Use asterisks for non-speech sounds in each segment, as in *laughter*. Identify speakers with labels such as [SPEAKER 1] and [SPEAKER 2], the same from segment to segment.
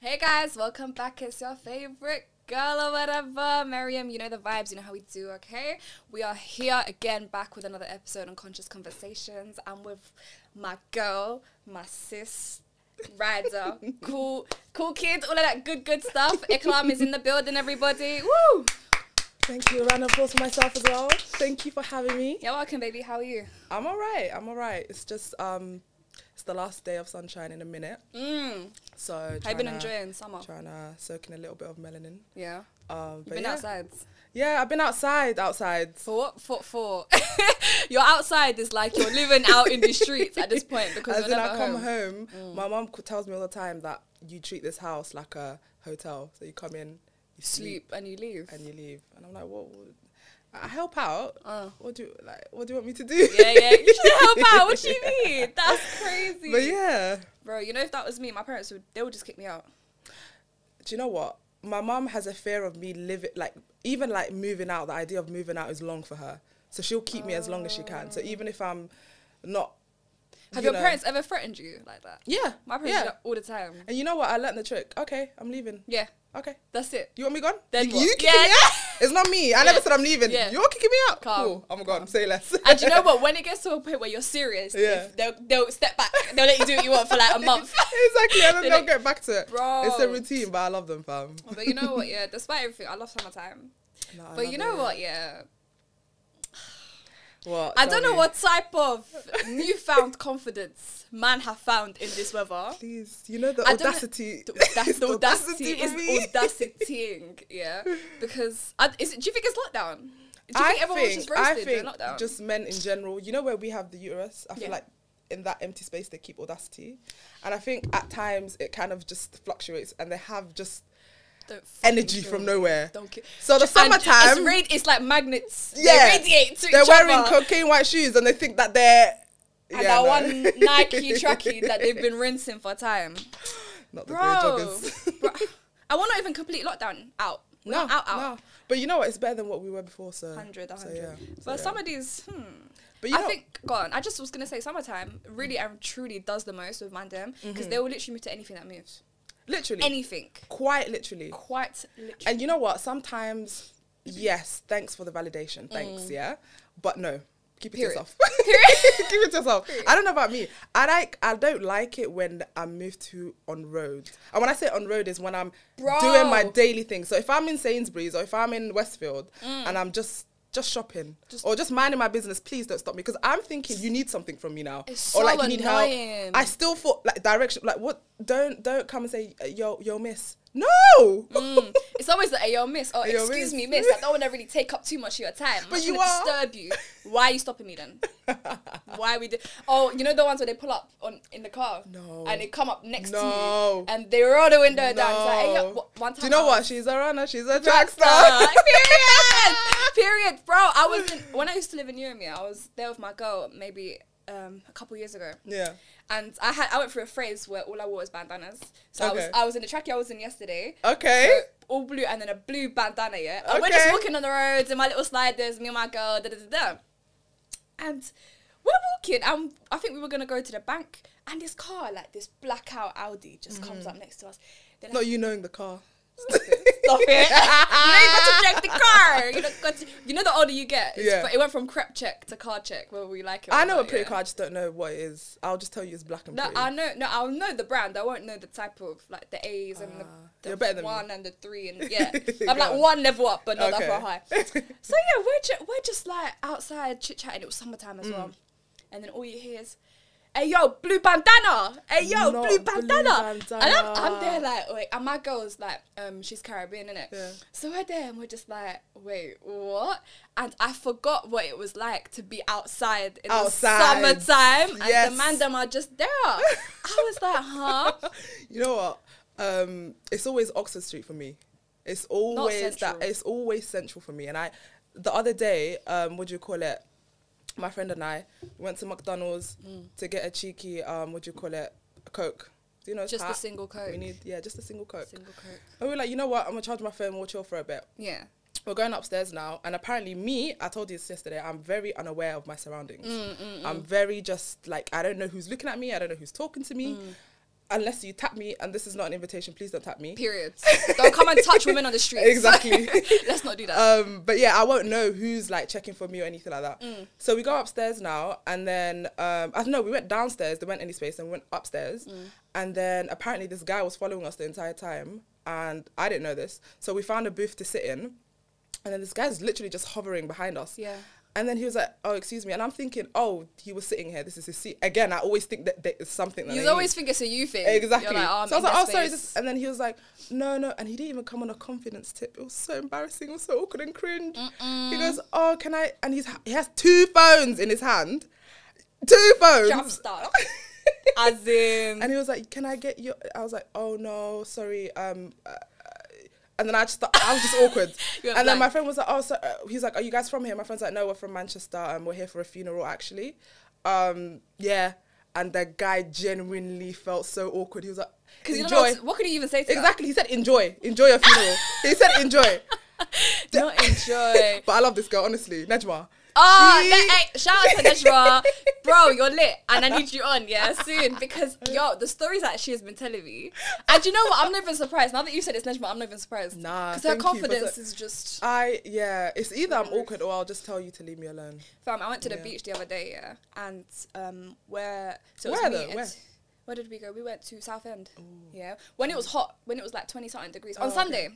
[SPEAKER 1] Hey guys, welcome back. It's your favorite girl or whatever, Miriam. You know the vibes, you know how we do, okay? We are here again, back with another episode on Conscious Conversations. I'm with my girl, my sis,
[SPEAKER 2] *laughs*
[SPEAKER 1] Rider. cool, cool kids, all of that good, good stuff. Ikram is in the building, everybody. Woo!
[SPEAKER 2] Thank you. A round of applause for myself as well. Thank you for having me.
[SPEAKER 1] You're welcome, baby. How are you?
[SPEAKER 2] I'm all right. I'm all right. It's just um, it's the last day of sunshine in a minute.
[SPEAKER 1] Mm.
[SPEAKER 2] So
[SPEAKER 1] I've been
[SPEAKER 2] tryna-
[SPEAKER 1] enjoying summer.
[SPEAKER 2] Trying to soak in a little bit of melanin.
[SPEAKER 1] Yeah.
[SPEAKER 2] Um, but
[SPEAKER 1] Been
[SPEAKER 2] yeah.
[SPEAKER 1] outside.
[SPEAKER 2] Yeah, I've been outside. Outside.
[SPEAKER 1] For what? For for *laughs* you're outside is like you're living out
[SPEAKER 2] *laughs*
[SPEAKER 1] in the streets at this point because
[SPEAKER 2] As
[SPEAKER 1] you're
[SPEAKER 2] in,
[SPEAKER 1] never
[SPEAKER 2] I come
[SPEAKER 1] home.
[SPEAKER 2] home. Mm. My mum c- tells me all the time that you treat this house like a hotel. So you come in, you
[SPEAKER 1] sleep and you leave.
[SPEAKER 2] and you leave. And I'm like, what? would- I help out.
[SPEAKER 1] Uh.
[SPEAKER 2] What do you, like? What do you want me to do?
[SPEAKER 1] yeah, yeah. You should help out. What you mean? That's crazy.
[SPEAKER 2] *laughs* but yeah.
[SPEAKER 1] Bro, you know if that was me, my parents would they would just kick me out.
[SPEAKER 2] do you know what? My mom has a fear of me living, like even like moving out. The idea of moving out is long for her, so she'll keep me as long as she can. So even if I'm not,
[SPEAKER 1] Have
[SPEAKER 2] you
[SPEAKER 1] your
[SPEAKER 2] know-
[SPEAKER 1] parents ever threatened you like that?
[SPEAKER 2] Yeah,
[SPEAKER 1] My parents
[SPEAKER 2] yeah.
[SPEAKER 1] do that all the time.
[SPEAKER 2] *laughs* And you know what? I learned the trick. Okay, I'm leaving.
[SPEAKER 1] Yeah,
[SPEAKER 2] Okay,
[SPEAKER 1] that's
[SPEAKER 2] *laughs*
[SPEAKER 1] it.
[SPEAKER 2] you want me gone?
[SPEAKER 1] Then
[SPEAKER 2] you
[SPEAKER 1] what?
[SPEAKER 2] you kicking
[SPEAKER 1] Yeah.
[SPEAKER 2] me out? It's not me. I
[SPEAKER 1] Yeah.
[SPEAKER 2] never said I'm leaving.
[SPEAKER 1] Yeah.
[SPEAKER 2] You're kicking me out.
[SPEAKER 1] Calm,
[SPEAKER 2] Cool. I'm gone. Say less.
[SPEAKER 1] And you know what? When it gets to a point where you're serious,
[SPEAKER 2] Yeah.
[SPEAKER 1] they'll they'll step back. They'll let you do what you want for like
[SPEAKER 2] *laughs*
[SPEAKER 1] a month.
[SPEAKER 2] exactly. And
[SPEAKER 1] They're
[SPEAKER 2] then they'll
[SPEAKER 1] like,
[SPEAKER 2] get back to it.
[SPEAKER 1] "Bro."
[SPEAKER 2] It's a routine, but I love them, fam.
[SPEAKER 1] But you know what? Yeah, despite everything, I love summertime.
[SPEAKER 2] No, *laughs* I
[SPEAKER 1] But
[SPEAKER 2] love
[SPEAKER 1] you know
[SPEAKER 2] it.
[SPEAKER 1] what? Yeah,
[SPEAKER 2] What?
[SPEAKER 1] I
[SPEAKER 2] Tell
[SPEAKER 1] don't know
[SPEAKER 2] me.
[SPEAKER 1] what type of
[SPEAKER 2] *laughs*
[SPEAKER 1] newfound confidence man have found in this weather.
[SPEAKER 2] Please, you know the
[SPEAKER 1] I don't know-
[SPEAKER 2] audacity.
[SPEAKER 1] The- That's
[SPEAKER 2] It's
[SPEAKER 1] the audacity
[SPEAKER 2] audacity for
[SPEAKER 1] is
[SPEAKER 2] me.
[SPEAKER 1] audacitying, yeah. Because I, is it, do you think it's lockdown? Do you think everyone was just
[SPEAKER 2] I
[SPEAKER 1] roasted during
[SPEAKER 2] think
[SPEAKER 1] lockdown?
[SPEAKER 2] just men in general. You know where we have the uterus. I feel
[SPEAKER 1] Yeah.
[SPEAKER 2] like in that empty space they keep audacity, and I think at times it kind of just fluctuates, and they have just
[SPEAKER 1] Don't fucking
[SPEAKER 2] energy
[SPEAKER 1] kill
[SPEAKER 2] from
[SPEAKER 1] me.
[SPEAKER 2] nowhere.
[SPEAKER 1] Don't ki-
[SPEAKER 2] So the
[SPEAKER 1] Ju- and
[SPEAKER 2] summertime-
[SPEAKER 1] it's, radi- it's like magnets.
[SPEAKER 2] Yeah.
[SPEAKER 1] they radiate to
[SPEAKER 2] They're
[SPEAKER 1] each
[SPEAKER 2] wearing
[SPEAKER 1] other.
[SPEAKER 2] cocaine white shoes, and they think that they're
[SPEAKER 1] and
[SPEAKER 2] Yeah,
[SPEAKER 1] that
[SPEAKER 2] no.
[SPEAKER 1] one
[SPEAKER 2] *laughs*
[SPEAKER 1] Nike trackie that they've been rinsing for time,
[SPEAKER 2] not the grey
[SPEAKER 1] bro.
[SPEAKER 2] joggers. *laughs*
[SPEAKER 1] bro I want to even complete lockdown out. We're
[SPEAKER 2] no,
[SPEAKER 1] not out, out.
[SPEAKER 2] no. But you know what? It's better than what we were before. So
[SPEAKER 1] 100,
[SPEAKER 2] so
[SPEAKER 1] 100.
[SPEAKER 2] yeah, so
[SPEAKER 1] but
[SPEAKER 2] yeah.
[SPEAKER 1] some of these, hmm.
[SPEAKER 2] But you
[SPEAKER 1] I
[SPEAKER 2] know,
[SPEAKER 1] think, go on. I just was going to say summertime really and truly does the most with Mandem because
[SPEAKER 2] Mm-hmm.
[SPEAKER 1] they will literally move to anything that moves.
[SPEAKER 2] literally,
[SPEAKER 1] Anything.
[SPEAKER 2] quite literally,
[SPEAKER 1] Quite literally.
[SPEAKER 2] And you know what? Sometimes, yes, thanks for the validation. Thanks, yeah. But no, keep it
[SPEAKER 1] Mm. Period. *laughs*
[SPEAKER 2] to yourself. *laughs* keep it to yourself. I don't know about me. I like. I don't like it when I'm moved to on road. And when I say on road is when I'm
[SPEAKER 1] Bro.
[SPEAKER 2] doing my daily thing. So if I'm in Sainsbury's or if I'm in Westfield and I'm just just shopping
[SPEAKER 1] Mm. Just-
[SPEAKER 2] or just minding my business, please don't stop me because I'm thinking you need something from me now
[SPEAKER 1] It's
[SPEAKER 2] or
[SPEAKER 1] so
[SPEAKER 2] like you need
[SPEAKER 1] annoying.
[SPEAKER 2] help. I still thought like direction. Like what? Don't don't come and say yo yo miss. No. *laughs*
[SPEAKER 1] It's always like, hey, yo, miss. Oh,
[SPEAKER 2] Hey, yo,
[SPEAKER 1] excuse
[SPEAKER 2] miss.
[SPEAKER 1] me, miss. I don't want to really take up too much of your time.
[SPEAKER 2] But
[SPEAKER 1] I'm
[SPEAKER 2] you
[SPEAKER 1] gonna
[SPEAKER 2] are.
[SPEAKER 1] disturb you. Why are you stopping me
[SPEAKER 2] *laughs*
[SPEAKER 1] then? Why we do? Oh, you know the ones where they pull up on in the car.
[SPEAKER 2] No.
[SPEAKER 1] And they come up next
[SPEAKER 2] No.
[SPEAKER 1] to you and they roll the window down. It's like, hey, yo,
[SPEAKER 2] No.
[SPEAKER 1] wh- one time.
[SPEAKER 2] Do you know
[SPEAKER 1] I
[SPEAKER 2] what? She's a runner. She's a
[SPEAKER 1] Track
[SPEAKER 2] track
[SPEAKER 1] star. *laughs*
[SPEAKER 2] star.
[SPEAKER 1] Period.
[SPEAKER 2] *laughs*
[SPEAKER 1] Period, bro. I was in, when I used to live in Urimia, I was there with my girl maybe um, a couple years ago,
[SPEAKER 2] yeah.
[SPEAKER 1] and I had I went through a phase where all I wore was bandanas. So I was
[SPEAKER 2] Okay.
[SPEAKER 1] I was in the trackie I was in yesterday.
[SPEAKER 2] Okay.
[SPEAKER 1] All blue and then a blue bandana, yeah. And we're
[SPEAKER 2] Okay.
[SPEAKER 1] just walking on the roads in my little sliders, me and my girl, da da da da. And we're walking, and I think we were gonna go to the bank, and this car, like this blackout Audi, just
[SPEAKER 2] Mm-hmm.
[SPEAKER 1] comes up next to us. They're like,
[SPEAKER 2] Not you knowing
[SPEAKER 1] *laughs*
[SPEAKER 2] the car.
[SPEAKER 1] Stop it. you know, *laughs* you got to check the car. You know, got to, you know the older you get. it's-
[SPEAKER 2] Yeah.
[SPEAKER 1] It went from crep check to car check, whether we like it or
[SPEAKER 2] I know a
[SPEAKER 1] not,
[SPEAKER 2] pretty
[SPEAKER 1] yeah.
[SPEAKER 2] car. I just don't know what it is. I'll just tell you it's black and
[SPEAKER 1] No,
[SPEAKER 2] pretty.
[SPEAKER 1] I know. No, I'll know the brand. I won't know the type of like the A's and the,
[SPEAKER 2] Ah,
[SPEAKER 1] the
[SPEAKER 2] you're better than me.
[SPEAKER 1] one and the three
[SPEAKER 2] *laughs*
[SPEAKER 1] and yeah. I'm
[SPEAKER 2] Go
[SPEAKER 1] like
[SPEAKER 2] on.
[SPEAKER 1] one level up, but not that far
[SPEAKER 2] *laughs*
[SPEAKER 1] high.
[SPEAKER 2] Okay.
[SPEAKER 1] So yeah, we're ju- we're just like outside chit chatting. It was summertime
[SPEAKER 2] Mm.
[SPEAKER 1] as well, and then all you hear is, "Hey yo, blue bandana! Hey yo,
[SPEAKER 2] Not
[SPEAKER 1] blue
[SPEAKER 2] blue
[SPEAKER 1] bandana!" And I'm, I'm
[SPEAKER 2] bandana.
[SPEAKER 1] there like, wait, and my girl's like, um, she's Caribbean, innit?
[SPEAKER 2] Yeah.
[SPEAKER 1] So we're there and we're just like, wait, what? And I forgot what it was like to be outside in
[SPEAKER 2] Outside.
[SPEAKER 1] the summertime,
[SPEAKER 2] Yes.
[SPEAKER 1] and the man them are just
[SPEAKER 2] *laughs*
[SPEAKER 1] there. I was like, huh?
[SPEAKER 2] you know what? Um, it's always Oxford Street for me. It's always that.
[SPEAKER 1] central.
[SPEAKER 2] It's always central for me. And I, the other day, um, what do you call it? My friend and I went to McDonald's
[SPEAKER 1] Hmm.
[SPEAKER 2] to get a cheeky. Um, what do you call it? A Coke. Do you know? it's
[SPEAKER 1] Just a
[SPEAKER 2] hot.
[SPEAKER 1] single Coke.
[SPEAKER 2] We need yeah, just a single Coke.
[SPEAKER 1] Single coke.
[SPEAKER 2] And we were like, you know what? I'm gonna charge my phone. We'll chill for a bit.
[SPEAKER 1] Yeah.
[SPEAKER 2] We're going upstairs now, and apparently, me, I told you this yesterday, I'm very unaware of my surroundings. I'm very just like, I don't know who's looking at me, I don't know who's talking to me. unless you tap me, and this is not an invitation, please don't tap me.
[SPEAKER 1] Periods. *laughs* Don't come and touch women on the streets.
[SPEAKER 2] Exactly.
[SPEAKER 1] *laughs* Let's not do that.
[SPEAKER 2] Um, but yeah, I won't know who's like checking for me or anything like that.
[SPEAKER 1] Mm.
[SPEAKER 2] So we go upstairs now, and then um, I don't know. We went downstairs. There weren't any space, and we went upstairs.
[SPEAKER 1] Mm.
[SPEAKER 2] And then apparently this guy was following us the entire time, and I didn't know this. So we found a booth to sit in, and then this guy's literally just hovering behind us.
[SPEAKER 1] Yeah.
[SPEAKER 2] And then he was like, "Oh, excuse me," and I'm thinking, "Oh, he was sitting here. This is his seat." Again, I always think that there is something that
[SPEAKER 1] you
[SPEAKER 2] they
[SPEAKER 1] always
[SPEAKER 2] need.
[SPEAKER 1] think it's a you thing.
[SPEAKER 2] Um, Exactly.
[SPEAKER 1] You're like, oh, I'm
[SPEAKER 2] so I
[SPEAKER 1] in
[SPEAKER 2] was like,
[SPEAKER 1] their
[SPEAKER 2] oh, sorry.
[SPEAKER 1] space."
[SPEAKER 2] This, and then he was like, no, no. And he didn't even come on a confidence tip. It was so embarrassing. It was so awkward and cringe. He goes, oh, can I? And he's he has two phones in his hand. Two phones.
[SPEAKER 1] Jump
[SPEAKER 2] *laughs*
[SPEAKER 1] start. As in.
[SPEAKER 2] And he was like, can I get your? I was like, oh, no, sorry. Um, uh, and then I just, I was just awkward.
[SPEAKER 1] *laughs* You went
[SPEAKER 2] and then my
[SPEAKER 1] blank.
[SPEAKER 2] friend was like, "Oh, so uh, he's like, are you guys from here?" My friend's like, "No, we're from Manchester. Um, we're here for a funeral, actually. Um, yeah." And the guy genuinely felt so awkward. He was like,
[SPEAKER 1] Because you don't know
[SPEAKER 2] "Enjoy."
[SPEAKER 1] what, to- what could you even say to that?
[SPEAKER 2] Exactly. He said, "Enjoy, enjoy
[SPEAKER 1] *laughs*
[SPEAKER 2] your funeral." he said, "Enjoy."
[SPEAKER 1] Not enjoy.
[SPEAKER 2] *laughs* but I love this girl, honestly, Najma.
[SPEAKER 1] Oh,
[SPEAKER 2] She-
[SPEAKER 1] that, hey, shout out to Najra. Bro, you're lit. And I need you on, yeah, soon.
[SPEAKER 2] *laughs*
[SPEAKER 1] Because, yo, the stories that she has been telling me. And you know what? I'm not even surprised. Now that you said it's Najma, I'm not even surprised.
[SPEAKER 2] Nah,
[SPEAKER 1] Because her
[SPEAKER 2] thank you, but
[SPEAKER 1] confidence
[SPEAKER 2] the-
[SPEAKER 1] is just.
[SPEAKER 2] I yeah. It's either I'm awkward or I'll just tell you to leave me alone.
[SPEAKER 1] Fam, I went to the
[SPEAKER 2] Yeah.
[SPEAKER 1] beach the other day, yeah. And um, where. So it was
[SPEAKER 2] Where
[SPEAKER 1] me
[SPEAKER 2] though?
[SPEAKER 1] and-
[SPEAKER 2] Where?
[SPEAKER 1] where did we go? We went to Southend. Yeah. When it was hot, when it was like 20 something degrees
[SPEAKER 2] Oh,
[SPEAKER 1] on
[SPEAKER 2] okay.
[SPEAKER 1] Sunday.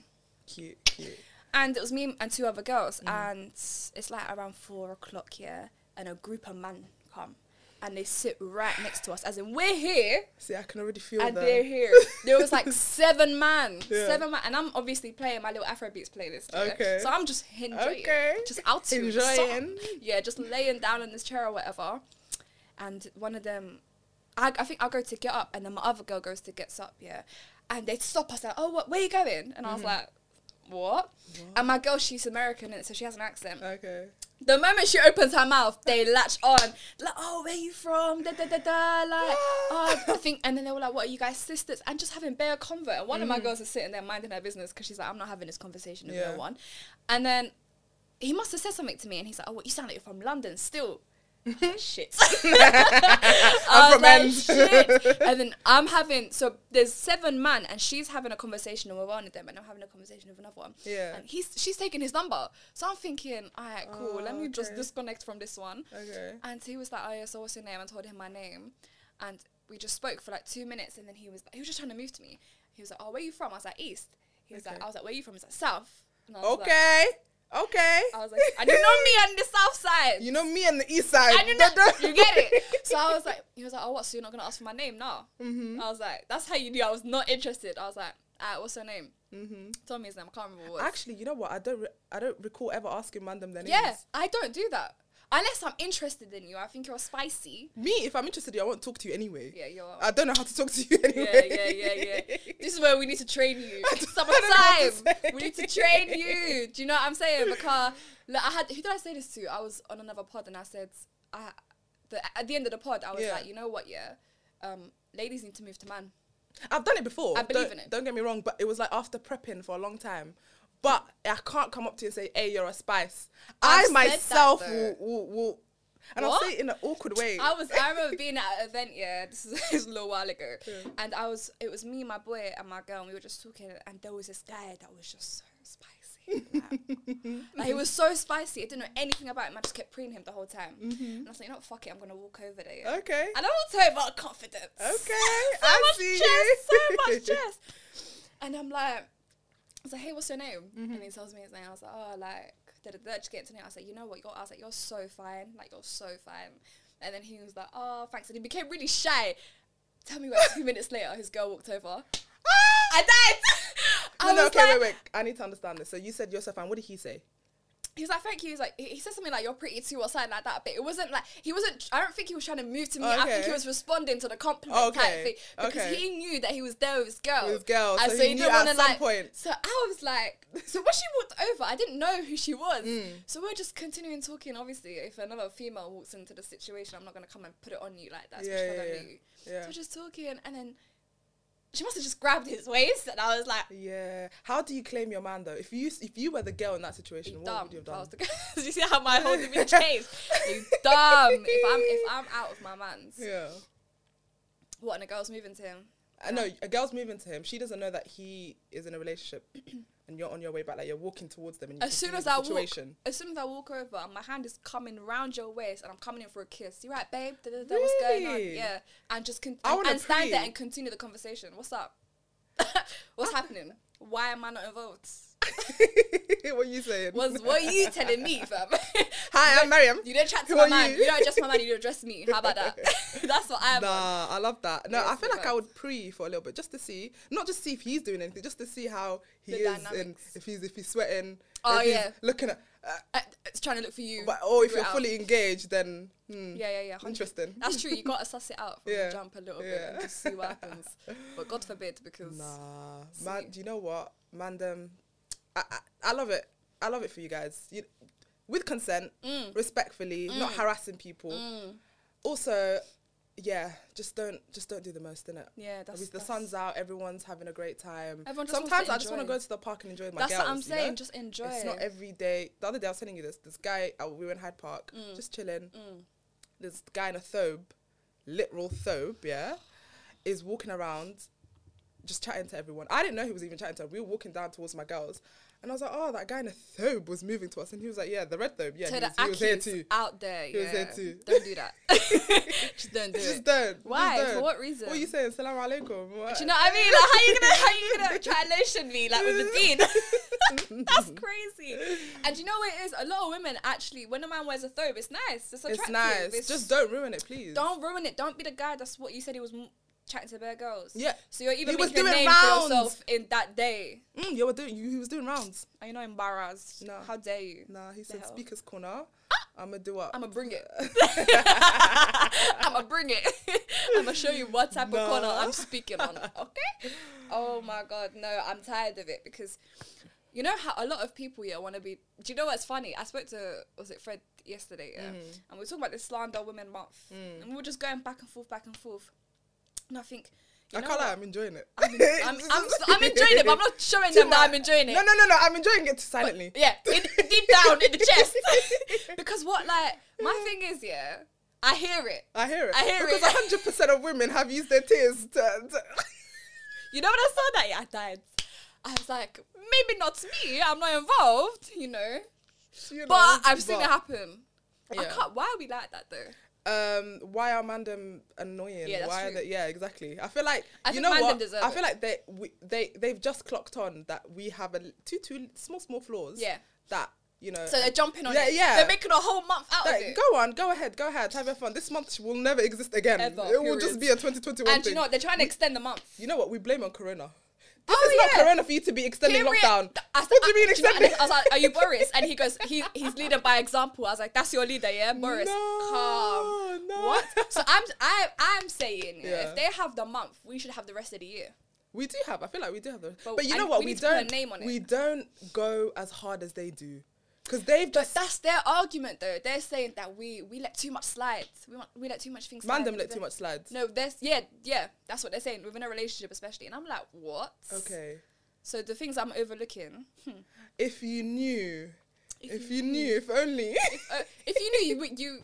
[SPEAKER 2] Cute, cute.
[SPEAKER 1] And it was me and two other girls,
[SPEAKER 2] Mm.
[SPEAKER 1] and it's like around four o'clock here, and a group of men come, and they sit right next to us, as in we're here
[SPEAKER 2] See, I can already feel
[SPEAKER 1] and they're
[SPEAKER 2] that.
[SPEAKER 1] here. There was
[SPEAKER 2] *laughs*
[SPEAKER 1] like seven man,
[SPEAKER 2] Yeah.
[SPEAKER 1] seven man, and I'm obviously playing my little Afrobeats playlist. yeah.
[SPEAKER 2] Okay.
[SPEAKER 1] So I'm just enjoying,
[SPEAKER 2] Okay.
[SPEAKER 1] just out to the sun.
[SPEAKER 2] Enjoying.
[SPEAKER 1] Yeah, just laying down in this chair or whatever, and one of them, I, I think I go to get up, and then my other girl goes to gets up. Yeah, and they stop us like, oh, what, where you going? And I
[SPEAKER 2] Mm-hmm.
[SPEAKER 1] was like. What? And my girl, she's American, and so she has an accent.
[SPEAKER 2] Okay.
[SPEAKER 1] The moment she opens her mouth, they latch on. Like, oh, where you from? Da da da da. Like, oh, I think. And then they were like, what are you guys sisters? And just having bare convert. And one of my girls is sitting there minding her business because she's like, I'm not having this conversation with
[SPEAKER 2] Mm. Yeah.
[SPEAKER 1] no one. And then he must have said something to me, and he's like, oh, what? You sound like you're from London still. I was like, *laughs* Shit.
[SPEAKER 2] Mm-hmm. *laughs*
[SPEAKER 1] *laughs*
[SPEAKER 2] I'm
[SPEAKER 1] I
[SPEAKER 2] from
[SPEAKER 1] was
[SPEAKER 2] Ends.
[SPEAKER 1] like, shit.
[SPEAKER 2] *laughs*
[SPEAKER 1] And then I'm having so there's seven man and she's having a conversation with one of them and I'm having a conversation with another one.
[SPEAKER 2] Yeah.
[SPEAKER 1] And he's she's taking his number. So I'm thinking, alright, cool,
[SPEAKER 2] Oh,
[SPEAKER 1] let me just
[SPEAKER 2] okay.
[SPEAKER 1] disconnect from this one.
[SPEAKER 2] Okay.
[SPEAKER 1] And he was like, Oh yeah, so what's your name? And told him my name. And we just spoke for like two minutes and then he was he was just trying to move to me. He was like, Oh, where you from? I was like, East. He was like,
[SPEAKER 2] Okay.
[SPEAKER 1] I was like, Where you from? He's like, South. And I was like-
[SPEAKER 2] Okay. Okay.
[SPEAKER 1] I was like, And
[SPEAKER 2] *laughs*
[SPEAKER 1] you know me on the south side.
[SPEAKER 2] You know me and the east side.
[SPEAKER 1] And you know,
[SPEAKER 2] *laughs*
[SPEAKER 1] you get it. So I was like, he was like, oh, what? So you're not gonna ask for my name now?
[SPEAKER 2] Mm-hmm.
[SPEAKER 1] I was like, that's how you knew I was not interested. I was like, ah, what's her name? Mm-hmm. Told me his name. I can't remember. What it was.
[SPEAKER 2] Actually, you know what? I don't. Re- I don't recall ever asking random their names.
[SPEAKER 1] yeah, I don't do that unless I'm interested in you. I think you're spicy.
[SPEAKER 2] Me, if I'm interested, in you, I won't talk to you anyway.
[SPEAKER 1] Yeah, you're.
[SPEAKER 2] I don't know how to talk to you *laughs*
[SPEAKER 1] yeah,
[SPEAKER 2] anyway.
[SPEAKER 1] yeah, yeah, yeah. This is where we need to train you.
[SPEAKER 2] *laughs* I
[SPEAKER 1] Summertime.
[SPEAKER 2] don't know what to say.
[SPEAKER 1] We need to train you. Do you know what I'm saying? Because look, I had who did I say this to? I was on another pod and I said, I the, at the end of the pod, I was
[SPEAKER 2] Yeah.
[SPEAKER 1] like, you know what, yeah, um, ladies need to move to man.
[SPEAKER 2] *laughs* I've done it before.
[SPEAKER 1] I believe
[SPEAKER 2] don't,
[SPEAKER 1] in it.
[SPEAKER 2] Don't get me wrong, but it was like after prepping for a long time. But I can't come up to you and say, "Hey, you're a spice." i
[SPEAKER 1] I've said that,
[SPEAKER 2] myself
[SPEAKER 1] though.
[SPEAKER 2] will, will, will, and I'll
[SPEAKER 1] What?
[SPEAKER 2] say it in an awkward way.
[SPEAKER 1] I was I remember being at an event, yeah, this is, *laughs* this is a little while ago. And I was it was me, my boy and my girl, and we were just talking and there was this guy that was just so spicy. Like,
[SPEAKER 2] *laughs*
[SPEAKER 1] like, he was so spicy, I didn't know anything about him. I just kept preying him the whole time. And I was like, you know what, fuck it, I'm gonna walk over there. yeah.
[SPEAKER 2] Mm-hmm. okay.
[SPEAKER 1] And I want to tell you about confidence.
[SPEAKER 2] Okay,
[SPEAKER 1] *laughs* so
[SPEAKER 2] I
[SPEAKER 1] much
[SPEAKER 2] see
[SPEAKER 1] chest,
[SPEAKER 2] you.
[SPEAKER 1] so
[SPEAKER 2] *laughs*
[SPEAKER 1] much chest. And I'm like, I was like, hey, what's your name?
[SPEAKER 2] Mm-hmm.
[SPEAKER 1] And he tells me his name. I was like, oh, like, da da da. Just get to know. I was like, you know what? You're, I was like, you're so fine. Like, you're so fine. And then he was like, oh, thanks. And he became really shy. Tell me what. two *laughs* minutes later, his girl walked over. I died. *laughs* I
[SPEAKER 2] Ah! no, no,
[SPEAKER 1] was
[SPEAKER 2] okay,
[SPEAKER 1] like,
[SPEAKER 2] wait, wait. I need to understand this. So you said yourself, and what did he say?
[SPEAKER 1] He was like, thank you. He was like, he he said something like, you're pretty too, or something like that. But it wasn't like, he wasn't, I don't think he was trying to move to me. I think
[SPEAKER 2] Okay.
[SPEAKER 1] he was responding to the compliment type
[SPEAKER 2] Okay,
[SPEAKER 1] thing. Because
[SPEAKER 2] okay.
[SPEAKER 1] he knew that he was there with his girl.
[SPEAKER 2] With his girl,
[SPEAKER 1] And
[SPEAKER 2] so he knew
[SPEAKER 1] wanna,
[SPEAKER 2] at some
[SPEAKER 1] like-
[SPEAKER 2] point.
[SPEAKER 1] So I was like, so when she walked over, I didn't know who she was.
[SPEAKER 2] Mm.
[SPEAKER 1] So we are just continuing talking. Obviously, if another female walks into the situation, I'm not going to come and put it on you like that.
[SPEAKER 2] Yeah,
[SPEAKER 1] especially if I don't
[SPEAKER 2] yeah, yeah.
[SPEAKER 1] know you.
[SPEAKER 2] Yeah.
[SPEAKER 1] So we're just talking. And then she must have just grabbed his waist. And I was like,
[SPEAKER 2] Yeah. How do you claim your man though? If you if you were the girl in that situation, what
[SPEAKER 1] dumb.
[SPEAKER 2] would you have
[SPEAKER 1] I
[SPEAKER 2] done?
[SPEAKER 1] was the- *laughs* you see how my whole demeanor
[SPEAKER 2] *laughs*
[SPEAKER 1] changed? You dumb. If I'm if I'm out of my man's,
[SPEAKER 2] *laughs* Yeah.
[SPEAKER 1] what and a girl's moving to him,
[SPEAKER 2] I know a girl's moving to him. She doesn't know that he is in a relationship, *clears throat* and you're on your way back. Like you're walking towards them. And you
[SPEAKER 1] As soon
[SPEAKER 2] can
[SPEAKER 1] as
[SPEAKER 2] see the
[SPEAKER 1] I
[SPEAKER 2] situation. *laughs*
[SPEAKER 1] walk, as soon as I walk over, my hand is coming round your waist, and I'm coming in for a kiss. You right, babe? Da, da, da, What's going on?
[SPEAKER 2] Really?
[SPEAKER 1] Yeah, and just con-
[SPEAKER 2] I
[SPEAKER 1] and,
[SPEAKER 2] wanna
[SPEAKER 1] and stand there
[SPEAKER 2] pre.
[SPEAKER 1] and continue the conversation. What's up? *laughs* What's happening? Why am I not involved?
[SPEAKER 2] what are you saying? *laughs*
[SPEAKER 1] Was what are you telling me, fam?
[SPEAKER 2] Hi, I'm Mariam.
[SPEAKER 1] you don't chat to
[SPEAKER 2] Who
[SPEAKER 1] my
[SPEAKER 2] are
[SPEAKER 1] man.
[SPEAKER 2] you?
[SPEAKER 1] You? don't address my man. You address me. How about
[SPEAKER 2] *laughs*
[SPEAKER 1] that? *laughs* That's what I'm.
[SPEAKER 2] Nah, I love that. No,
[SPEAKER 1] Yeah,
[SPEAKER 2] I
[SPEAKER 1] it's
[SPEAKER 2] feel
[SPEAKER 1] the
[SPEAKER 2] like I would pre for a little bit just to see, not just see if he's doing anything, just to see how he
[SPEAKER 1] The
[SPEAKER 2] is and
[SPEAKER 1] dynamics.
[SPEAKER 2] if he's if he's sweating.
[SPEAKER 1] Oh,
[SPEAKER 2] if he's
[SPEAKER 1] yeah.
[SPEAKER 2] looking at. Uh,
[SPEAKER 1] Uh, It's trying to look for you.
[SPEAKER 2] but, or if you're
[SPEAKER 1] throughout.
[SPEAKER 2] fully engaged, then hmm,
[SPEAKER 1] Yeah, yeah, yeah. 100%.
[SPEAKER 2] interesting.
[SPEAKER 1] That's true. You gotta suss it out from
[SPEAKER 2] Yeah,
[SPEAKER 1] the jump a little bit
[SPEAKER 2] yeah.
[SPEAKER 1] and just see what happens. But God
[SPEAKER 2] *laughs*
[SPEAKER 1] forbid, because
[SPEAKER 2] Nah, man. Do you know what, man? Um, I, I I love it. I love it for you guys. You, with consent,
[SPEAKER 1] Mm.
[SPEAKER 2] respectfully, not harassing people. Also, yeah, just don't just don't do the most in it.
[SPEAKER 1] yeah, that's
[SPEAKER 2] the
[SPEAKER 1] that's-
[SPEAKER 2] sun's out, everyone's having a great time.
[SPEAKER 1] Everyone just wants to
[SPEAKER 2] Sometimes I just
[SPEAKER 1] enjoy.
[SPEAKER 2] want to go to the park and enjoy my
[SPEAKER 1] That's
[SPEAKER 2] girls.
[SPEAKER 1] what I'm
[SPEAKER 2] you
[SPEAKER 1] saying.
[SPEAKER 2] know?
[SPEAKER 1] Just enjoy.
[SPEAKER 2] It's not every day. The other day I was telling you this. This guy, uh, we were in Hyde Park,
[SPEAKER 1] Mm.
[SPEAKER 2] just chilling. This guy in a thobe, literal thobe, yeah, is walking around, just chatting to everyone. I didn't know he was even chatting to. We were walking down towards my girls, and I was like, "Oh, that guy in a thobe was moving to us," and he was like, "Yeah, the red thobe, yeah,
[SPEAKER 1] to
[SPEAKER 2] he
[SPEAKER 1] the
[SPEAKER 2] was, he was here
[SPEAKER 1] Akis
[SPEAKER 2] too." *laughs*
[SPEAKER 1] out there.
[SPEAKER 2] He
[SPEAKER 1] yeah.
[SPEAKER 2] was here too.
[SPEAKER 1] Don't do
[SPEAKER 2] *laughs*
[SPEAKER 1] that. just don't do
[SPEAKER 2] Just
[SPEAKER 1] it.
[SPEAKER 2] don't.
[SPEAKER 1] Why?
[SPEAKER 2] Just
[SPEAKER 1] For
[SPEAKER 2] don't.
[SPEAKER 1] what reason?
[SPEAKER 2] What are you saying? Salam alaikum. What?
[SPEAKER 1] Do you know what I
[SPEAKER 2] *laughs*
[SPEAKER 1] mean? Like, how you gonna how you gonna try and lotion me like with the dean? *laughs* That's crazy. And you know what it is? A lot of women actually, when a man wears a thobe, it's nice. It's attractive.
[SPEAKER 2] It's nice.
[SPEAKER 1] It's-
[SPEAKER 2] just don't ruin it, please.
[SPEAKER 1] don't ruin it. Don't be the guy. That's what you said he was m- chatting to bare girls.
[SPEAKER 2] Yeah.
[SPEAKER 1] So you're even
[SPEAKER 2] He was
[SPEAKER 1] making a
[SPEAKER 2] doing
[SPEAKER 1] name
[SPEAKER 2] rounds.
[SPEAKER 1] for yourself in that day.
[SPEAKER 2] Mm, you were doing. You, he was doing rounds.
[SPEAKER 1] Are you not embarrassed?
[SPEAKER 2] No.
[SPEAKER 1] How dare you?
[SPEAKER 2] Nah, he said
[SPEAKER 1] hell? Ah!
[SPEAKER 2] speakers corner. I'ma do what?
[SPEAKER 1] I'ma bring *laughs* it. I'ma bring it. *laughs* I'ma show you what type
[SPEAKER 2] Nah.
[SPEAKER 1] of corner I'm speaking
[SPEAKER 2] *laughs*
[SPEAKER 1] on. Okay. Oh my god, no, I'm tired of it because you know how a lot of people yeah want to be. Do you know what's funny? I spoke to was it Fred yesterday, yeah, and we were talking about this slander women month, and we were just going back and forth, back and forth, and I think. You
[SPEAKER 2] I
[SPEAKER 1] know
[SPEAKER 2] can't lie,
[SPEAKER 1] what?
[SPEAKER 2] I'm enjoying it.
[SPEAKER 1] I'm,
[SPEAKER 2] *laughs*
[SPEAKER 1] I'm, I'm, I'm enjoying it, but I'm not showing them that I'm enjoying it.
[SPEAKER 2] No, no, no, no. I'm enjoying it silently.
[SPEAKER 1] Yeah, in, deep down in the chest. *laughs* because what, like, my thing is, yeah, I hear it.
[SPEAKER 2] I hear it.
[SPEAKER 1] I hear
[SPEAKER 2] because
[SPEAKER 1] it.
[SPEAKER 2] hundred percent of women have used their tears to. to *laughs*
[SPEAKER 1] You know when I saw that, yeah, I died. I was like, maybe not me. I'm not involved, you know.
[SPEAKER 2] you know,
[SPEAKER 1] But I've seen it
[SPEAKER 2] but,
[SPEAKER 1] happen. I
[SPEAKER 2] Yeah.
[SPEAKER 1] can't. Why are we like that though?
[SPEAKER 2] Um, why are mandem annoying?
[SPEAKER 1] Yeah, that's
[SPEAKER 2] why Are
[SPEAKER 1] true.
[SPEAKER 2] they, yeah, exactly. I feel like
[SPEAKER 1] I
[SPEAKER 2] you
[SPEAKER 1] think
[SPEAKER 2] know
[SPEAKER 1] mandem
[SPEAKER 2] what.
[SPEAKER 1] deserve
[SPEAKER 2] I feel
[SPEAKER 1] it.
[SPEAKER 2] like they we, they they've just clocked on that we have a l- two two small small flaws.
[SPEAKER 1] Yeah.
[SPEAKER 2] That you know.
[SPEAKER 1] So they're jumping on
[SPEAKER 2] Uh, Yeah,
[SPEAKER 1] it.
[SPEAKER 2] yeah.
[SPEAKER 1] They're making a whole month out
[SPEAKER 2] Like,
[SPEAKER 1] of it.
[SPEAKER 2] go on, go ahead, go ahead, have your fun. This month will never exist again.
[SPEAKER 1] Ever,
[SPEAKER 2] it will just
[SPEAKER 1] period.
[SPEAKER 2] be a 2021
[SPEAKER 1] and
[SPEAKER 2] thing.
[SPEAKER 1] you know what? They're trying to extend the month.
[SPEAKER 2] You know what? We blame on Corona. This
[SPEAKER 1] Oh,
[SPEAKER 2] is not
[SPEAKER 1] yeah.
[SPEAKER 2] Corona for you to be extending
[SPEAKER 1] Period.
[SPEAKER 2] lockdown.
[SPEAKER 1] Th- I said-
[SPEAKER 2] what do you mean
[SPEAKER 1] I- know what I
[SPEAKER 2] extending?
[SPEAKER 1] did? I was
[SPEAKER 2] *laughs*
[SPEAKER 1] like, "Are you Boris?" And he goes, "He he's leading by example." I was like, "That's your leader, yeah, Boris."
[SPEAKER 2] *laughs* No,
[SPEAKER 1] Calm.
[SPEAKER 2] no.
[SPEAKER 1] What? So I'm I I'm saying yeah,
[SPEAKER 2] Yeah.
[SPEAKER 1] if they have the month, we should have the rest of the year.
[SPEAKER 2] we do have. I feel like we do have. The, but,
[SPEAKER 1] But
[SPEAKER 2] you
[SPEAKER 1] I-
[SPEAKER 2] know what?
[SPEAKER 1] we
[SPEAKER 2] We,
[SPEAKER 1] need to put a
[SPEAKER 2] don't.
[SPEAKER 1] name on it.
[SPEAKER 2] We don't go as hard as they do, because they've just
[SPEAKER 1] That's their argument, though. They're saying that we we let too much slide. We want, we let too much things. slide.
[SPEAKER 2] mandem let too much slide.
[SPEAKER 1] No, there's yeah yeah. That's what they're saying within a relationship, especially. And I'm like, what?
[SPEAKER 2] Okay.
[SPEAKER 1] So the things I'm overlooking. Hmm.
[SPEAKER 2] If you knew, if, you knew, if only.
[SPEAKER 1] Uh, if you knew, you would- you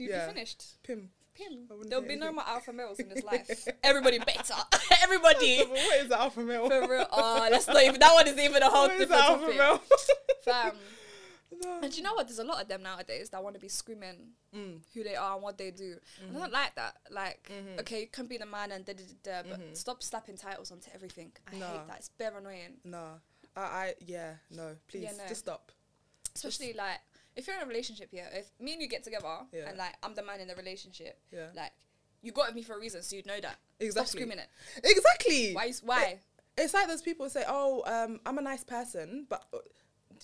[SPEAKER 1] you'd
[SPEAKER 2] Yeah.
[SPEAKER 1] be finished.
[SPEAKER 2] *laughs* Pim.
[SPEAKER 1] Pim.
[SPEAKER 2] I wouldn't
[SPEAKER 1] There'll
[SPEAKER 2] do
[SPEAKER 1] be no
[SPEAKER 2] anything.
[SPEAKER 1] more alpha males
[SPEAKER 2] *laughs*
[SPEAKER 1] in this life. Everybody better. *laughs* Everybody.
[SPEAKER 2] But what is the alpha male?
[SPEAKER 1] For real. Oh, that's not even. That one is even a whole
[SPEAKER 2] *laughs* What is
[SPEAKER 1] different
[SPEAKER 2] the
[SPEAKER 1] topic.
[SPEAKER 2] alpha male?
[SPEAKER 1] *laughs*
[SPEAKER 2] *laughs*
[SPEAKER 1] Fam.
[SPEAKER 2] No.
[SPEAKER 1] And you know what? There's a lot of them nowadays that want to be screaming
[SPEAKER 2] Mm,
[SPEAKER 1] who they are and what they do. And
[SPEAKER 2] Mm-hmm.
[SPEAKER 1] I don't like that. Like, okay, you can be the man and da da da, da but stop slapping titles onto everything. I
[SPEAKER 2] Mm-hmm. Nah.
[SPEAKER 1] hate that. It's bare annoying.
[SPEAKER 2] Nah. I, I yeah no please
[SPEAKER 1] no.
[SPEAKER 2] just stop.
[SPEAKER 1] Especially like if you're in a relationship here, if me and you get together
[SPEAKER 2] Yeah.
[SPEAKER 1] and like I'm the man in the relationship,
[SPEAKER 2] Yeah.
[SPEAKER 1] like you got with me for a reason, so you'd know that.
[SPEAKER 2] Exactly.
[SPEAKER 1] Stop screaming it.
[SPEAKER 2] Exactly.
[SPEAKER 1] Why? you s- Why?
[SPEAKER 2] It's like those people who say, "Oh, um, I'm a nice person," but uh,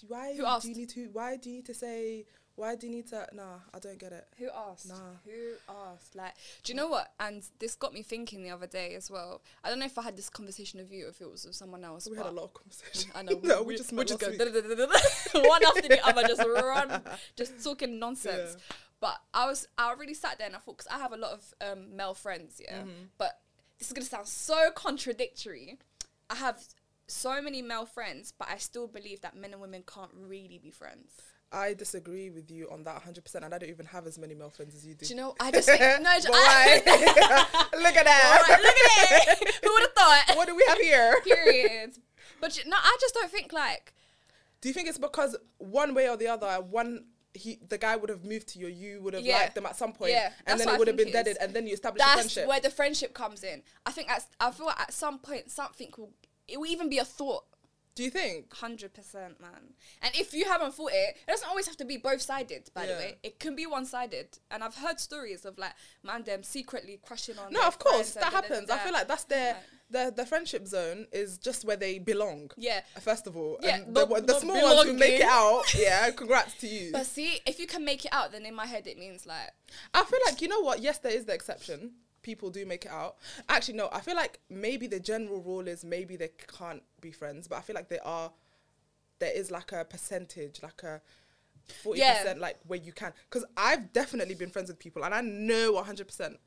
[SPEAKER 2] do- why
[SPEAKER 1] Who asked?
[SPEAKER 2] do you need to? Why do you need to say? Why do you need to? Nah, I don't get it.
[SPEAKER 1] Who asked?
[SPEAKER 2] Nah.
[SPEAKER 1] Who asked? Like, do you know what? And this got me thinking the other day as well. I don't know if I had this conversation with you, or if it was with someone else.
[SPEAKER 2] We had a
[SPEAKER 1] but-
[SPEAKER 2] lot of conversations.
[SPEAKER 1] I know.
[SPEAKER 2] *laughs* no, we, just
[SPEAKER 1] we
[SPEAKER 2] met
[SPEAKER 1] just go
[SPEAKER 2] last
[SPEAKER 1] *laughs*
[SPEAKER 2] week.
[SPEAKER 1] one after the other, just run, just talking nonsense. But I was, I really sat there and I thought, because I have a lot of um, male friends, yeah.
[SPEAKER 2] Mm-hmm.
[SPEAKER 1] But this is gonna sound so contradictory. I have so many male friends, but I still believe that men and women can't really be friends.
[SPEAKER 2] I disagree with you on that 100%, and I don't even have as many male friends as you do. *laughs*
[SPEAKER 1] Do you know? I just think, no.
[SPEAKER 2] But
[SPEAKER 1] I, *laughs*
[SPEAKER 2] why? *laughs* Look
[SPEAKER 1] all right,
[SPEAKER 2] at that.
[SPEAKER 1] look at it. *laughs* Who would have thought?
[SPEAKER 2] *laughs* What do we
[SPEAKER 1] *laughs*
[SPEAKER 2] have here?
[SPEAKER 1] Period. But you, no, I just don't think like
[SPEAKER 2] Do you think it's because one way or the other, one he the guy would have moved to you, you would have
[SPEAKER 1] Yeah.
[SPEAKER 2] liked them at some point,
[SPEAKER 1] Yeah, that's
[SPEAKER 2] and then
[SPEAKER 1] what I
[SPEAKER 2] it would have
[SPEAKER 1] think
[SPEAKER 2] been
[SPEAKER 1] it
[SPEAKER 2] deaded,
[SPEAKER 1] is.
[SPEAKER 2] and then you establish a
[SPEAKER 1] that's
[SPEAKER 2] friendship.
[SPEAKER 1] where the friendship comes in. I think that's. I feel like at some point something will it will even be a thought.
[SPEAKER 2] Do you think?
[SPEAKER 1] Hundred percent, man. And if you haven't thought it, it doesn't always have to be both sided. By the
[SPEAKER 2] Yeah.
[SPEAKER 1] way, it can be one sided. And I've heard stories of like man them secretly crushing on.
[SPEAKER 2] No,
[SPEAKER 1] their
[SPEAKER 2] of course
[SPEAKER 1] friends and
[SPEAKER 2] that
[SPEAKER 1] da- da- da-
[SPEAKER 2] happens. I
[SPEAKER 1] da.
[SPEAKER 2] feel like that's their
[SPEAKER 1] Like-
[SPEAKER 2] their their friendship zone is just where they belong.
[SPEAKER 1] yeah.
[SPEAKER 2] First of all,
[SPEAKER 1] Yeah,
[SPEAKER 2] and
[SPEAKER 1] the-
[SPEAKER 2] the, the,
[SPEAKER 1] the
[SPEAKER 2] small ones who make it
[SPEAKER 1] belonging.
[SPEAKER 2] out,
[SPEAKER 1] *laughs*
[SPEAKER 2] yeah, congrats to you.
[SPEAKER 1] But see, if you can make it out, then in my head it means like
[SPEAKER 2] I feel like you know what? Yes, there is the exception. People do make it out. Actually, no. I feel like maybe the general rule is maybe they can't be friends, but I feel like there are, there is like a percentage, like a forty percent, like where you can. Because I've definitely been friends with people, and I know one hundred percent.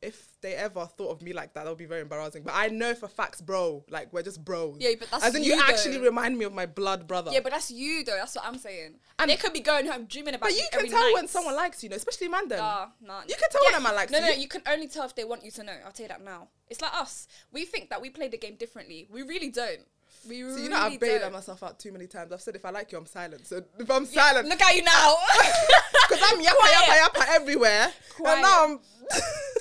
[SPEAKER 2] If they ever thought of me like that, that would be very embarrassing. But I know for facts, bro. Like we're just bros.
[SPEAKER 1] Yeah, but that's
[SPEAKER 2] as in you,
[SPEAKER 1] you, though.
[SPEAKER 2] actually remind me of my blood brother.
[SPEAKER 1] yeah, but that's you though. That's what I'm saying. And
[SPEAKER 2] And-
[SPEAKER 1] they could be going home dreaming about.
[SPEAKER 2] But you can
[SPEAKER 1] every
[SPEAKER 2] tell
[SPEAKER 1] night.
[SPEAKER 2] when someone likes you, know, especially man. Then
[SPEAKER 1] Ah, nah.
[SPEAKER 2] you can tell
[SPEAKER 1] Yeah,
[SPEAKER 2] when a man likes
[SPEAKER 1] No,
[SPEAKER 2] you.
[SPEAKER 1] no, you can only tell if they want you to know. I'll tell you that now. It's like us. We think that we play the game differently. We really don't. We
[SPEAKER 2] So
[SPEAKER 1] really
[SPEAKER 2] you know, I've baited
[SPEAKER 1] don't.
[SPEAKER 2] myself out too many times. I've said if I like you, I'm silent. So if I'm
[SPEAKER 1] Yeah, *laughs*
[SPEAKER 2] silent,
[SPEAKER 1] Look at you
[SPEAKER 2] *laughs*
[SPEAKER 1] now.
[SPEAKER 2] because I'm yappa yappa yappa everywhere,
[SPEAKER 1] Quiet.
[SPEAKER 2] and now I'm. *laughs*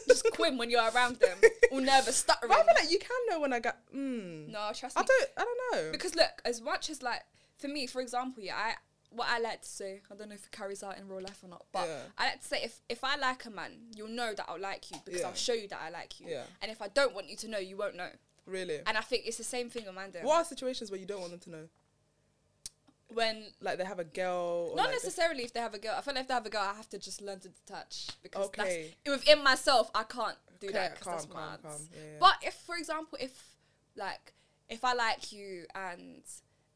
[SPEAKER 1] Just quim when you're around them. All nervous, stuttering.
[SPEAKER 2] But I feel like you can know when I got. Mm,
[SPEAKER 1] No, trust
[SPEAKER 2] I
[SPEAKER 1] me.
[SPEAKER 2] don't. I don't know.
[SPEAKER 1] Because look, as much as like for me, for example, yeah, I what I like to say, I don't know if it carries out in real life or not, but
[SPEAKER 2] Yeah.
[SPEAKER 1] I like to say if if I like a man, you'll know that I'll like you because
[SPEAKER 2] Yeah.
[SPEAKER 1] I'll show you that I like you.
[SPEAKER 2] Yeah.
[SPEAKER 1] And if I don't want you to know, you won't know.
[SPEAKER 2] Really.
[SPEAKER 1] And I think it's the same thing, Amanda.
[SPEAKER 2] What are situations where you don't want them to know?
[SPEAKER 1] When
[SPEAKER 2] Like they have a girl. Or
[SPEAKER 1] not
[SPEAKER 2] like they-
[SPEAKER 1] necessarily if they have a girl. I feel like if they have a girl, I have to just learn to detach because
[SPEAKER 2] Okay.
[SPEAKER 1] that's within myself. I can't do
[SPEAKER 2] Okay,
[SPEAKER 1] that 'cause
[SPEAKER 2] calm,
[SPEAKER 1] that's
[SPEAKER 2] calm,
[SPEAKER 1] mad.
[SPEAKER 2] calm. Yeah, yeah.
[SPEAKER 1] But if, for example, if like if I like you and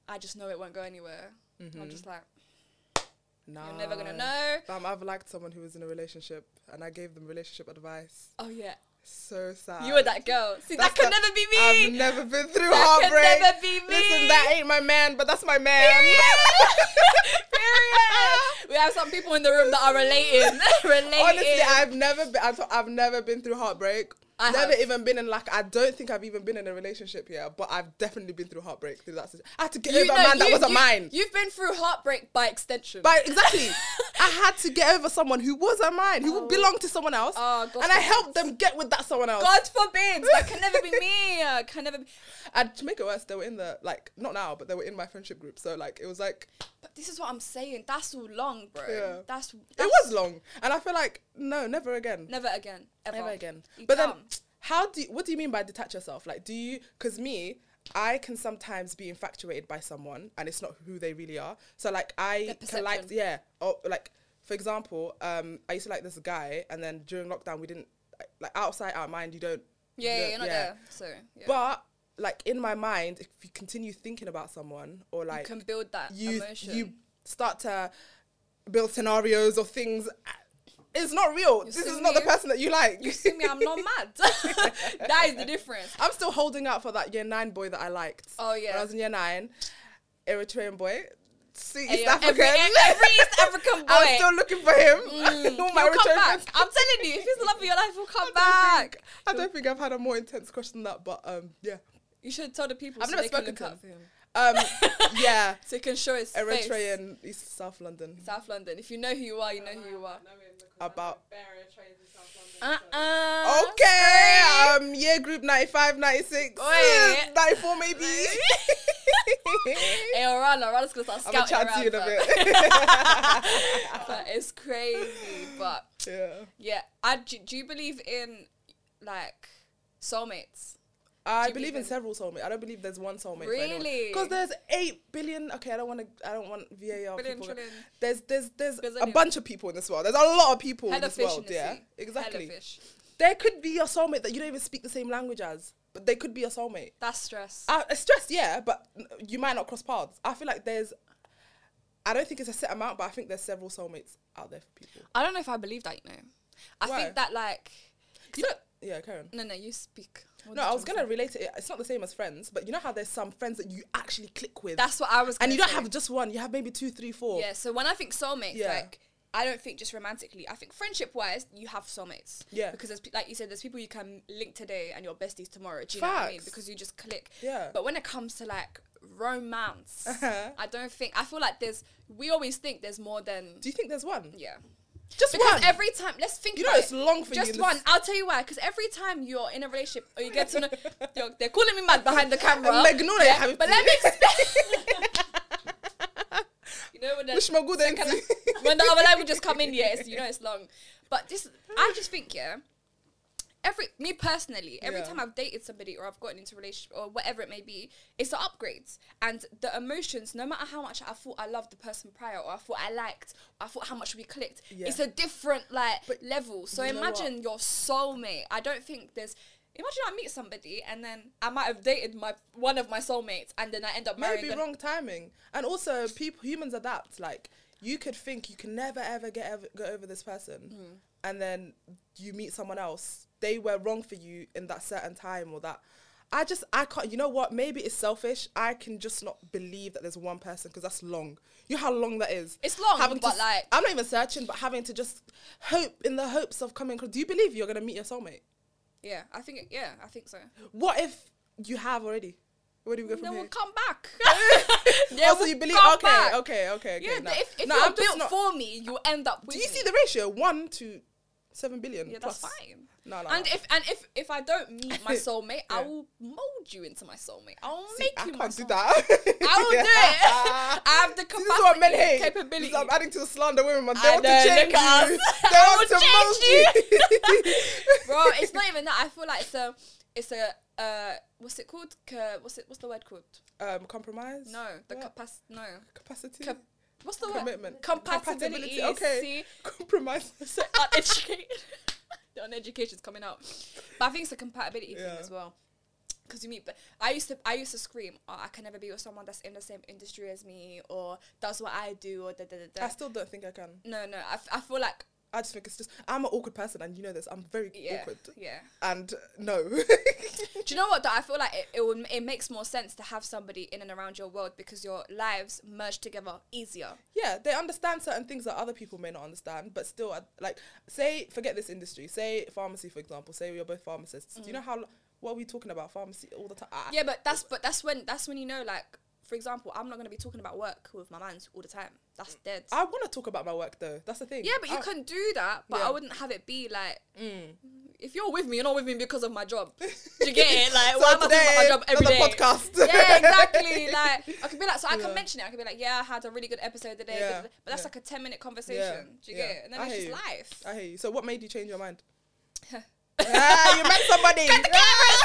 [SPEAKER 1] I just know it won't go anywhere,
[SPEAKER 2] Mm-hmm.
[SPEAKER 1] I'm just like
[SPEAKER 2] Nah.
[SPEAKER 1] you're never gonna know.
[SPEAKER 2] Fam, I've liked someone who was in a relationship, and I gave them relationship advice.
[SPEAKER 1] Oh yeah,
[SPEAKER 2] So sad.
[SPEAKER 1] you were that girl. See, that
[SPEAKER 2] Ah. That's
[SPEAKER 1] could
[SPEAKER 2] the-
[SPEAKER 1] never be *laughs*
[SPEAKER 2] I've
[SPEAKER 1] me.
[SPEAKER 2] never been through
[SPEAKER 1] That could
[SPEAKER 2] heartbreak.
[SPEAKER 1] never be me.
[SPEAKER 2] Listen, that ain't my man, but that's my man. *laughs*
[SPEAKER 1] *laughs* Period. We have some people in the room that are relating. *laughs* relating.
[SPEAKER 2] Honestly, I've never been. I've, I've never been through heartbreak.
[SPEAKER 1] I
[SPEAKER 2] never
[SPEAKER 1] have.
[SPEAKER 2] even been in like. I don't think I've even been in a relationship yet, but I've definitely been through heartbreak through that. Situation. I had to get over a
[SPEAKER 1] know,
[SPEAKER 2] man that
[SPEAKER 1] you-
[SPEAKER 2] wasn't
[SPEAKER 1] you-
[SPEAKER 2] mine.
[SPEAKER 1] You've been through heartbreak by extension.
[SPEAKER 2] but
[SPEAKER 1] *laughs*
[SPEAKER 2] exactly, I had to get over someone who wasn't mine, who
[SPEAKER 1] Oh.
[SPEAKER 2] belonged to someone else,
[SPEAKER 1] Oh, God
[SPEAKER 2] and I
[SPEAKER 1] forbid.
[SPEAKER 2] helped them get with that someone else.
[SPEAKER 1] God forbid. That can never be
[SPEAKER 2] *laughs*
[SPEAKER 1] me. Uh, Can never be.
[SPEAKER 2] And to make it worse, they were in the like not now, but they were in my friendship group. So like it was like
[SPEAKER 1] But this is what I'm saying. That's all long, bro.
[SPEAKER 2] Yeah.
[SPEAKER 1] That's,
[SPEAKER 2] it
[SPEAKER 1] that's
[SPEAKER 2] was long, and I feel like no, never again.
[SPEAKER 1] never again. Ever,
[SPEAKER 2] Never again.
[SPEAKER 1] You
[SPEAKER 2] but then,
[SPEAKER 1] can't.
[SPEAKER 2] how do? You, what do you mean by detach yourself? Like, do you? Because me, I can sometimes be infatuated by someone, and it's not who they really are. So like,
[SPEAKER 1] Their
[SPEAKER 2] I can like,
[SPEAKER 1] perception.
[SPEAKER 2] yeah, or like, for example, um, I used to like this guy, and then during lockdown, we didn't like outside our mind. You don't.
[SPEAKER 1] yeah,
[SPEAKER 2] you
[SPEAKER 1] yeah,
[SPEAKER 2] don't-
[SPEAKER 1] you're not there. So yeah.
[SPEAKER 2] But like in my mind, if you continue thinking about someone, or
[SPEAKER 1] you
[SPEAKER 2] like
[SPEAKER 1] can build that
[SPEAKER 2] you
[SPEAKER 1] emotion.
[SPEAKER 2] you *laughs* start to build scenarios or things. It's not real. this
[SPEAKER 1] see
[SPEAKER 2] is not the
[SPEAKER 1] me?
[SPEAKER 2] person that you like.
[SPEAKER 1] you see me, I'm
[SPEAKER 2] *laughs*
[SPEAKER 1] not mad. that is the difference.
[SPEAKER 2] I'm still holding out for that year nine boy that I liked.
[SPEAKER 1] Oh, yeah.
[SPEAKER 2] When I was in year nine, Eritrean boy, see,
[SPEAKER 1] Hey,
[SPEAKER 2] East
[SPEAKER 1] yo,
[SPEAKER 2] African.
[SPEAKER 1] Every,
[SPEAKER 2] *laughs*
[SPEAKER 1] every East African boy.
[SPEAKER 2] I'm still looking for him.
[SPEAKER 1] Mm,
[SPEAKER 2] *laughs* All my
[SPEAKER 1] he'll come
[SPEAKER 2] Eritrean
[SPEAKER 1] back.
[SPEAKER 2] friends-
[SPEAKER 1] I'm telling you, if he's the love of your life,
[SPEAKER 2] *laughs*
[SPEAKER 1] he'll come
[SPEAKER 2] I don't
[SPEAKER 1] back.
[SPEAKER 2] think- I don't think I've had a more intense crush than that, but um,
[SPEAKER 1] *laughs*
[SPEAKER 2] yeah.
[SPEAKER 1] You should tell the people.
[SPEAKER 2] I've
[SPEAKER 1] so
[SPEAKER 2] never
[SPEAKER 1] they
[SPEAKER 2] spoken
[SPEAKER 1] can
[SPEAKER 2] to
[SPEAKER 1] look out
[SPEAKER 2] him.
[SPEAKER 1] for him.
[SPEAKER 2] Um, yeah,
[SPEAKER 1] So you can show his face.
[SPEAKER 2] Eritrean East South London.
[SPEAKER 1] South London. If you know who you are, you know who you are.
[SPEAKER 2] About
[SPEAKER 1] Uh uh
[SPEAKER 2] Uh-uh. okay, um, year group 95, 96,
[SPEAKER 1] Oi.
[SPEAKER 2] 94 maybe.
[SPEAKER 1] *laughs*
[SPEAKER 2] *laughs*
[SPEAKER 1] Hey, Orana, Orana's gonna start
[SPEAKER 2] I'm
[SPEAKER 1] scouting
[SPEAKER 2] gonna chat to
[SPEAKER 1] around.
[SPEAKER 2] you in a
[SPEAKER 1] fam. *laughs*
[SPEAKER 2] bit.
[SPEAKER 1] That is crazy, but
[SPEAKER 2] *laughs*
[SPEAKER 1] *laughs*
[SPEAKER 2] yeah.
[SPEAKER 1] yeah. I do, do you believe in like soulmates?
[SPEAKER 2] I
[SPEAKER 1] you
[SPEAKER 2] believe in
[SPEAKER 1] believe
[SPEAKER 2] several soulmates. I don't believe there's one soulmate.
[SPEAKER 1] Really?
[SPEAKER 2] Because there's eight billion. Okay, I don't want to. I don't want VAR.
[SPEAKER 1] Billion,
[SPEAKER 2] Oh, people.
[SPEAKER 1] trillion.
[SPEAKER 2] There's there's there's a
[SPEAKER 1] Gazillion.
[SPEAKER 2] bunch of people in this world. There's a lot of people in
[SPEAKER 1] Hella
[SPEAKER 2] this
[SPEAKER 1] fish
[SPEAKER 2] world.
[SPEAKER 1] in the
[SPEAKER 2] yeah,
[SPEAKER 1] sea.
[SPEAKER 2] exactly.
[SPEAKER 1] Hella fish.
[SPEAKER 2] There could be your soulmate that you don't even speak the same language as, but they could be your soulmate.
[SPEAKER 1] That's stress.
[SPEAKER 2] Uh, it's stress, yeah, but you might not cross paths. I feel like there's. I don't think it's a set amount, but I think there's several soulmates out there for people.
[SPEAKER 1] I don't know if I believe that, you know. I
[SPEAKER 2] Why?
[SPEAKER 1] think that like
[SPEAKER 2] You don't, yeah, Karen.
[SPEAKER 1] no no, you speak. What
[SPEAKER 2] no,
[SPEAKER 1] did
[SPEAKER 2] I
[SPEAKER 1] you
[SPEAKER 2] was
[SPEAKER 1] wanna
[SPEAKER 2] gonna relate it. It's not the same as friends, but you know how there's some friends that you actually click with,
[SPEAKER 1] That's what I was.
[SPEAKER 2] and you
[SPEAKER 1] gonna
[SPEAKER 2] don't
[SPEAKER 1] say.
[SPEAKER 2] have just one. You have maybe two, three, four.
[SPEAKER 1] Yeah, so when I think soulmates,
[SPEAKER 2] Yeah.
[SPEAKER 1] like I don't think just romantically. I think friendship wise, you have soulmates.
[SPEAKER 2] Yeah.
[SPEAKER 1] Because there's, pe- like you said, there's people you can link today and your besties tomorrow. Do you know what I mean?
[SPEAKER 2] Facts.
[SPEAKER 1] Because you just click.
[SPEAKER 2] Yeah.
[SPEAKER 1] But when it comes to like romance,
[SPEAKER 2] Uh-huh.
[SPEAKER 1] I don't think I feel like there's. We always think there's more than.
[SPEAKER 2] Do you think there's one?
[SPEAKER 1] Yeah.
[SPEAKER 2] Just
[SPEAKER 1] Because
[SPEAKER 2] one.
[SPEAKER 1] every time, let's think.
[SPEAKER 2] You know
[SPEAKER 1] about
[SPEAKER 2] it's
[SPEAKER 1] it.
[SPEAKER 2] long for you
[SPEAKER 1] Just
[SPEAKER 2] in this-
[SPEAKER 1] one. I'll tell you why. Because every time you're in a relationship or you get
[SPEAKER 2] *laughs*
[SPEAKER 1] to know, you're, they're calling me mad behind the camera.
[SPEAKER 2] Like, no, they have it
[SPEAKER 1] But
[SPEAKER 2] too.
[SPEAKER 1] let me explain. *laughs* you know
[SPEAKER 2] *laughs*
[SPEAKER 1] when the
[SPEAKER 2] Wish my good
[SPEAKER 1] second-
[SPEAKER 2] auntie.
[SPEAKER 1] *laughs* when
[SPEAKER 2] *laughs*
[SPEAKER 1] the other language just come in, yeah, it's, you know it's long. But this, I just think, yeah. Every me personally, every
[SPEAKER 2] Yeah.
[SPEAKER 1] time I've dated somebody or I've gotten into a relationship or whatever it may be, it's the upgrades and the emotions. No matter how much I thought I loved the person prior, or I thought I liked, or I thought how much we clicked,
[SPEAKER 2] Yeah.
[SPEAKER 1] it's a different like
[SPEAKER 2] But
[SPEAKER 1] level. So
[SPEAKER 2] you know what?
[SPEAKER 1] imagine your soulmate. I don't think there's. Imagine I meet somebody and then I might have dated my one of my soulmates and then I end up marrying
[SPEAKER 2] Maybe
[SPEAKER 1] them.
[SPEAKER 2] wrong timing, and also people humans adapt. Like you could think you can never ever get ever, get over this person,
[SPEAKER 1] Hmm.
[SPEAKER 2] and then you meet someone else. They were wrong for you in that certain time or that. I just I can't. You know what? Maybe it's selfish. I can just not believe that there's one person because that's long. You know how long that is.
[SPEAKER 1] It's long,
[SPEAKER 2] Having to
[SPEAKER 1] but
[SPEAKER 2] s-
[SPEAKER 1] like-
[SPEAKER 2] I'm not even searching, but having to just hope in the hopes of coming. across- Do you believe you're gonna meet your soulmate?
[SPEAKER 1] Yeah, I think. it- Yeah, I think so.
[SPEAKER 2] What if you have already? Where do we go from
[SPEAKER 1] Then
[SPEAKER 2] here?
[SPEAKER 1] we'll come
[SPEAKER 2] *laughs*
[SPEAKER 1] back.
[SPEAKER 2] Yeah,
[SPEAKER 1] yeah,
[SPEAKER 2] so you believe?
[SPEAKER 1] come
[SPEAKER 2] Okay,
[SPEAKER 1] back.
[SPEAKER 2] okay, okay, okay.
[SPEAKER 1] Yeah,
[SPEAKER 2] no.
[SPEAKER 1] if, if
[SPEAKER 2] No,
[SPEAKER 1] you're
[SPEAKER 2] I'm just
[SPEAKER 1] built
[SPEAKER 2] not-
[SPEAKER 1] for me, you end up with
[SPEAKER 2] Do you
[SPEAKER 1] me.
[SPEAKER 2] see the ratio one to seven billion?
[SPEAKER 1] Yeah,
[SPEAKER 2] plus.
[SPEAKER 1] that's fine.
[SPEAKER 2] No, no,
[SPEAKER 1] And
[SPEAKER 2] no.
[SPEAKER 1] if and if if I don't meet my soulmate, I
[SPEAKER 2] *laughs* Yeah.
[SPEAKER 1] will mold you into my soulmate. I will
[SPEAKER 2] See,
[SPEAKER 1] make
[SPEAKER 2] I
[SPEAKER 1] you my
[SPEAKER 2] can't do
[SPEAKER 1] soulmate.
[SPEAKER 2] that. *laughs*
[SPEAKER 1] I will do it. *laughs* I have the
[SPEAKER 2] This
[SPEAKER 1] capacity,
[SPEAKER 2] is what men hate. This is-
[SPEAKER 1] capability.
[SPEAKER 2] I'm adding to the slander women, man. They
[SPEAKER 1] I
[SPEAKER 2] want
[SPEAKER 1] know,
[SPEAKER 2] to change
[SPEAKER 1] look at
[SPEAKER 2] you.
[SPEAKER 1] us.
[SPEAKER 2] *laughs*
[SPEAKER 1] *laughs*
[SPEAKER 2] They
[SPEAKER 1] I
[SPEAKER 2] want
[SPEAKER 1] will
[SPEAKER 2] to
[SPEAKER 1] change
[SPEAKER 2] mold you.
[SPEAKER 1] *laughs*
[SPEAKER 2] *laughs*
[SPEAKER 1] bro. It's not even that. I feel like it's a, it's a, uh, what's it called? Ca- what's it? What's the word called?
[SPEAKER 2] um, compromise.
[SPEAKER 1] No, the
[SPEAKER 2] What?
[SPEAKER 1] capacity. No,
[SPEAKER 2] capacity.
[SPEAKER 1] Cap- what's the
[SPEAKER 2] Commitment.
[SPEAKER 1] word? Compatibility.
[SPEAKER 2] Compatibility, okay.
[SPEAKER 1] See,
[SPEAKER 2] *laughs* compromise.
[SPEAKER 1] *laughs* so uneducated. *laughs* the uneducation's coming out, but I think it's a compatibility
[SPEAKER 2] Yeah.
[SPEAKER 1] thing as well. Because you meet, but I used to, I used to scream, oh, I can never be with someone that's in the same industry as me or does what I do or da da da da.
[SPEAKER 2] I still don't think I can.
[SPEAKER 1] no, no, I, f- I feel like
[SPEAKER 2] I just think it's just I'm an awkward person, and you know this. I'm very
[SPEAKER 1] yeah,
[SPEAKER 2] awkward,
[SPEAKER 1] yeah.
[SPEAKER 2] and uh, no. *laughs*
[SPEAKER 1] Do you know what? Though I feel like it, it would it makes more sense to have somebody in and around your world because your lives merge together easier.
[SPEAKER 2] yeah, they understand certain things that other people may not understand, but still, uh, like, say, forget this industry. Say pharmacy, for example. Say we are both pharmacists.
[SPEAKER 1] Mm.
[SPEAKER 2] Do you know how? l- What are we talking about pharmacy all the time?
[SPEAKER 1] Yeah, but that's but that's when that's when you know like for example, I'm not gonna be talking about work with my mans all the time. That's dead.
[SPEAKER 2] I want to talk about my work though. That's the thing.
[SPEAKER 1] yeah, but you
[SPEAKER 2] I- *laughs*
[SPEAKER 1] can do that, but
[SPEAKER 2] Yeah. Mm.
[SPEAKER 1] I wouldn't have it be like "Mm, if you're with me, you're not with me because of my
[SPEAKER 2] *laughs*
[SPEAKER 1] job. Do you get it? Like why am I talking about my job every
[SPEAKER 2] another
[SPEAKER 1] day?
[SPEAKER 2] podcast.
[SPEAKER 1] yeah, exactly. Like I could be like, so I
[SPEAKER 2] Yeah.
[SPEAKER 1] can mention it. I could be like, yeah, I had a really good episode today,
[SPEAKER 2] Yeah,
[SPEAKER 1] but that's
[SPEAKER 2] yeah.
[SPEAKER 1] like a ten minute conversation. Do you
[SPEAKER 2] yeah.
[SPEAKER 1] get it? And then
[SPEAKER 2] I
[SPEAKER 1] it's
[SPEAKER 2] hear
[SPEAKER 1] just
[SPEAKER 2] you.
[SPEAKER 1] life.
[SPEAKER 2] *laughs* I hear you. So, what made you change your
[SPEAKER 1] *laughs*
[SPEAKER 2] mind? ah, you met somebody.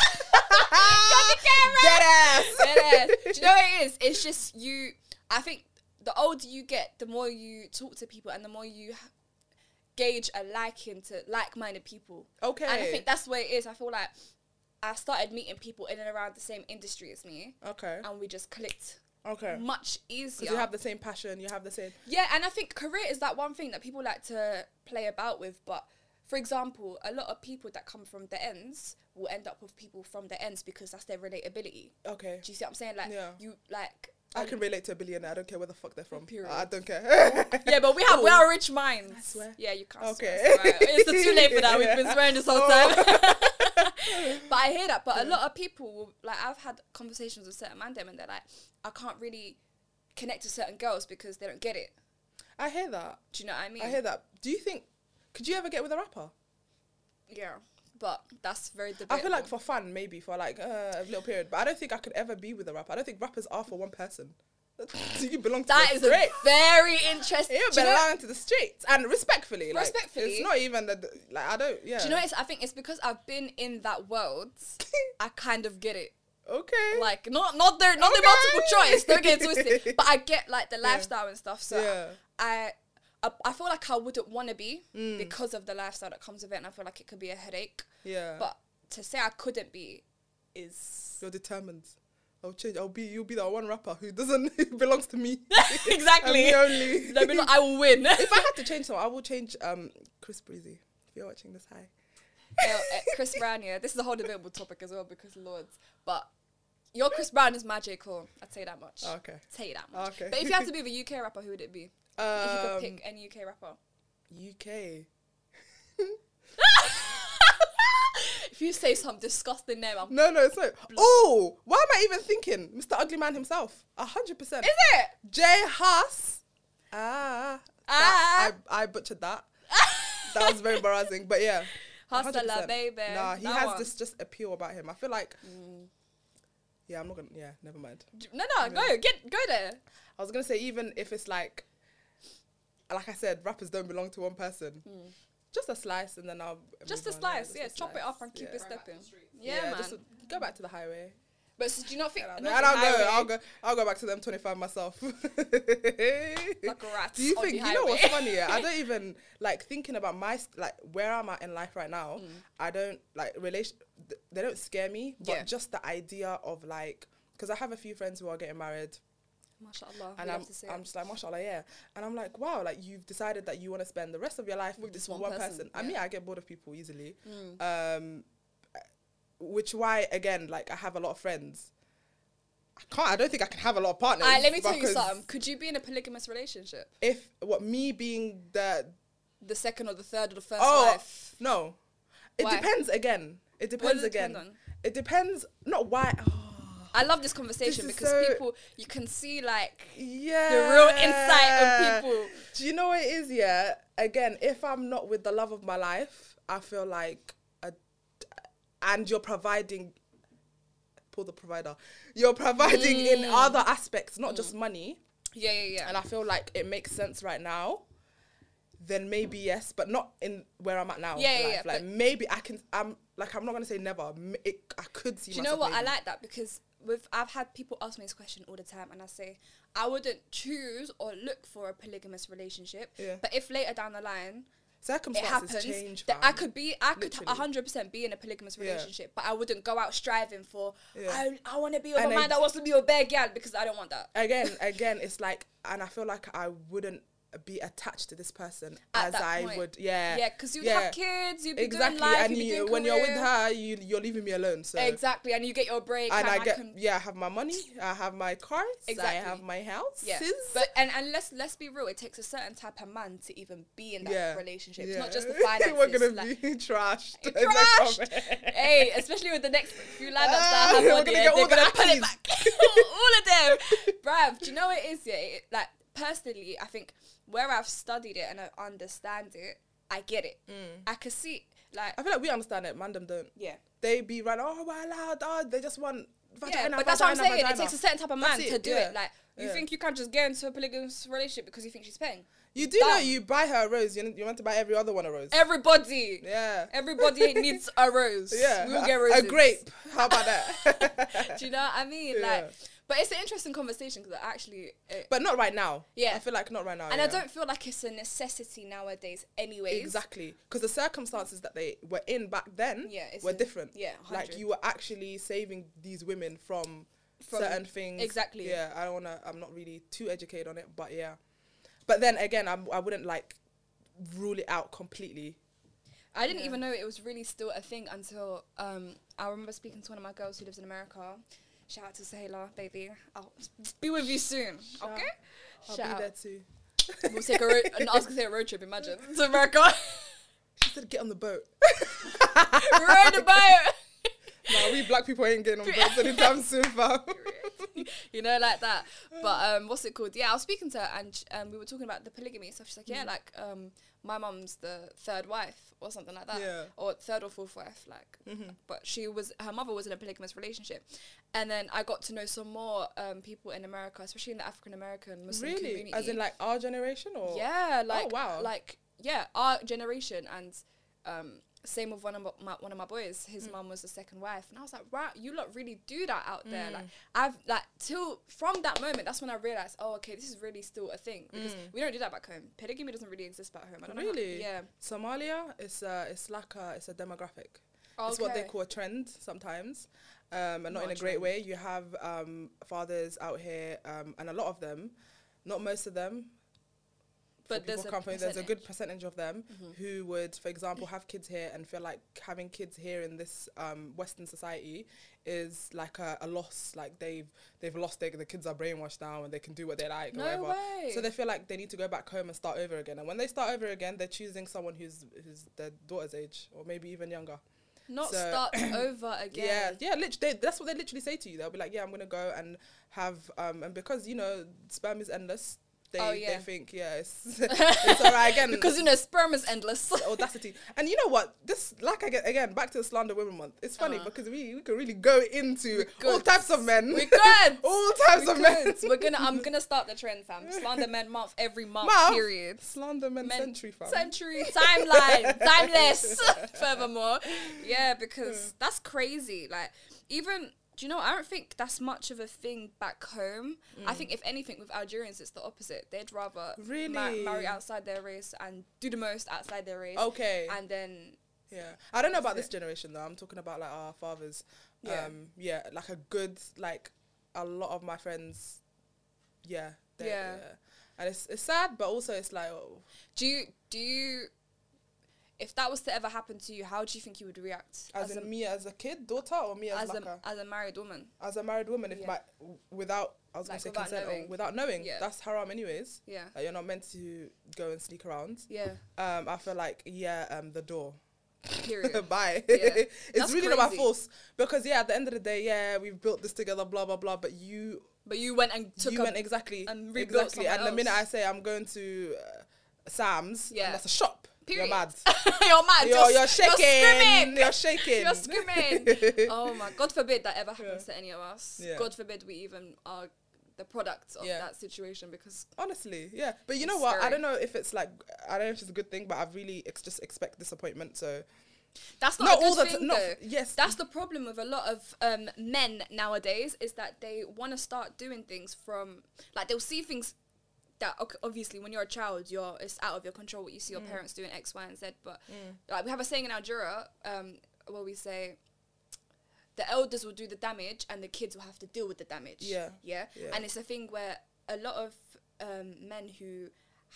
[SPEAKER 1] Got the camera.
[SPEAKER 2] Dead ass. *laughs*
[SPEAKER 1] Deadass. Do you know what it is? It's just you. I think the older you get, the more you talk to people, and the more you ha- gauge a liking to like-minded people.
[SPEAKER 2] Okay.
[SPEAKER 1] And I think that's where it is. I feel like I started meeting people in and around the same industry as me,
[SPEAKER 2] okay.
[SPEAKER 1] and we just clicked
[SPEAKER 2] Okay.
[SPEAKER 1] much
[SPEAKER 2] 'Cause
[SPEAKER 1] easier.
[SPEAKER 2] you have the same passion. You have the same.
[SPEAKER 1] Yeah, and I think career is that one thing that people like to play about with. But for example, a lot of people that come from the ends will end up with people from the ends because that's their relatability.
[SPEAKER 2] Okay.
[SPEAKER 1] Do you see what I'm saying? Like
[SPEAKER 2] Yeah.
[SPEAKER 1] you like.
[SPEAKER 2] I can relate to a billionaire. I don't care where the fuck they're from.
[SPEAKER 1] Period.
[SPEAKER 2] I don't care.
[SPEAKER 1] *laughs* yeah, but we have we
[SPEAKER 2] Ooh.
[SPEAKER 1] are rich minds.
[SPEAKER 2] I swear.
[SPEAKER 1] Yeah, you can't.
[SPEAKER 2] Okay. Oh.
[SPEAKER 1] Swear, swear. It's the too late for that. We've
[SPEAKER 2] *laughs*
[SPEAKER 1] been
[SPEAKER 2] Yeah.
[SPEAKER 1] swearing this whole time. but I hear that. But a lot of people, will, like I've had conversations with certain man them, and they're like, I can't really connect to certain girls because they don't get it.
[SPEAKER 2] I hear that.
[SPEAKER 1] Do you know what I mean?
[SPEAKER 2] I hear that. Do you think? Could you ever get with a rapper?
[SPEAKER 1] Yeah, but that's very debatable.
[SPEAKER 2] I feel like for fun, maybe for like uh, a little period, but I don't think I could ever be with a rapper. I don't think rappers are for one person. *laughs* you belong to
[SPEAKER 1] that
[SPEAKER 2] the
[SPEAKER 1] is a
[SPEAKER 2] street.
[SPEAKER 1] very interesting.
[SPEAKER 2] You
[SPEAKER 1] do, you know,
[SPEAKER 2] belong to the streets, and respectfully, like,
[SPEAKER 1] Respectfully.
[SPEAKER 2] it's not even that. Like I don't. Yeah.
[SPEAKER 1] do
[SPEAKER 2] *laughs*
[SPEAKER 1] you know? It's I think it's because I've been in that world. I kind of get it.
[SPEAKER 2] okay.
[SPEAKER 1] Like not not the not
[SPEAKER 2] Okay.
[SPEAKER 1] the multiple choice. Don't get it
[SPEAKER 2] *laughs*
[SPEAKER 1] twisted. But I get like the lifestyle and stuff. So
[SPEAKER 2] Yeah.
[SPEAKER 1] I, I I feel like I wouldn't want to be because of the lifestyle that comes with it, and I feel like it could be a headache.
[SPEAKER 2] Mm. yeah.
[SPEAKER 1] But to say I couldn't
[SPEAKER 2] *laughs*
[SPEAKER 1] be *laughs* is
[SPEAKER 2] you're determined. I'll change. I'll be. You'll be that one rapper who doesn't. *laughs* Who belongs to me. and
[SPEAKER 1] exactly.
[SPEAKER 2] me only.
[SPEAKER 1] Let me
[SPEAKER 2] *laughs*
[SPEAKER 1] know, I will win.
[SPEAKER 2] if I had to change someone, I will change um Chris Breezy. If you're watching this, hi.
[SPEAKER 1] Now, uh, Chris Brown, yeah, this is a whole debatable topic as well because lords, but your Chris Brown is magical. I'd say that much.
[SPEAKER 2] Okay.
[SPEAKER 1] Tell you that much.
[SPEAKER 2] Okay.
[SPEAKER 1] But if you have
[SPEAKER 2] *laughs*
[SPEAKER 1] to be with a UK rapper, who would it be? if you could
[SPEAKER 2] Um,
[SPEAKER 1] pick any UK rapper,
[SPEAKER 2] UK.
[SPEAKER 1] *laughs* if you say some disgusting name, I'm
[SPEAKER 2] *laughs* No, no, it's not. Oh, why am I even thinking? Mr. Ugly Man himself. A hundred percent.
[SPEAKER 1] is it?
[SPEAKER 2] Jay Haas. Ah. that- I, I butchered that. that was very embarrassing. But yeah. a
[SPEAKER 1] *laughs*
[SPEAKER 2] hundred
[SPEAKER 1] Hustler,
[SPEAKER 2] percent.
[SPEAKER 1] baby.
[SPEAKER 2] Nah, he
[SPEAKER 1] That
[SPEAKER 2] has
[SPEAKER 1] one. Mm.
[SPEAKER 2] this just appeal about him. I feel like. Yeah, I'm not gonna. Yeah, never mind.
[SPEAKER 1] No, no, go get go there.
[SPEAKER 2] I was gonna say even if it's like, like I said, rappers don't belong to one person. Just a slice, and then I'll
[SPEAKER 1] Hmm. Just a
[SPEAKER 2] move on, yeah,
[SPEAKER 1] slice,
[SPEAKER 2] just
[SPEAKER 1] yeah.
[SPEAKER 2] a
[SPEAKER 1] Chop it
[SPEAKER 2] slice,
[SPEAKER 1] up and keep
[SPEAKER 2] yeah.
[SPEAKER 1] it
[SPEAKER 3] Right back to
[SPEAKER 1] stepping.
[SPEAKER 3] the streets.
[SPEAKER 1] Yeah, man.
[SPEAKER 2] Just go back to the highway.
[SPEAKER 1] but so do you not think?
[SPEAKER 2] And
[SPEAKER 1] not the
[SPEAKER 2] I'll go.
[SPEAKER 1] highway,
[SPEAKER 2] I'll go. I'll go back to them 25 myself. *laughs*
[SPEAKER 1] Like a rat
[SPEAKER 2] Do you
[SPEAKER 1] on
[SPEAKER 2] think
[SPEAKER 1] the
[SPEAKER 2] you know what's
[SPEAKER 1] *laughs* highway.
[SPEAKER 2] funny? Yeah? I don't even like thinking about my s- like where I'm at in life right now.
[SPEAKER 1] Hmm.
[SPEAKER 2] I don't like relation. th- They don't scare me, but
[SPEAKER 1] Yeah.
[SPEAKER 2] just the idea of like because I have a few friends who are getting married,
[SPEAKER 1] Mashallah.
[SPEAKER 2] and
[SPEAKER 1] we
[SPEAKER 2] I'm
[SPEAKER 1] love to see
[SPEAKER 2] I'm
[SPEAKER 1] it.
[SPEAKER 2] just like mashallah, yeah. And I'm like, wow, like you've decided that you want to spend the rest of your life with this one, person. I
[SPEAKER 1] yeah. Mm.
[SPEAKER 2] mean, I get bored of people easily, um, which why again, like I have a lot of friends. I can't. I don't think I can have a lot of partners.
[SPEAKER 1] Alright, let me tell you
[SPEAKER 2] because
[SPEAKER 1] something. Could you be in a polygamous relationship?
[SPEAKER 2] If what me being the
[SPEAKER 1] The second or the third or the first
[SPEAKER 2] oh
[SPEAKER 1] wife?
[SPEAKER 2] no, it
[SPEAKER 1] Why?
[SPEAKER 2] depends again. It depends
[SPEAKER 1] it
[SPEAKER 2] again.
[SPEAKER 1] depend on?
[SPEAKER 2] It depends. Not why. oh.
[SPEAKER 1] I love this conversation
[SPEAKER 2] This is
[SPEAKER 1] because
[SPEAKER 2] so-
[SPEAKER 1] people, you can see like
[SPEAKER 2] yeah
[SPEAKER 1] the real insight of people.
[SPEAKER 2] do you know what it is yeah again if i'm not with the love of my life i feel like a, and you're providing pull the provider you're providing in
[SPEAKER 1] Mm.
[SPEAKER 2] other aspects not just money
[SPEAKER 1] Yeah, yeah, yeah.
[SPEAKER 2] and i feel like it makes sense right now then maybe yes but not in where i'm at now in
[SPEAKER 1] Yeah, yeah,
[SPEAKER 2] life.
[SPEAKER 1] yeah,
[SPEAKER 2] like
[SPEAKER 1] but-
[SPEAKER 2] maybe i can i'm like i'm not gonna say never M- it, i could see
[SPEAKER 1] Do you know what? I
[SPEAKER 2] myself
[SPEAKER 1] like that because with I've had people ask me this question all the time, and I say I wouldn't choose or look for a polygamous relationship.
[SPEAKER 2] Yeah.
[SPEAKER 1] But if later down the line it
[SPEAKER 2] circumstances
[SPEAKER 1] happens,
[SPEAKER 2] change
[SPEAKER 1] that I
[SPEAKER 2] fam.
[SPEAKER 1] could be, I could
[SPEAKER 2] Literally.
[SPEAKER 1] hundred percent be in a polygamous
[SPEAKER 2] Yeah.
[SPEAKER 1] relationship, but I wouldn't go out striving for.
[SPEAKER 2] Yeah.
[SPEAKER 1] I, I want to be with a
[SPEAKER 2] And
[SPEAKER 1] man
[SPEAKER 2] I-
[SPEAKER 1] that wants to be with a bear girl because I don't want that.
[SPEAKER 2] again, again, it's like, and I feel like I wouldn't be attached to this person
[SPEAKER 1] At
[SPEAKER 2] as
[SPEAKER 1] that
[SPEAKER 2] I
[SPEAKER 1] point.
[SPEAKER 2] would, yeah,
[SPEAKER 1] Yeah, because you'd
[SPEAKER 2] yeah.
[SPEAKER 1] have kids, you'd be
[SPEAKER 2] exactly.
[SPEAKER 1] doing life,
[SPEAKER 2] and
[SPEAKER 1] you'd be
[SPEAKER 2] you,
[SPEAKER 1] doing
[SPEAKER 2] when you're with
[SPEAKER 1] career.
[SPEAKER 2] her, you you're leaving me alone. So
[SPEAKER 1] exactly, and you get your break,
[SPEAKER 2] and I get
[SPEAKER 1] can,
[SPEAKER 2] yeah, I have my money, I have my cars, I
[SPEAKER 1] Exactly.
[SPEAKER 2] have my house,
[SPEAKER 1] Yeah, but and, and let's let's be real. It takes a certain type of man to even be in that
[SPEAKER 2] yeah,
[SPEAKER 1] relationship.
[SPEAKER 2] yeah.
[SPEAKER 1] It's not just the
[SPEAKER 2] *laughs* We're
[SPEAKER 1] finances.
[SPEAKER 2] gonna *laughs*
[SPEAKER 1] like,
[SPEAKER 2] be trashed. in the
[SPEAKER 1] Crashed. *laughs*
[SPEAKER 2] comment.
[SPEAKER 1] hey, especially with the next few lineups
[SPEAKER 2] Ah,
[SPEAKER 1] that I have
[SPEAKER 2] we're
[SPEAKER 1] on
[SPEAKER 2] gonna
[SPEAKER 1] here,
[SPEAKER 2] get
[SPEAKER 1] they're
[SPEAKER 2] all the
[SPEAKER 1] gonna pull it
[SPEAKER 2] Akis.
[SPEAKER 1] back. *laughs* all of them,
[SPEAKER 2] *laughs*
[SPEAKER 1] bruv. Do you know what it is? Yeah, it, like personally, I think where I've studied it and I understand it, I get it.
[SPEAKER 2] Mm.
[SPEAKER 1] I can see, like,
[SPEAKER 2] I feel like we understand it. Mandem don't.
[SPEAKER 1] yeah.
[SPEAKER 2] They be right. Oh, well, loud. Oh, they just want.
[SPEAKER 1] Yeah,
[SPEAKER 2] Vagina,
[SPEAKER 1] but that's what I'm
[SPEAKER 2] vagina,
[SPEAKER 1] saying. It
[SPEAKER 2] vagina.
[SPEAKER 1] takes a certain type of
[SPEAKER 2] That's
[SPEAKER 1] man
[SPEAKER 2] it,
[SPEAKER 1] to do
[SPEAKER 2] yeah,
[SPEAKER 1] it. Like, you
[SPEAKER 2] yeah.
[SPEAKER 1] think you can't just get into a polygamous relationship because you think she's paying?
[SPEAKER 2] You do know
[SPEAKER 1] dumb.
[SPEAKER 2] you buy her a rose. You you want to buy every other one a rose.
[SPEAKER 1] Everybody,
[SPEAKER 2] Yeah.
[SPEAKER 1] everybody needs a rose.
[SPEAKER 2] Yeah.
[SPEAKER 1] we'll get
[SPEAKER 2] a-
[SPEAKER 1] roses. *laughs*
[SPEAKER 2] A grape. *laughs* How about *laughs* that?
[SPEAKER 1] Do you know what I mean? Like,
[SPEAKER 2] Yeah.
[SPEAKER 1] but it's an interesting conversation because actually, it,
[SPEAKER 2] but not right now.
[SPEAKER 1] Yeah.
[SPEAKER 2] I feel like not right now.
[SPEAKER 1] and I
[SPEAKER 2] yeah.
[SPEAKER 1] don't feel like it's a necessity nowadays. Anyways,
[SPEAKER 2] Exactly. Because the circumstances that they were in back then
[SPEAKER 1] Yeah, it's
[SPEAKER 2] were
[SPEAKER 1] a-
[SPEAKER 2] different.
[SPEAKER 1] yeah,
[SPEAKER 2] Like
[SPEAKER 1] 100.
[SPEAKER 2] you were actually saving these women from,
[SPEAKER 1] From-
[SPEAKER 2] certain things.
[SPEAKER 1] exactly.
[SPEAKER 2] Yeah. I don't want to, I'm not really too educated on it, but yeah. But then again, I'm, I wouldn't like rule it out completely.
[SPEAKER 1] I didn't even know it was really still a thing until um, I remember speaking to one of my girls who lives in America. Shout out to Sahela, baby. I'll be with you soon. okay.
[SPEAKER 2] I'll
[SPEAKER 1] Shout
[SPEAKER 2] be
[SPEAKER 1] out.
[SPEAKER 2] there too.
[SPEAKER 1] We'll take a road. I was gonna say a road trip.
[SPEAKER 2] *laughs*
[SPEAKER 1] Imagine to America. *laughs*
[SPEAKER 2] She said, get on the boat.
[SPEAKER 1] Ride a boat.
[SPEAKER 2] nah, we black people
[SPEAKER 1] *laughs*
[SPEAKER 2] ain't getting on boats anytime soon, fam.
[SPEAKER 1] you know, like that. But um, what's it called? Yeah, I was speaking to her and sh- um, we were talking about the polygamy stuff. She's like,
[SPEAKER 2] Mm.
[SPEAKER 1] yeah, like um, my mum's the third wife or something like that,
[SPEAKER 2] Yeah. Mm-hmm.
[SPEAKER 1] or third or fourth wife, like. But she was her mother was in a polygamous relationship, and then I got to know some more um, people in America, especially in the African American Muslim
[SPEAKER 2] Really?
[SPEAKER 1] community.
[SPEAKER 2] As in like our generation or? oh,
[SPEAKER 1] yeah, like
[SPEAKER 2] wow.
[SPEAKER 1] like yeah, our generation and. Um, same with one of my one of my boys. His
[SPEAKER 2] Mm.
[SPEAKER 1] mum was the second wife, and I was like, "Wow, you lot really do that out there." Like
[SPEAKER 2] Mm.
[SPEAKER 1] I've like till from that moment, that's when I realized, "Oh, okay, this is really still a thing because we don't do that back home. Polygamy doesn't really exist back home. I don't know how-
[SPEAKER 2] Mm. Really?
[SPEAKER 1] yeah.
[SPEAKER 2] Somalia, it's uh, it's like a, it's a demographic. It's what they
[SPEAKER 1] Okay.
[SPEAKER 2] call a trend sometimes, um, and not,
[SPEAKER 1] Not
[SPEAKER 2] in
[SPEAKER 1] a
[SPEAKER 2] a, great
[SPEAKER 1] trend.
[SPEAKER 2] way. You have um, fathers out here, um, and a lot of them, not most of them,
[SPEAKER 1] But
[SPEAKER 2] for
[SPEAKER 1] there's
[SPEAKER 2] people
[SPEAKER 1] a
[SPEAKER 2] come from, there's a good
[SPEAKER 1] percentage. Mm-hmm.
[SPEAKER 2] percentage of them who would, for example, have kids here and feel like having kids here in this um, Western society is like a, a loss. Like they've they've lost their the kids are brainwashed now and they can do what they like.
[SPEAKER 1] No
[SPEAKER 2] or whatever.
[SPEAKER 1] way.
[SPEAKER 2] So they feel like they need to go back home and start over again. And when they start over again, they're choosing someone who's who's their daughter's age or maybe even younger.
[SPEAKER 1] Not
[SPEAKER 2] So-
[SPEAKER 1] start
[SPEAKER 2] *clears throat*
[SPEAKER 1] over again.
[SPEAKER 2] Yeah, yeah, lit- they, that's what they literally say to you. They'll be like, "Yeah, I'm gonna go and have," um, and because you know sperm is endless, they
[SPEAKER 1] Oh, yeah.
[SPEAKER 2] they think, yeah, it's, *laughs*
[SPEAKER 1] *laughs*
[SPEAKER 2] it's all right again
[SPEAKER 1] Because you know sperm is
[SPEAKER 2] *laughs*
[SPEAKER 1] endless.
[SPEAKER 2] the *laughs* audacity. And you know what? This, like I get again, back to the slander women month. It's funny because we, we can really go into all
[SPEAKER 1] Uh-huh. could.
[SPEAKER 2] types of men.
[SPEAKER 1] We could.
[SPEAKER 2] all types of men. *laughs*
[SPEAKER 1] Good. We're gonna. I'm gonna start the trend, fam. Slander Men Month every month.
[SPEAKER 2] Mouth.
[SPEAKER 1] Period.
[SPEAKER 2] Slander men,
[SPEAKER 1] Men-
[SPEAKER 2] century, fam.
[SPEAKER 1] Century timeline, timeless. *laughs* Furthermore, yeah, because that's crazy. Like, even do you know? I don't think that's much of a thing back home. I
[SPEAKER 2] Mm.
[SPEAKER 1] think if anything, with Algerians, it's the opposite. They'd rather ma-
[SPEAKER 2] Really?
[SPEAKER 1] marry outside their race and do the most outside their race.
[SPEAKER 2] Okay.
[SPEAKER 1] and then
[SPEAKER 2] Yeah, I don't know about this generation though. I'm talking about like our fathers.
[SPEAKER 1] Yeah.
[SPEAKER 2] Um, yeah, like a good like a lot of my friends. Yeah, they-
[SPEAKER 1] Yeah.
[SPEAKER 2] And it's it's sad, but also it's like oh,
[SPEAKER 1] do you do you? If that was to ever happen to you, how do you think you would react
[SPEAKER 2] as, in me as a kid, daughter, or me
[SPEAKER 1] as
[SPEAKER 2] as, like
[SPEAKER 1] a, as a married woman?
[SPEAKER 2] a, as a married woman, if
[SPEAKER 1] Yeah.
[SPEAKER 2] my w- without I was
[SPEAKER 1] Like,
[SPEAKER 2] gonna say
[SPEAKER 1] without
[SPEAKER 2] consent
[SPEAKER 1] knowing.
[SPEAKER 2] or without knowing,
[SPEAKER 1] Yeah.
[SPEAKER 2] that's haram anyways.
[SPEAKER 1] Yeah,
[SPEAKER 2] Like, you're not meant to go and sneak around.
[SPEAKER 1] yeah.
[SPEAKER 2] Um, I feel like yeah, um, the door.
[SPEAKER 1] Period.
[SPEAKER 2] *laughs* Bye.
[SPEAKER 1] Yeah.
[SPEAKER 2] it's
[SPEAKER 1] That's
[SPEAKER 2] really not by
[SPEAKER 1] crazy.
[SPEAKER 2] force because yeah, at the end of the day, yeah, we've built this together, blah blah blah. But you
[SPEAKER 1] but you went and took
[SPEAKER 2] you
[SPEAKER 1] a *laughs*
[SPEAKER 2] went exactly
[SPEAKER 1] and rebuilt
[SPEAKER 2] exactly and
[SPEAKER 1] somewhere
[SPEAKER 2] the minute
[SPEAKER 1] else.
[SPEAKER 2] i say i'm going to uh, sam's
[SPEAKER 1] Yeah.
[SPEAKER 2] yeah that's a shop
[SPEAKER 1] Period.
[SPEAKER 2] you're mad
[SPEAKER 1] *laughs* you're mad.
[SPEAKER 2] you're, you're,
[SPEAKER 1] you're
[SPEAKER 2] shaking
[SPEAKER 1] screaming.
[SPEAKER 2] you're shaking *laughs*
[SPEAKER 1] You're screaming. oh my God forbid that ever happens to any of us.
[SPEAKER 2] Yeah.
[SPEAKER 1] God forbid we even are the product of
[SPEAKER 2] Yeah.
[SPEAKER 1] that situation because
[SPEAKER 2] honestly yeah but you
[SPEAKER 1] It's
[SPEAKER 2] know what i
[SPEAKER 1] scary.
[SPEAKER 2] don't know if it's like i don't know if it's a good thing but i really ex- just expect disappointment so
[SPEAKER 1] that's not,
[SPEAKER 2] Not
[SPEAKER 1] a good
[SPEAKER 2] all the
[SPEAKER 1] thing
[SPEAKER 2] ti- not-
[SPEAKER 1] though.
[SPEAKER 2] yes.
[SPEAKER 1] that's the problem with a lot of um, men nowadays is that they want to start doing things from like they'll see things that o- obviously when you're a child you're it's out of your control what you see your
[SPEAKER 2] Mm.
[SPEAKER 1] parents doing X Y and Z. But like we have a saying in Algeria um, where we say. The elders will do the damage, and the kids will have to deal with the damage.
[SPEAKER 2] Yeah.
[SPEAKER 1] yeah
[SPEAKER 2] Yeah.
[SPEAKER 1] and it's a thing where a lot of um, men who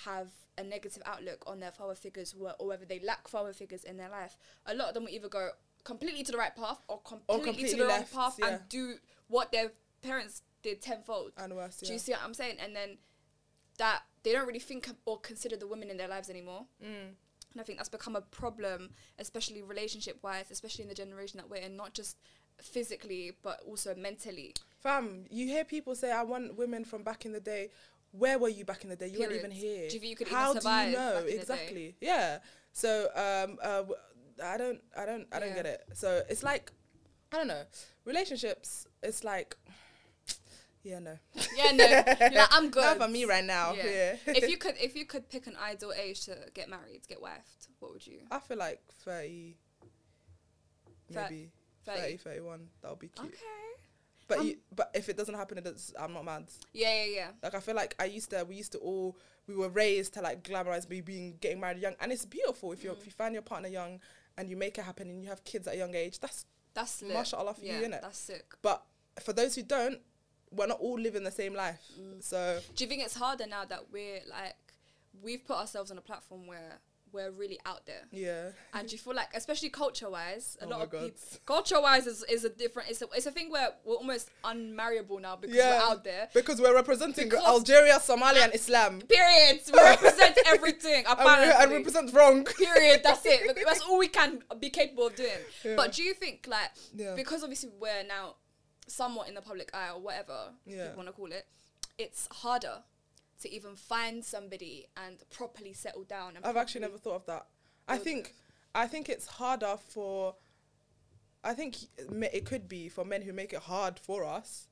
[SPEAKER 1] have a negative outlook on their father figures were, or whether they lack father figures in their life a lot of them will either go completely to the right path or completely, to
[SPEAKER 2] completely
[SPEAKER 1] the
[SPEAKER 2] left,
[SPEAKER 1] wrong path
[SPEAKER 2] yeah.
[SPEAKER 1] and do what their parents did tenfold
[SPEAKER 2] and worse
[SPEAKER 1] do
[SPEAKER 2] yeah.
[SPEAKER 1] you see what i'm saying and then that they don't really think or consider the women in their lives anymore
[SPEAKER 2] Mm.
[SPEAKER 1] and I think that's become a problem, especially relationship wise, especially in the generation that we're in, not just physically, but also
[SPEAKER 2] *laughs*
[SPEAKER 1] mentally.
[SPEAKER 2] fam you hear people say i want women from back in the day where were you back in the day you weren't even
[SPEAKER 1] Periods.
[SPEAKER 2] here
[SPEAKER 1] Do you think you could even
[SPEAKER 2] how
[SPEAKER 1] survive
[SPEAKER 2] do you know
[SPEAKER 1] back in the day?
[SPEAKER 2] exactly yeah so um uh, w- i don't i don't i don't
[SPEAKER 1] Yeah.
[SPEAKER 2] get it so it's like i don't know relationships it's like *sighs* yeah no
[SPEAKER 1] Yeah, no, you're like, I'm good.
[SPEAKER 2] *laughs* not for me right now yeah,
[SPEAKER 1] if you could, if you could pick an ideal age to get married, get wifed, what would you?
[SPEAKER 2] *laughs* i feel like 30
[SPEAKER 1] Thir-
[SPEAKER 2] maybe 30,
[SPEAKER 1] 30.
[SPEAKER 2] 31 that'll be cute
[SPEAKER 1] Okay.
[SPEAKER 2] but
[SPEAKER 1] Um,
[SPEAKER 2] you, but if it doesn't happen it does, i'm not mad
[SPEAKER 1] Yeah, yeah, yeah.
[SPEAKER 2] Like I feel like I used to, we used to all, we were raised to like glamorize be being getting married young, and it's beautiful if you if you find your partner young and you make it happen and you have kids at a young age. That's
[SPEAKER 1] That's lit.
[SPEAKER 2] mashallah for
[SPEAKER 1] yeah,
[SPEAKER 2] you, innit?
[SPEAKER 1] That's sick.
[SPEAKER 2] But for those who don't, we're not all living the same life.
[SPEAKER 1] Mm.
[SPEAKER 2] So
[SPEAKER 1] Do you think it's harder now that we're like, we've put ourselves on a platform where we're really out
[SPEAKER 2] *laughs*
[SPEAKER 1] there?
[SPEAKER 2] yeah,
[SPEAKER 1] And do you feel like, especially culture wise, a
[SPEAKER 2] Oh
[SPEAKER 1] lot
[SPEAKER 2] my
[SPEAKER 1] of
[SPEAKER 2] God.
[SPEAKER 1] people, culture wise is, is a different, it's a, it's a thing where we're almost unmarriable now because
[SPEAKER 2] yeah,
[SPEAKER 1] we're out there.
[SPEAKER 2] because we're representing
[SPEAKER 1] Because-
[SPEAKER 2] Algeria, Somalia, and Islam,
[SPEAKER 1] Periods, we represent everything.
[SPEAKER 2] *laughs* and we, and we
[SPEAKER 1] apparently.
[SPEAKER 2] represent wrong. *laughs*
[SPEAKER 1] period that's it Look, that's all we can be capable of doing but do you think like
[SPEAKER 2] Yeah.
[SPEAKER 1] because obviously we're now somewhat in the public eye or whatever
[SPEAKER 2] Yeah.
[SPEAKER 1] you want to call it it's harder to even find somebody and properly settle down and
[SPEAKER 2] I've actually
[SPEAKER 1] properly-
[SPEAKER 2] never thought of that. I think I think it's harder for. I think me- it could be for men who make it hard for us,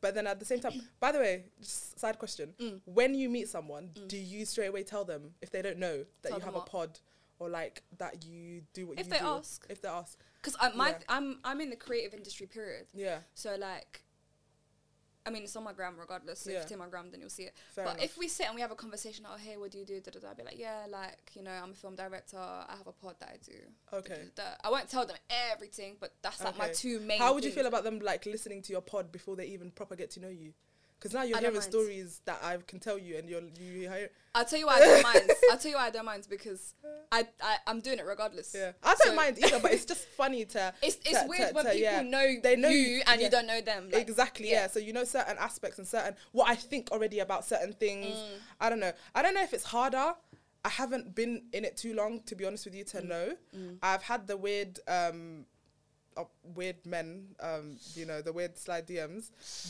[SPEAKER 2] but then at
[SPEAKER 1] *coughs*
[SPEAKER 2] the same time. by the way, just side question:
[SPEAKER 1] Mm.
[SPEAKER 2] When you meet someone, do you straight away tell them if they don't know that
[SPEAKER 1] Tell
[SPEAKER 2] you
[SPEAKER 1] them
[SPEAKER 2] have
[SPEAKER 1] what?
[SPEAKER 2] a pod or like that you do what
[SPEAKER 1] If
[SPEAKER 2] you
[SPEAKER 1] they
[SPEAKER 2] do?
[SPEAKER 1] ask.
[SPEAKER 2] If they ask,
[SPEAKER 1] because I my
[SPEAKER 2] Yeah.
[SPEAKER 1] th- I'm I'm in the creative industry period.
[SPEAKER 2] yeah,
[SPEAKER 1] So like, I mean, it's on my gram regardless. So if
[SPEAKER 2] Yeah.
[SPEAKER 1] it's in my gram, then you'll see it.
[SPEAKER 2] Fair
[SPEAKER 1] but if
[SPEAKER 2] enough.
[SPEAKER 1] we sit and we have a conversation, oh hey, what do you do? Da, da, da, I'll be like, yeah, like you know, I'm a film director. I have a pod that I do. Da,
[SPEAKER 2] Okay.
[SPEAKER 1] Da, da, da. I won't tell them everything, but that's like my
[SPEAKER 2] Okay.
[SPEAKER 1] two main.
[SPEAKER 2] How would you
[SPEAKER 1] things.
[SPEAKER 2] feel about them like listening to your pod before they even proper get to know you? Because now you're
[SPEAKER 1] I don't
[SPEAKER 2] hearing
[SPEAKER 1] mind.
[SPEAKER 2] stories that I can tell you, and you're you hear.
[SPEAKER 1] I'll tell you why I don't
[SPEAKER 2] *laughs*
[SPEAKER 1] mind. I'll tell you why I don't mind because I, I I'm doing it regardless.
[SPEAKER 2] Yeah, I don't
[SPEAKER 1] So-
[SPEAKER 2] mind either, but
[SPEAKER 1] *laughs*
[SPEAKER 2] it's just funny to.
[SPEAKER 1] It's it's
[SPEAKER 2] to-
[SPEAKER 1] weird
[SPEAKER 2] to-
[SPEAKER 1] when
[SPEAKER 2] to-
[SPEAKER 1] people
[SPEAKER 2] yeah.
[SPEAKER 1] know
[SPEAKER 2] They know
[SPEAKER 1] you,
[SPEAKER 2] you,
[SPEAKER 1] and
[SPEAKER 2] yeah.
[SPEAKER 1] you don't know them. like,
[SPEAKER 2] exactly yeah. so you know certain aspects and certain what i think already about certain things
[SPEAKER 1] Mm.
[SPEAKER 2] i don't know i don't know if it's harder i haven't been in it too long to be honest with you
[SPEAKER 1] Mm.
[SPEAKER 2] to know i've had the weird um uh, weird men um you know the weird slide dms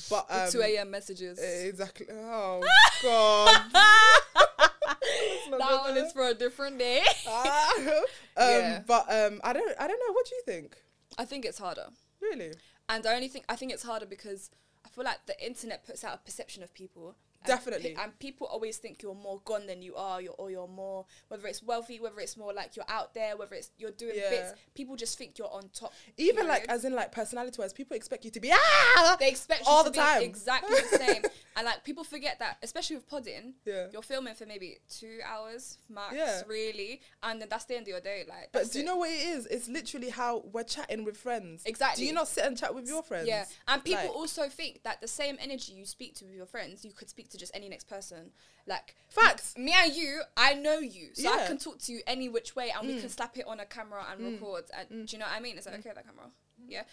[SPEAKER 2] but
[SPEAKER 1] the
[SPEAKER 2] um
[SPEAKER 1] two a.m. messages.
[SPEAKER 2] exactly
[SPEAKER 1] *laughs*
[SPEAKER 2] oh god
[SPEAKER 1] that one is for a different day.
[SPEAKER 2] *laughs* Ah. *laughs* um
[SPEAKER 1] Yeah.
[SPEAKER 2] but um i don't i don't know what do you think
[SPEAKER 1] I think it's harder.
[SPEAKER 2] really
[SPEAKER 1] And I only think I think it's harder because I feel like the internet puts out a perception of people. And
[SPEAKER 2] Definitely.
[SPEAKER 1] pe- and people always think you're more gone than you are, you're, or you're more, whether it's wealthy, whether it's more like you're out there, whether it's you're doing
[SPEAKER 2] Yeah.
[SPEAKER 1] bits, people just think you're on top.
[SPEAKER 2] even like
[SPEAKER 1] period.
[SPEAKER 2] as in like personality wise people expect you to be ah
[SPEAKER 1] they expect you
[SPEAKER 2] all
[SPEAKER 1] to
[SPEAKER 2] the
[SPEAKER 1] be
[SPEAKER 2] time.
[SPEAKER 1] exactly
[SPEAKER 2] *laughs*
[SPEAKER 1] the same. And like people forget that, especially with podding,
[SPEAKER 2] Yeah.
[SPEAKER 1] you're filming for maybe two hours max,
[SPEAKER 2] Yeah.
[SPEAKER 1] really, and then that's the end of your day. Like,
[SPEAKER 2] But
[SPEAKER 1] that's
[SPEAKER 2] do you
[SPEAKER 1] it.
[SPEAKER 2] know what it is? It's literally how we're chatting with friends.
[SPEAKER 1] Exactly.
[SPEAKER 2] Do you not sit and chat with your friends?
[SPEAKER 1] Yeah, and people
[SPEAKER 2] Like-
[SPEAKER 1] also think that the same energy you speak to with your friends, you could speak to just any next person. Like
[SPEAKER 2] Facts.
[SPEAKER 1] me and you, I know you, so I
[SPEAKER 2] Yeah. Mm.
[SPEAKER 1] can talk to you any which way, and we can slap it on a camera and record. And do you know what I mean? Is that okay? That camera, yeah.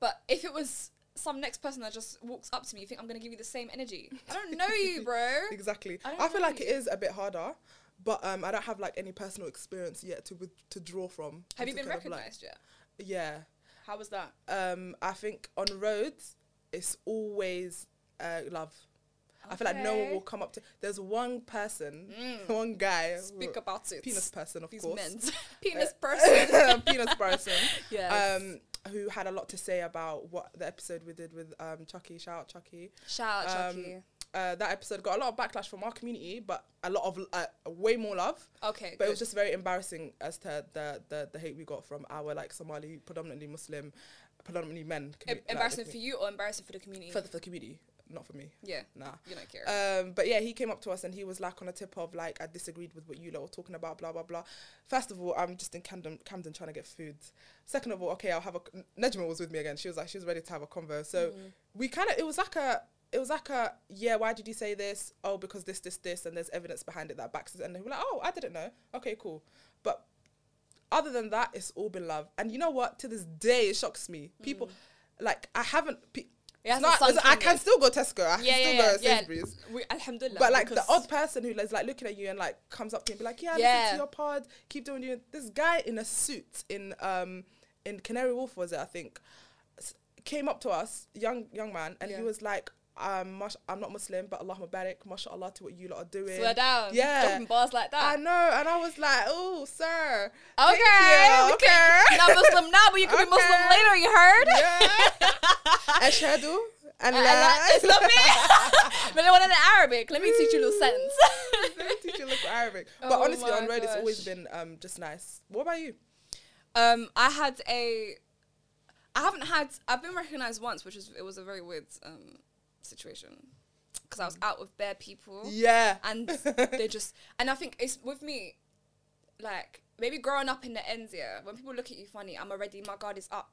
[SPEAKER 1] But if it was some next person that just walks up to me, you think I'm gonna give you the same energy? I don't know
[SPEAKER 2] *laughs*
[SPEAKER 1] you, bro.
[SPEAKER 2] Exactly.
[SPEAKER 1] I don't
[SPEAKER 2] I, feel
[SPEAKER 1] know
[SPEAKER 2] like it is a bit harder, but um, I don't have like any personal experience yet to with- to draw from.
[SPEAKER 1] Have
[SPEAKER 2] and
[SPEAKER 1] you
[SPEAKER 2] to
[SPEAKER 1] been
[SPEAKER 2] kind of, like-
[SPEAKER 1] recognized yet?
[SPEAKER 2] yeah.
[SPEAKER 1] How was that?
[SPEAKER 2] Um, I think on roads, it's always uh, love. I feel like no one
[SPEAKER 1] Okay. Mm.
[SPEAKER 2] will come up to. There's one person, *laughs* one guy,
[SPEAKER 1] Speak
[SPEAKER 2] who-
[SPEAKER 1] about it.
[SPEAKER 2] penis person, of
[SPEAKER 1] These
[SPEAKER 2] course, Uh,
[SPEAKER 1] men. *laughs* penis
[SPEAKER 2] *laughs*
[SPEAKER 1] person.
[SPEAKER 2] penis person.
[SPEAKER 1] Yes.
[SPEAKER 2] um, who had a lot to say about what the episode we did with um, Chucky. Shout out Chucky.
[SPEAKER 1] Shout out,
[SPEAKER 2] Um,
[SPEAKER 1] Chucky.
[SPEAKER 2] Uh, that episode got a lot of backlash from our community, but a lot of uh, way more love.
[SPEAKER 1] Okay,
[SPEAKER 2] but it
[SPEAKER 1] good.
[SPEAKER 2] was just very embarrassing as to the, the the hate we got from our like Somali, predominantly Muslim, predominantly men. commu-
[SPEAKER 1] Em-
[SPEAKER 2] like, the
[SPEAKER 1] embarrassing for
[SPEAKER 2] commu-
[SPEAKER 1] you or embarrassing for the community?
[SPEAKER 2] for the, for the community, not for me.
[SPEAKER 1] yeah.
[SPEAKER 2] Nah.
[SPEAKER 1] You don't care.
[SPEAKER 2] Um, but yeah, he came up to us and he was like on a tip of like I disagreed with what you lot were talking about, blah blah blah. First of all, I'm just in Camden, Camden trying to get food. Second of all, okay, I'll have a. Nejma was with me again. She was like she was ready to have a convo. So
[SPEAKER 1] Mm.
[SPEAKER 2] we kind of it was like a it was like a yeah why did you say this oh because this this this and there's evidence behind it that backs it and they were like oh I didn't know okay cool but other than that, it's all been love. And you know what? To this day, it shocks me. People, like, I haven't. Pe- it's
[SPEAKER 1] Mm. hasn't
[SPEAKER 2] not,
[SPEAKER 1] sunk
[SPEAKER 2] it's- I
[SPEAKER 1] in
[SPEAKER 2] can
[SPEAKER 1] yet.
[SPEAKER 2] still go Tesco. I
[SPEAKER 1] yeah,
[SPEAKER 2] can
[SPEAKER 1] yeah, yeah,
[SPEAKER 2] still go Sainsbury's.
[SPEAKER 1] yeah. We, alhamdulillah.
[SPEAKER 2] But like the
[SPEAKER 1] because-
[SPEAKER 2] odd person who is like looking at you and like comes up to you and be like, yeah,
[SPEAKER 1] Yeah.
[SPEAKER 2] listen to your pod, keep doing you. This guy in a suit in um in Canary Wolf was it I think, s- came up to us, young young man, and
[SPEAKER 1] Yeah.
[SPEAKER 2] he was like, um, mash- I'm not Muslim, but Allah Mubarak, mashallah to what you lot are doing.
[SPEAKER 1] Swear down.
[SPEAKER 2] Yeah.
[SPEAKER 1] Dropping bars like
[SPEAKER 2] I
[SPEAKER 1] that.
[SPEAKER 2] know, and I was like, oh, sir.
[SPEAKER 1] okay.
[SPEAKER 2] thank you,
[SPEAKER 1] okay. You're not Muslim now, but you could be Muslim
[SPEAKER 2] Okay.
[SPEAKER 1] later, you heard?
[SPEAKER 2] *laughs* Ashhadu
[SPEAKER 1] And
[SPEAKER 2] and
[SPEAKER 1] that-
[SPEAKER 2] la.
[SPEAKER 1] it's not
[SPEAKER 2] *laughs*
[SPEAKER 1] me. but they wanted an Arabic. Let me teach you a little sentence.
[SPEAKER 2] Teach you a
[SPEAKER 1] *laughs*
[SPEAKER 2] little Arabic. But
[SPEAKER 1] Oh
[SPEAKER 2] honestly, on
[SPEAKER 1] my
[SPEAKER 2] road, it's always
[SPEAKER 1] gosh.
[SPEAKER 2] been um, just nice. What about you?
[SPEAKER 1] Um, I had a. I haven't had. I've been recognized once, which is it was a very weird um, situation because I was out with bare people.
[SPEAKER 2] Mm. Yeah.
[SPEAKER 1] and
[SPEAKER 2] *laughs*
[SPEAKER 1] they just and I think it's with me, like maybe growing up in the ends yeah, when people look at you funny, I'm already my guard is up.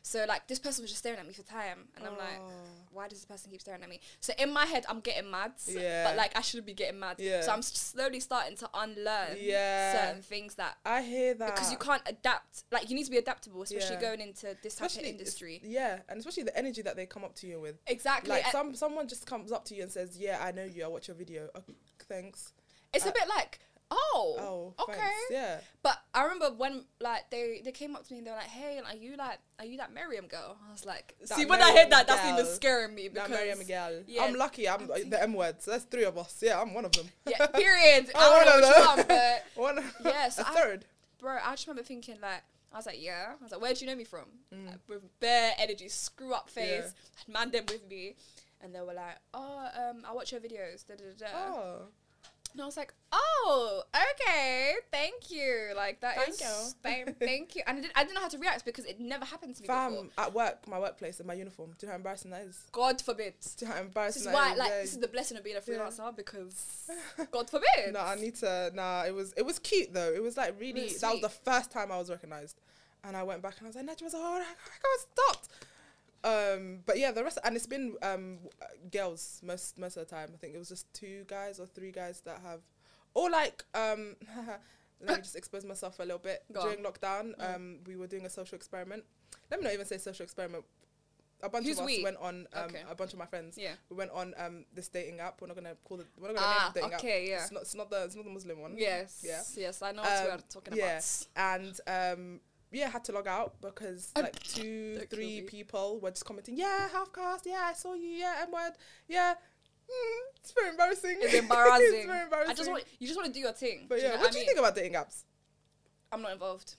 [SPEAKER 1] So like this person was just staring at me for time, and I'm like,
[SPEAKER 2] Oh.
[SPEAKER 1] why does this person keep staring at me? So in my head, I'm getting mad,
[SPEAKER 2] Yeah.
[SPEAKER 1] but like I shouldn't be getting mad.
[SPEAKER 2] Yeah.
[SPEAKER 1] So I'm s- slowly starting to unlearn
[SPEAKER 2] Yeah.
[SPEAKER 1] certain things that
[SPEAKER 2] I hear that.
[SPEAKER 1] because you can't adapt. Like you need to be adaptable, especially
[SPEAKER 2] Yeah.
[SPEAKER 1] going into this type of
[SPEAKER 2] Especially-
[SPEAKER 1] industry.
[SPEAKER 2] Yeah, and especially the energy that they come up to you with.
[SPEAKER 1] Exactly. eh
[SPEAKER 2] Like
[SPEAKER 1] and-
[SPEAKER 2] some someone just comes up to you and says, "Yeah, I know you. I watch your video. Okay, thanks."
[SPEAKER 1] It's a bit like, oh,
[SPEAKER 2] uh, Oh,
[SPEAKER 1] okay.
[SPEAKER 2] thanks. Yeah.
[SPEAKER 1] But I remember when like they they came up to me and they were like, hey, are you like are you that Miriam girl? I was like, see when I heard
[SPEAKER 2] Miriam
[SPEAKER 1] that, that's even
[SPEAKER 2] girl.
[SPEAKER 1] scaring me
[SPEAKER 2] That
[SPEAKER 1] because
[SPEAKER 2] Maria
[SPEAKER 1] *laughs*
[SPEAKER 2] Miguel.
[SPEAKER 1] yeah.
[SPEAKER 2] I'm lucky. I'm uh, the M words. There's three of us. Yeah, I'm one of them. *laughs*
[SPEAKER 1] yeah, period.
[SPEAKER 2] I'm
[SPEAKER 1] I don't know which one,
[SPEAKER 2] of them.
[SPEAKER 1] but
[SPEAKER 2] *laughs* one.
[SPEAKER 1] Yeah, so
[SPEAKER 2] a
[SPEAKER 1] I-
[SPEAKER 2] third.
[SPEAKER 1] bro, I just remember thinking like. I was like, yeah. I was like, where do you know me from? Like, with bare energy, screw up face, had man them with me, and they were like, oh, um, I watch your videos, da da da. da.
[SPEAKER 2] Oh.
[SPEAKER 1] And I was like, oh, okay, thank you. Like that
[SPEAKER 2] Thank
[SPEAKER 1] is,
[SPEAKER 2] you.
[SPEAKER 1] thank, thank you. And I didn't, I didn't know how to react because it never happened to me before.
[SPEAKER 2] Fam, at work, my workplace, in my uniform. Do you know how embarrassing that is?
[SPEAKER 1] God forbid.
[SPEAKER 2] Do you know how
[SPEAKER 1] This
[SPEAKER 2] embarrassing
[SPEAKER 1] is
[SPEAKER 2] that
[SPEAKER 1] why,
[SPEAKER 2] is?
[SPEAKER 1] like,
[SPEAKER 2] Yeah.
[SPEAKER 1] this is the blessing of being a
[SPEAKER 2] Yeah.
[SPEAKER 1] freelancer because
[SPEAKER 2] *laughs*
[SPEAKER 1] God forbid.
[SPEAKER 2] No, I need to. Nah, it was it was cute though. It was like really.
[SPEAKER 1] Really
[SPEAKER 2] that was
[SPEAKER 1] sweet.
[SPEAKER 2] the first time I was recognized, and I went back and I was like, Najma Zahara, I can't stop. Um, but yeah, the rest and it's been um, girls most most of the time. I think it was just two guys or three guys that have, or like um, *laughs* let me just expose myself for a little bit.
[SPEAKER 1] Go Mm.
[SPEAKER 2] During lockdown, um, we were doing a social experiment. Let me not even say social experiment. A bunch
[SPEAKER 1] Who's
[SPEAKER 2] of us
[SPEAKER 1] we?
[SPEAKER 2] went on. Um,
[SPEAKER 1] Okay.
[SPEAKER 2] A bunch of my friends.
[SPEAKER 1] Yeah.
[SPEAKER 2] We went on um, this dating app. We're not gonna call it. We're not gonna
[SPEAKER 1] Ah,
[SPEAKER 2] name the dating app.
[SPEAKER 1] okay, yeah.
[SPEAKER 2] It's not. It's not the. It's not the Muslim one.
[SPEAKER 1] Yes.
[SPEAKER 2] Yeah.
[SPEAKER 1] Yes, I know what
[SPEAKER 2] Um,
[SPEAKER 1] we're talking
[SPEAKER 2] *laughs* yeah.
[SPEAKER 1] about.
[SPEAKER 2] and um yeah, had to log out because
[SPEAKER 1] Um,
[SPEAKER 2] like two,
[SPEAKER 1] *laughs* that
[SPEAKER 2] three
[SPEAKER 1] killed me.
[SPEAKER 2] people were just commenting, yeah, half cast, yeah, I saw you, yeah, M word, yeah. Mm, *laughs* it's very embarrassing.
[SPEAKER 1] It's embarrassing.
[SPEAKER 2] it's very embarrassing.
[SPEAKER 1] I just want you just want to do your thing.
[SPEAKER 2] but
[SPEAKER 1] do you
[SPEAKER 2] yeah,
[SPEAKER 1] know
[SPEAKER 2] what
[SPEAKER 1] I
[SPEAKER 2] do you
[SPEAKER 1] mean?
[SPEAKER 2] think about dating apps?
[SPEAKER 1] I'm not
[SPEAKER 2] *laughs*
[SPEAKER 1] involved.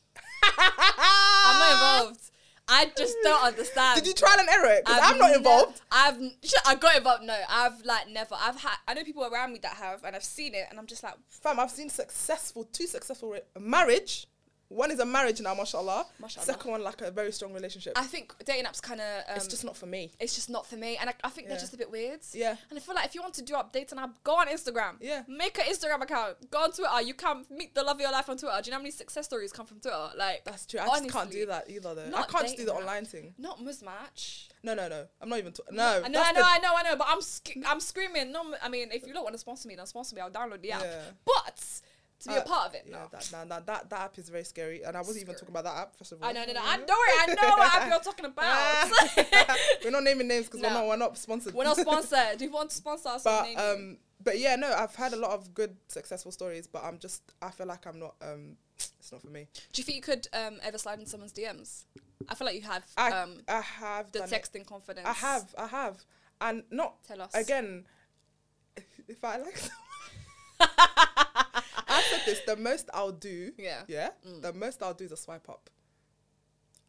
[SPEAKER 1] I'm not involved. I just don't understand.
[SPEAKER 2] Did you trial and error it? Because
[SPEAKER 1] I've
[SPEAKER 2] I'm not
[SPEAKER 1] ne-
[SPEAKER 2] involved.
[SPEAKER 1] I've n- shit, I got involved. No, I've like never. I've had. I know people around me that have, and I've seen it, and I'm just like,
[SPEAKER 2] Fam, I've seen successful, two successful re- marriage. One is a marriage now, mashallah.
[SPEAKER 1] Mashallah.
[SPEAKER 2] Second one, like a very strong relationship.
[SPEAKER 1] I think dating apps kind of. Um,
[SPEAKER 2] it's just not for me.
[SPEAKER 1] it's just not for me, and I, I think
[SPEAKER 2] Yeah.
[SPEAKER 1] they're just a bit weird.
[SPEAKER 2] Yeah.
[SPEAKER 1] And I feel like if you want to do updates and app, go on Instagram.
[SPEAKER 2] Yeah.
[SPEAKER 1] Make an Instagram account. Go on Twitter. You can meet the love of your life on Twitter. Do you know how many success stories come from Twitter? Like
[SPEAKER 2] That's true. I just can't
[SPEAKER 1] honestly.
[SPEAKER 2] do that either, though. I
[SPEAKER 1] Not
[SPEAKER 2] can't just do the
[SPEAKER 1] dating app.
[SPEAKER 2] online thing.
[SPEAKER 1] Not Muzmatch.
[SPEAKER 2] No, no, no. I'm not even. T- no.
[SPEAKER 1] I know,
[SPEAKER 2] that's
[SPEAKER 1] I know,
[SPEAKER 2] the-
[SPEAKER 1] I know, I know, but I'm sc- I'm screaming. No, I mean, if you don't want to sponsor me, then sponsor me. I'll download the app.
[SPEAKER 2] Yeah.
[SPEAKER 1] But to be a
[SPEAKER 2] Uh,
[SPEAKER 1] part of it,
[SPEAKER 2] Yeah,
[SPEAKER 1] no.
[SPEAKER 2] that, nah, nah, that that app is very scary, and I wasn't even
[SPEAKER 1] Scary.
[SPEAKER 2] talking about that app first of all.
[SPEAKER 1] I know, no, no.
[SPEAKER 2] *laughs*
[SPEAKER 1] I know it. I know what app you're talking about. *laughs*
[SPEAKER 2] we're not naming names because we're
[SPEAKER 1] No.
[SPEAKER 2] not we're not sponsored.
[SPEAKER 1] We're not sponsored. Do you want to sponsor us?
[SPEAKER 2] *laughs* but
[SPEAKER 1] name you.
[SPEAKER 2] um, but yeah, no, I've had a lot of good successful stories, but I'm just I feel like I'm not um, it's not for me.
[SPEAKER 1] do you think you could um, ever slide in someone's DMs? I feel like you have
[SPEAKER 2] I
[SPEAKER 1] um,
[SPEAKER 2] I have
[SPEAKER 1] the
[SPEAKER 2] done it.
[SPEAKER 1] texting confidence.
[SPEAKER 2] I have I have, and not
[SPEAKER 1] Tell us.
[SPEAKER 2] again. *laughs* If I like *laughs* someone, I said this. The most I'll do,
[SPEAKER 1] *laughs* Yeah. Mm.
[SPEAKER 2] yeah, the most I'll do is a swipe up.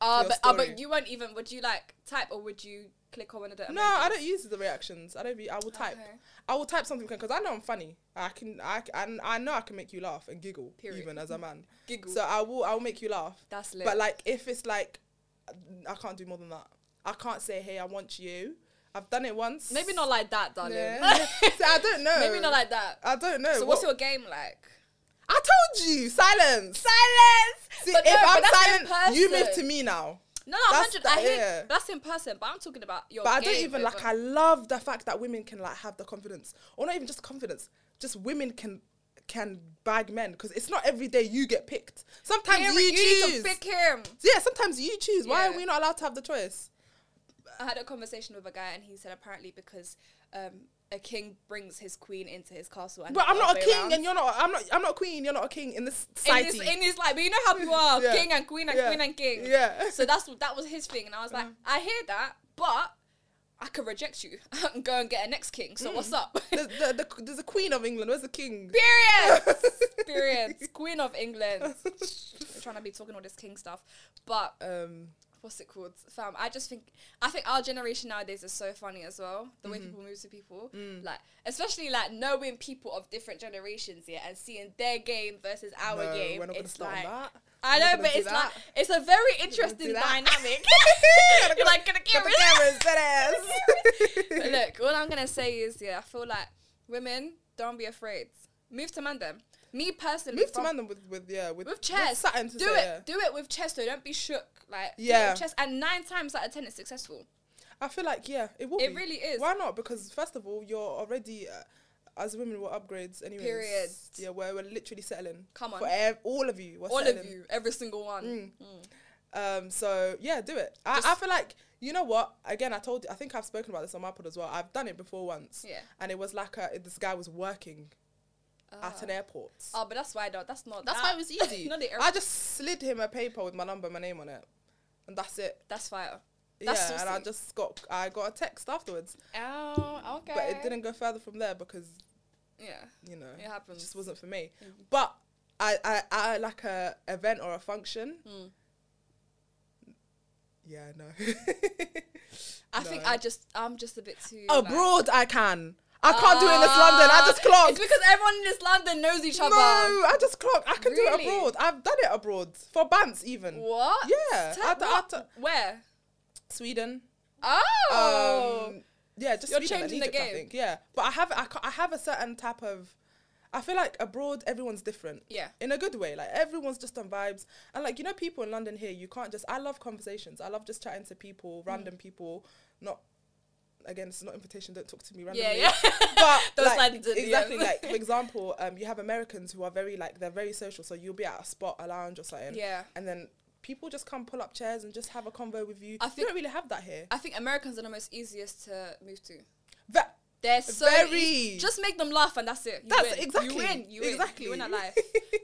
[SPEAKER 1] Uh,
[SPEAKER 2] your
[SPEAKER 1] but, uh,
[SPEAKER 2] story.
[SPEAKER 1] but you won't even. Would you like type or would you click on one of the?
[SPEAKER 2] No, I don't use the reactions. I don't. Be, I will type.
[SPEAKER 1] Okay.
[SPEAKER 2] I will type something because I know I'm funny. I can. I, c- and I know I can make you laugh and giggle,
[SPEAKER 1] Period.
[SPEAKER 2] even as a man.
[SPEAKER 1] Giggle.
[SPEAKER 2] So I will. I will make you laugh.
[SPEAKER 1] That's lit.
[SPEAKER 2] But like, if it's like, I can't do more than that. I can't say, "Hey, I want you." I've done it once. *laughs*
[SPEAKER 1] Maybe not like that, darling.
[SPEAKER 2] Yeah. so I don't know.
[SPEAKER 1] *laughs* Maybe not like that.
[SPEAKER 2] I don't know.
[SPEAKER 1] so what's your game like?
[SPEAKER 2] I told
[SPEAKER 1] *laughs*
[SPEAKER 2] you silence.
[SPEAKER 1] Silence.
[SPEAKER 2] See,
[SPEAKER 1] But
[SPEAKER 2] if
[SPEAKER 1] no, but
[SPEAKER 2] I'm
[SPEAKER 1] that's in
[SPEAKER 2] silent, you move to
[SPEAKER 1] person.
[SPEAKER 2] me now.
[SPEAKER 1] No, no,
[SPEAKER 2] That's
[SPEAKER 1] hundred.
[SPEAKER 2] the-
[SPEAKER 1] I hear
[SPEAKER 2] yeah.
[SPEAKER 1] that's in person, but I'm talking about your.
[SPEAKER 2] But I don't
[SPEAKER 1] game
[SPEAKER 2] even
[SPEAKER 1] over-
[SPEAKER 2] like. I love the fact that women can like have the confidence, or not even just confidence. Just women can can bag men because it's not every day you get picked. Sometimes
[SPEAKER 1] Here,
[SPEAKER 2] you,
[SPEAKER 1] you need
[SPEAKER 2] choose.
[SPEAKER 1] to pick him.
[SPEAKER 2] yeah, sometimes you choose. Why are
[SPEAKER 1] Yeah.
[SPEAKER 2] we not allowed to have the choice?
[SPEAKER 1] I had a conversation with a guy, and he said apparently because um, a king brings his queen into his castle. And
[SPEAKER 2] But
[SPEAKER 1] the
[SPEAKER 2] I'm not
[SPEAKER 1] other
[SPEAKER 2] a
[SPEAKER 1] way
[SPEAKER 2] king,
[SPEAKER 1] around.
[SPEAKER 2] and you're not. I'm not. I'm not a queen. You're not a king in this
[SPEAKER 1] in
[SPEAKER 2] society.
[SPEAKER 1] this, in this like, but you know how people are
[SPEAKER 2] Yeah.
[SPEAKER 1] king and queen and
[SPEAKER 2] Yeah.
[SPEAKER 1] queen and king.
[SPEAKER 2] Yeah. Mm.
[SPEAKER 1] So that's that was his thing, and I was like, I hear that, but I could reject you *laughs* and go and get a next king. So
[SPEAKER 2] Mm.
[SPEAKER 1] what's up? *laughs*
[SPEAKER 2] there's, the, the, there's a queen of England. Where's the king? *laughs*
[SPEAKER 1] Experience, experience, Queen of England. We're trying to be talking all this king stuff, but
[SPEAKER 2] Um,
[SPEAKER 1] what's it called, fam? I just think I think our generation nowadays is so funny as well. The way
[SPEAKER 2] Mm-hmm.
[SPEAKER 1] people move to people,
[SPEAKER 2] Mm.
[SPEAKER 1] like especially like knowing people of different generations, yeah, and seeing their game versus our
[SPEAKER 2] no,
[SPEAKER 1] game.
[SPEAKER 2] we're not gonna
[SPEAKER 1] Oh, it's
[SPEAKER 2] start on
[SPEAKER 1] like
[SPEAKER 2] that.
[SPEAKER 1] I
[SPEAKER 2] We're not
[SPEAKER 1] know,
[SPEAKER 2] gonna
[SPEAKER 1] but
[SPEAKER 2] do
[SPEAKER 1] it's
[SPEAKER 2] that.
[SPEAKER 1] like it's a very
[SPEAKER 2] do
[SPEAKER 1] interesting
[SPEAKER 2] that.
[SPEAKER 1] dynamic.
[SPEAKER 2] *laughs* Gotta
[SPEAKER 1] *laughs* You're
[SPEAKER 2] go-
[SPEAKER 1] like gonna
[SPEAKER 2] Got
[SPEAKER 1] get
[SPEAKER 2] the
[SPEAKER 1] rid of
[SPEAKER 2] cameras, deadass.
[SPEAKER 1] *laughs* but look, all I'm gonna say is, yeah, I feel like women don't be afraid. Move to man them. Me personally,
[SPEAKER 2] Move to
[SPEAKER 1] from-
[SPEAKER 2] man them with, with yeah with
[SPEAKER 1] with chest.
[SPEAKER 2] With satin to
[SPEAKER 1] do
[SPEAKER 2] say,
[SPEAKER 1] it.
[SPEAKER 2] yeah.
[SPEAKER 1] Do it with chest. Though don't be shook. Like do it
[SPEAKER 2] Yeah.
[SPEAKER 1] with chest. And nine times out of ten, it's successful.
[SPEAKER 2] I feel like yeah, it will.
[SPEAKER 1] It
[SPEAKER 2] be.
[SPEAKER 1] really is.
[SPEAKER 2] Why not? Because first of all, you're already uh, as women we're upgrades anyway.
[SPEAKER 1] Period.
[SPEAKER 2] Yeah, we're, we're literally settling.
[SPEAKER 1] Come on.
[SPEAKER 2] for ev- all of you. We're
[SPEAKER 1] all
[SPEAKER 2] settling.
[SPEAKER 1] of you, every single one.
[SPEAKER 2] Mm. Um, so yeah, do it. I, I
[SPEAKER 1] Just-
[SPEAKER 2] feel like you know what? Again, I told you. I think I've spoken about this on my pod as well. I've done it before once.
[SPEAKER 1] Yeah.
[SPEAKER 2] And it was like a, this guy was working at an airport.
[SPEAKER 1] Oh, but that's why though. That's not.
[SPEAKER 2] Ah, That's
[SPEAKER 1] that-
[SPEAKER 2] why it was *laughs* easy.
[SPEAKER 1] *laughs* not the air-
[SPEAKER 2] I just slid him a paper with my number, my name on it, and that's it.
[SPEAKER 1] that's fire. That's
[SPEAKER 2] yeah,
[SPEAKER 1] so
[SPEAKER 2] and I
[SPEAKER 1] sick.
[SPEAKER 2] just got I got a text afterwards,
[SPEAKER 1] Oh, okay.
[SPEAKER 2] but it didn't go further from there because
[SPEAKER 1] Yeah.
[SPEAKER 2] you know
[SPEAKER 1] It happens.
[SPEAKER 2] just wasn't for me. But I I, I like a event or a function.
[SPEAKER 1] Hmm.
[SPEAKER 2] Yeah, no. *laughs*
[SPEAKER 1] I think
[SPEAKER 2] No.
[SPEAKER 1] I just. I'm just a bit too. like-
[SPEAKER 2] Abroad, I can. Oh, I can't do it in this London. I just
[SPEAKER 1] Ah,
[SPEAKER 2] clocked.
[SPEAKER 1] It's because everyone in this London knows each other.
[SPEAKER 2] no, I just clocked. I can do it
[SPEAKER 1] Really?
[SPEAKER 2] abroad. I've done it abroad for bands even.
[SPEAKER 1] What?
[SPEAKER 2] Yeah,
[SPEAKER 1] Te-
[SPEAKER 2] I d- I
[SPEAKER 1] what?
[SPEAKER 2] d-
[SPEAKER 1] Where?
[SPEAKER 2] Sweden.
[SPEAKER 1] Oh.
[SPEAKER 2] um, yeah, just
[SPEAKER 1] You're
[SPEAKER 2] Sweden and
[SPEAKER 1] Oh. changing the
[SPEAKER 2] Egypt, I
[SPEAKER 1] game.
[SPEAKER 2] think. Yeah, but I have I, ca- I have a certain type of I feel like abroad, everyone's different.
[SPEAKER 1] Yeah.
[SPEAKER 2] In a good way. Like, everyone's just on vibes. And, like, you know, people in London here, you can't just. I love conversations. I love just chatting to
[SPEAKER 1] Mm.
[SPEAKER 2] people, random people, not. Again, it's not invitation. Don't talk to me randomly.
[SPEAKER 1] Yeah, yeah.
[SPEAKER 2] *laughs*
[SPEAKER 1] *laughs*
[SPEAKER 2] But
[SPEAKER 1] Don't
[SPEAKER 2] like,
[SPEAKER 1] slide into the
[SPEAKER 2] exactly,
[SPEAKER 1] DMs.
[SPEAKER 2] like for example, um, you have Americans who are very like they're very social. So you'll be at a spot, a lounge or something.
[SPEAKER 1] Yeah.
[SPEAKER 2] And then people just come pull up chairs and just have a convo with you.
[SPEAKER 1] I
[SPEAKER 2] I
[SPEAKER 1] think-
[SPEAKER 2] don't really have that here.
[SPEAKER 1] I think Americans are the most easiest to move to.
[SPEAKER 2] That
[SPEAKER 1] They're so
[SPEAKER 2] Very.
[SPEAKER 1] easy. just make them laugh and that's it. You
[SPEAKER 2] That's
[SPEAKER 1] win.
[SPEAKER 2] exactly-
[SPEAKER 1] you win. You win.
[SPEAKER 2] exactly.
[SPEAKER 1] You win at
[SPEAKER 2] *laughs*
[SPEAKER 1] life,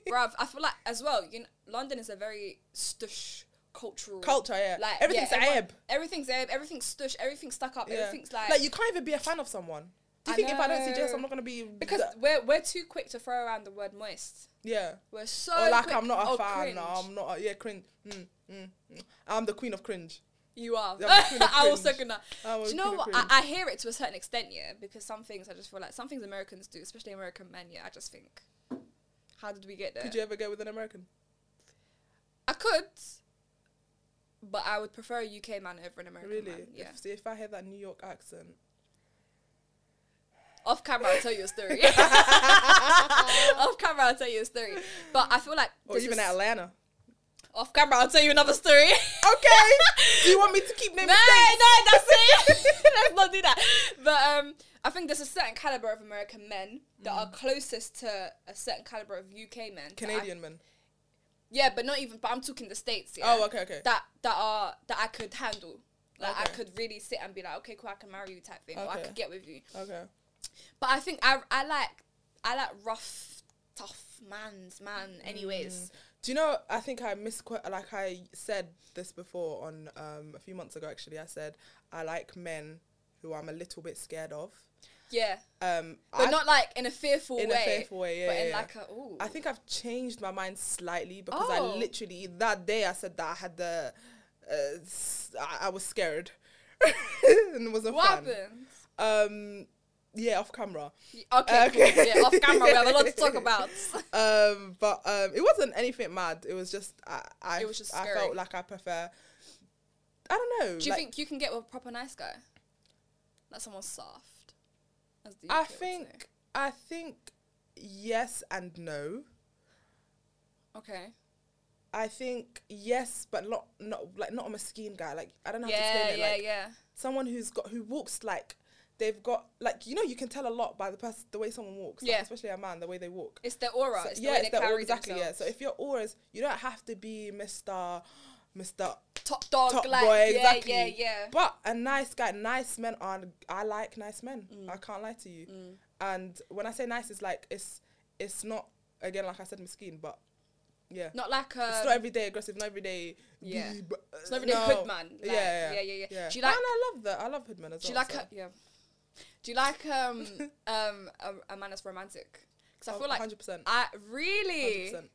[SPEAKER 1] bruv. I feel like as well. You know, London is a very stush cultural
[SPEAKER 2] culture, yeah.
[SPEAKER 1] Like
[SPEAKER 2] everything's
[SPEAKER 1] yeah, everyone-
[SPEAKER 2] Arab.
[SPEAKER 1] Everything's Arab. Everything's stush. Everything's stuck up.
[SPEAKER 2] Yeah.
[SPEAKER 1] Everything's like,
[SPEAKER 2] you can't even be a fan of someone. Do you
[SPEAKER 1] I
[SPEAKER 2] think if I don't see
[SPEAKER 1] know.
[SPEAKER 2] Jess, I'm not gonna be
[SPEAKER 1] because we're we're too quick to throw around the word moist.
[SPEAKER 2] yeah.
[SPEAKER 1] We're so
[SPEAKER 2] or like
[SPEAKER 1] quick-
[SPEAKER 2] I'm not a
[SPEAKER 1] oh,
[SPEAKER 2] fan. um,
[SPEAKER 1] cringe.
[SPEAKER 2] Or I'm not a, yeah cringe. Mm, mm, mm. I'm the queen of cringe.
[SPEAKER 1] You are.
[SPEAKER 2] Yeah, I'm a queen of
[SPEAKER 1] *laughs* I will
[SPEAKER 2] cringe.
[SPEAKER 1] second that.
[SPEAKER 2] I'm a
[SPEAKER 1] Do you know
[SPEAKER 2] queen of
[SPEAKER 1] what? I,
[SPEAKER 2] cringe.
[SPEAKER 1] I hear it to a certain extent, yeah, because some things I just feel like some things Americans do, especially American men, yeah. I just think, how did we get there?
[SPEAKER 2] Could you ever go with an American?
[SPEAKER 1] I could, but I would prefer a UK man over an American
[SPEAKER 2] really?
[SPEAKER 1] man. Yeah.
[SPEAKER 2] If, see, if I hear that New York accent,
[SPEAKER 1] Off camera, I'll tell you a
[SPEAKER 2] *laughs*
[SPEAKER 1] story. *laughs* Off camera, I'll tell you a story. But I feel like
[SPEAKER 2] or
[SPEAKER 1] this
[SPEAKER 2] even
[SPEAKER 1] is-
[SPEAKER 2] Atlanta.
[SPEAKER 1] off camera, I'll tell you another
[SPEAKER 2] *laughs*
[SPEAKER 1] story.
[SPEAKER 2] Okay. Do you want me to keep
[SPEAKER 1] No,
[SPEAKER 2] naming
[SPEAKER 1] no,
[SPEAKER 2] states?
[SPEAKER 1] that's it.
[SPEAKER 2] *laughs*
[SPEAKER 1] *laughs* Let's not do that. But um, I think there's a certain caliber of American men that are closest to a certain caliber of UK men. that I-
[SPEAKER 2] Mm. Canadian men.
[SPEAKER 1] yeah, but not even. But I'm talking the states. Yeah,
[SPEAKER 2] Oh, okay, okay.
[SPEAKER 1] That that are that I could handle. Like I
[SPEAKER 2] Okay.
[SPEAKER 1] could really sit and be like, okay, cool, I can marry you type thing, or I
[SPEAKER 2] Okay.
[SPEAKER 1] could get with you.
[SPEAKER 2] okay.
[SPEAKER 1] But I think I I like I like rough, tough man's man.
[SPEAKER 2] Mm.
[SPEAKER 1] Anyways,
[SPEAKER 2] Do you know? I think I misquote. Like I said this before on um, a few months ago. Actually, I said I like men who I'm a little bit scared of.
[SPEAKER 1] yeah,
[SPEAKER 2] Um,
[SPEAKER 1] but
[SPEAKER 2] I,
[SPEAKER 1] not like in a fearful
[SPEAKER 2] in
[SPEAKER 1] way.
[SPEAKER 2] a fearful way. Yeah,
[SPEAKER 1] but
[SPEAKER 2] yeah,
[SPEAKER 1] in
[SPEAKER 2] yeah.
[SPEAKER 1] like a ooh.
[SPEAKER 2] I think I've changed my mind slightly because I
[SPEAKER 1] Oh.
[SPEAKER 2] literally that day I said that I had the, uh, s- I, I was scared, *laughs* and it wasn't
[SPEAKER 1] what
[SPEAKER 2] fun.
[SPEAKER 1] happened?
[SPEAKER 2] Um, yeah, off camera.
[SPEAKER 1] Okay,
[SPEAKER 2] Uh, Okay.
[SPEAKER 1] cool. yeah, off camera, we have a lot to
[SPEAKER 2] *laughs*
[SPEAKER 1] talk about.
[SPEAKER 2] um, but um, it wasn't anything mad. It was just I. I
[SPEAKER 1] It was just
[SPEAKER 2] I
[SPEAKER 1] scary.
[SPEAKER 2] felt like I prefer. I don't know.
[SPEAKER 1] Do you
[SPEAKER 2] like,
[SPEAKER 1] think you can get with a proper nice guy? Like someone soft. As the UK
[SPEAKER 2] I
[SPEAKER 1] would say.
[SPEAKER 2] think I think yes and no.
[SPEAKER 1] Okay.
[SPEAKER 2] I think yes, but not not like not a mesquite guy. Like I don't know how to
[SPEAKER 1] Yeah,
[SPEAKER 2] explain it.
[SPEAKER 1] yeah,
[SPEAKER 2] like
[SPEAKER 1] yeah.
[SPEAKER 2] someone who's got who walks like they've got like you know you can tell a lot by the person the way someone walks. like,
[SPEAKER 1] Yeah.
[SPEAKER 2] especially a man the way they walk.
[SPEAKER 1] It's their aura.
[SPEAKER 2] So-
[SPEAKER 1] it's the
[SPEAKER 2] yeah,
[SPEAKER 1] way they
[SPEAKER 2] it's their aura,
[SPEAKER 1] carry
[SPEAKER 2] exactly. Yeah.
[SPEAKER 1] themselves.
[SPEAKER 2] So if your auras, you don't have to be Mister Mister
[SPEAKER 1] top dog,
[SPEAKER 2] top
[SPEAKER 1] like,
[SPEAKER 2] boy,
[SPEAKER 1] yeah,
[SPEAKER 2] exactly.
[SPEAKER 1] yeah, yeah.
[SPEAKER 2] But a nice guy, nice men are. I like nice men.
[SPEAKER 1] Mm.
[SPEAKER 2] I can't lie to you. And when I say nice, it's like it's it's not again like I said, mesquite, but yeah,
[SPEAKER 1] Not like a.
[SPEAKER 2] it's not everyday aggressive, not everyday.
[SPEAKER 1] Yeah.
[SPEAKER 2] be- but- uh,
[SPEAKER 1] It's not everyday hood man, like,
[SPEAKER 2] yeah,
[SPEAKER 1] yeah,
[SPEAKER 2] yeah,
[SPEAKER 1] yeah, yeah. Do you
[SPEAKER 2] And
[SPEAKER 1] like-
[SPEAKER 2] I love that. I love hoodmen as
[SPEAKER 1] do you
[SPEAKER 2] well.
[SPEAKER 1] like
[SPEAKER 2] so.
[SPEAKER 1] a, yeah? Do you like
[SPEAKER 2] *laughs*
[SPEAKER 1] um um a, a man that's romantic? Because I
[SPEAKER 2] Oh,
[SPEAKER 1] feel like
[SPEAKER 2] 100%.
[SPEAKER 1] I really.
[SPEAKER 2] 100%.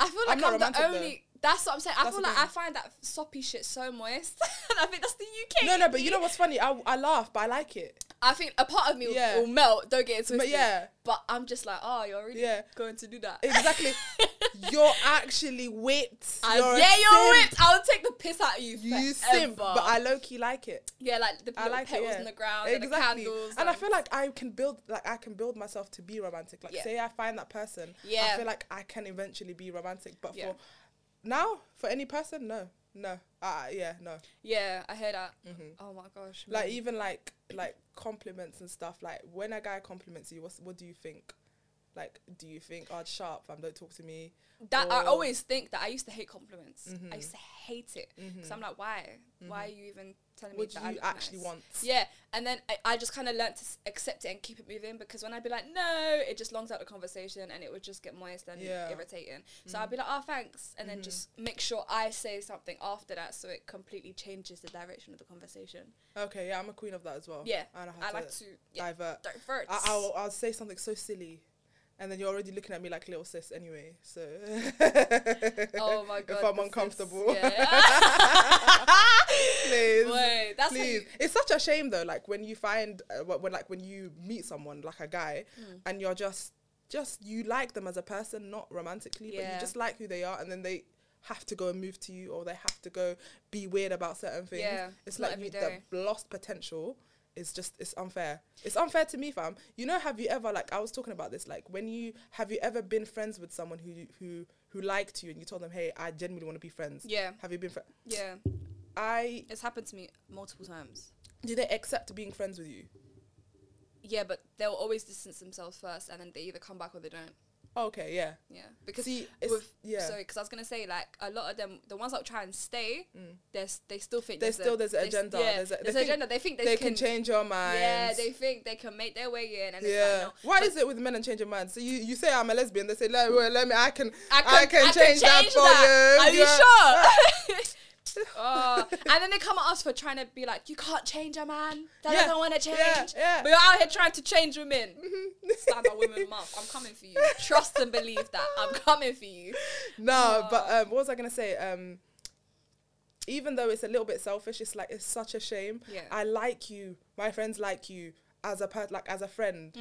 [SPEAKER 1] I feel like
[SPEAKER 2] I'm
[SPEAKER 1] I'm,
[SPEAKER 2] not
[SPEAKER 1] the
[SPEAKER 2] romantic, though.
[SPEAKER 1] only. That's what I'm saying. I
[SPEAKER 2] That's
[SPEAKER 1] feel
[SPEAKER 2] the
[SPEAKER 1] like
[SPEAKER 2] thing.
[SPEAKER 1] I find that soppy shit so moist. *laughs* and I think that's the UK.
[SPEAKER 2] No, no, but
[SPEAKER 1] in
[SPEAKER 2] you
[SPEAKER 1] me.
[SPEAKER 2] know what's funny? I, I laugh, but I
[SPEAKER 1] *laughs*
[SPEAKER 2] like it.
[SPEAKER 1] I think a part of me will-
[SPEAKER 2] Yeah.
[SPEAKER 1] will, melt. Don't get it twisted.
[SPEAKER 2] yeah.
[SPEAKER 1] But I'm just like, oh, you're really
[SPEAKER 2] Yeah.
[SPEAKER 1] going to do that.
[SPEAKER 2] Exactly. you're actually whipped.
[SPEAKER 1] *laughs* I-
[SPEAKER 2] you're a
[SPEAKER 1] yeah, you're
[SPEAKER 2] simp.
[SPEAKER 1] whipped. I'll take the piss out of you.
[SPEAKER 2] You
[SPEAKER 1] forever.
[SPEAKER 2] simp, but I low key like it.
[SPEAKER 1] yeah, like the
[SPEAKER 2] I
[SPEAKER 1] little
[SPEAKER 2] like
[SPEAKER 1] petals
[SPEAKER 2] it, yeah.
[SPEAKER 1] on the ground and the
[SPEAKER 2] exactly.
[SPEAKER 1] candles.
[SPEAKER 2] and I feel like I can build, like I can build myself to be romantic. Like
[SPEAKER 1] Yeah.
[SPEAKER 2] say I find that person,
[SPEAKER 1] Yeah.
[SPEAKER 2] I feel like I can eventually be romantic. But
[SPEAKER 1] Yeah.
[SPEAKER 2] for now, for any person, no, no, uh, yeah, no.
[SPEAKER 1] yeah, I heard that.
[SPEAKER 2] Mm-hmm.
[SPEAKER 1] Oh my gosh.
[SPEAKER 2] Like
[SPEAKER 1] man.
[SPEAKER 2] even like like compliments and stuff. Like when a guy compliments you, what what do you think? Like, do you think, oh, sharp, um, don't talk to me?
[SPEAKER 1] that I
[SPEAKER 2] or-
[SPEAKER 1] always think that I used to hate compliments.
[SPEAKER 2] Mm-hmm.
[SPEAKER 1] I used to hate it because I'm like, why? Why are you even telling me
[SPEAKER 2] What do
[SPEAKER 1] that I
[SPEAKER 2] Mm-hmm. you
[SPEAKER 1] look
[SPEAKER 2] actually
[SPEAKER 1] nice?
[SPEAKER 2] want?
[SPEAKER 1] Yeah, and then I, I just kind of learned to s- accept it and keep it moving because when I'd be like, no, it just longs out the conversation and it would just get moist and
[SPEAKER 2] Yeah. Mm. Mm-hmm.
[SPEAKER 1] irritating. So I'd be like, oh, thanks, and then just make sure I say something after that so it completely changes the direction of the conversation.
[SPEAKER 2] Okay, yeah, I'm a queen of that as well.
[SPEAKER 1] Yeah,
[SPEAKER 2] and I, have
[SPEAKER 1] I
[SPEAKER 2] to
[SPEAKER 1] like to yeah,
[SPEAKER 2] divert.
[SPEAKER 1] divert.
[SPEAKER 2] I, I'll, I'll say something so silly, and then you're already looking at me like little sis anyway. So *laughs*
[SPEAKER 1] oh my god,
[SPEAKER 2] if I'm
[SPEAKER 1] this is-
[SPEAKER 2] uncomfortable, *laughs*
[SPEAKER 1] Yeah. *laughs*
[SPEAKER 2] please,
[SPEAKER 1] Wait, that's how
[SPEAKER 2] please.
[SPEAKER 1] you-
[SPEAKER 2] It's such a shame though. Like when you find uh, wh- when like when you meet someone like a guy,
[SPEAKER 1] Mm.
[SPEAKER 2] and you're just just you like them as a person, not romantically, but
[SPEAKER 1] Yeah.
[SPEAKER 2] you just like who they are, and then they have to go and move to you, or they have to go be weird about certain things.
[SPEAKER 1] Yeah,
[SPEAKER 2] it's
[SPEAKER 1] not
[SPEAKER 2] like
[SPEAKER 1] every
[SPEAKER 2] you,
[SPEAKER 1] day.
[SPEAKER 2] the lost potential it's just it's unfair. It's unfair to me, fam. You know, have you ever like I was talking about this like when you have you ever been friends with someone who who who liked you and you told them, hey, I genuinely want to be friends.
[SPEAKER 1] Yeah.
[SPEAKER 2] Have you been? Fr-
[SPEAKER 1] Yeah.
[SPEAKER 2] I
[SPEAKER 1] It's happened to me multiple times.
[SPEAKER 2] do they accept being friends with you?
[SPEAKER 1] Yeah, but they'll always distance themselves first, and then they either come back or they don't.
[SPEAKER 2] Okay, yeah.
[SPEAKER 1] Yeah, because
[SPEAKER 2] See, it's-
[SPEAKER 1] with,
[SPEAKER 2] yeah.
[SPEAKER 1] sorry, because I was gonna say like a lot of them, the ones that try and stay, there's they still think
[SPEAKER 2] Mm. There's still- there's an
[SPEAKER 1] they s-
[SPEAKER 2] agenda,
[SPEAKER 1] Yeah,
[SPEAKER 2] there's
[SPEAKER 1] there's,
[SPEAKER 2] a- they
[SPEAKER 1] an
[SPEAKER 2] think
[SPEAKER 1] agenda. They think
[SPEAKER 2] They,
[SPEAKER 1] they,
[SPEAKER 2] can, change your mind.
[SPEAKER 1] Yeah, they think they can make their way in, and
[SPEAKER 2] Yeah.
[SPEAKER 1] it's like, no.
[SPEAKER 2] Why is it with men and change your mind? So you, you say I'm a lesbian. They say, let, well, let me. I can. I can, change, that for
[SPEAKER 1] Are
[SPEAKER 2] you.
[SPEAKER 1] you
[SPEAKER 2] *laughs*
[SPEAKER 1] sure? *laughs* oh, and then they come at us for trying to be like, you can't change a man that
[SPEAKER 2] Yeah,
[SPEAKER 1] doesn't want to change.
[SPEAKER 2] yeah, yeah. Mm-hmm.
[SPEAKER 1] But you're out here trying to change women. Stand by
[SPEAKER 2] *laughs*
[SPEAKER 1] women month. I'm coming for you. Trust and believe that I'm coming for you.
[SPEAKER 2] No, but um, what was I gonna say? Um, even though it's a little bit selfish, it's like it's such a shame.
[SPEAKER 1] Yeah.
[SPEAKER 2] I like you. My friends like you as a per- like as a friend.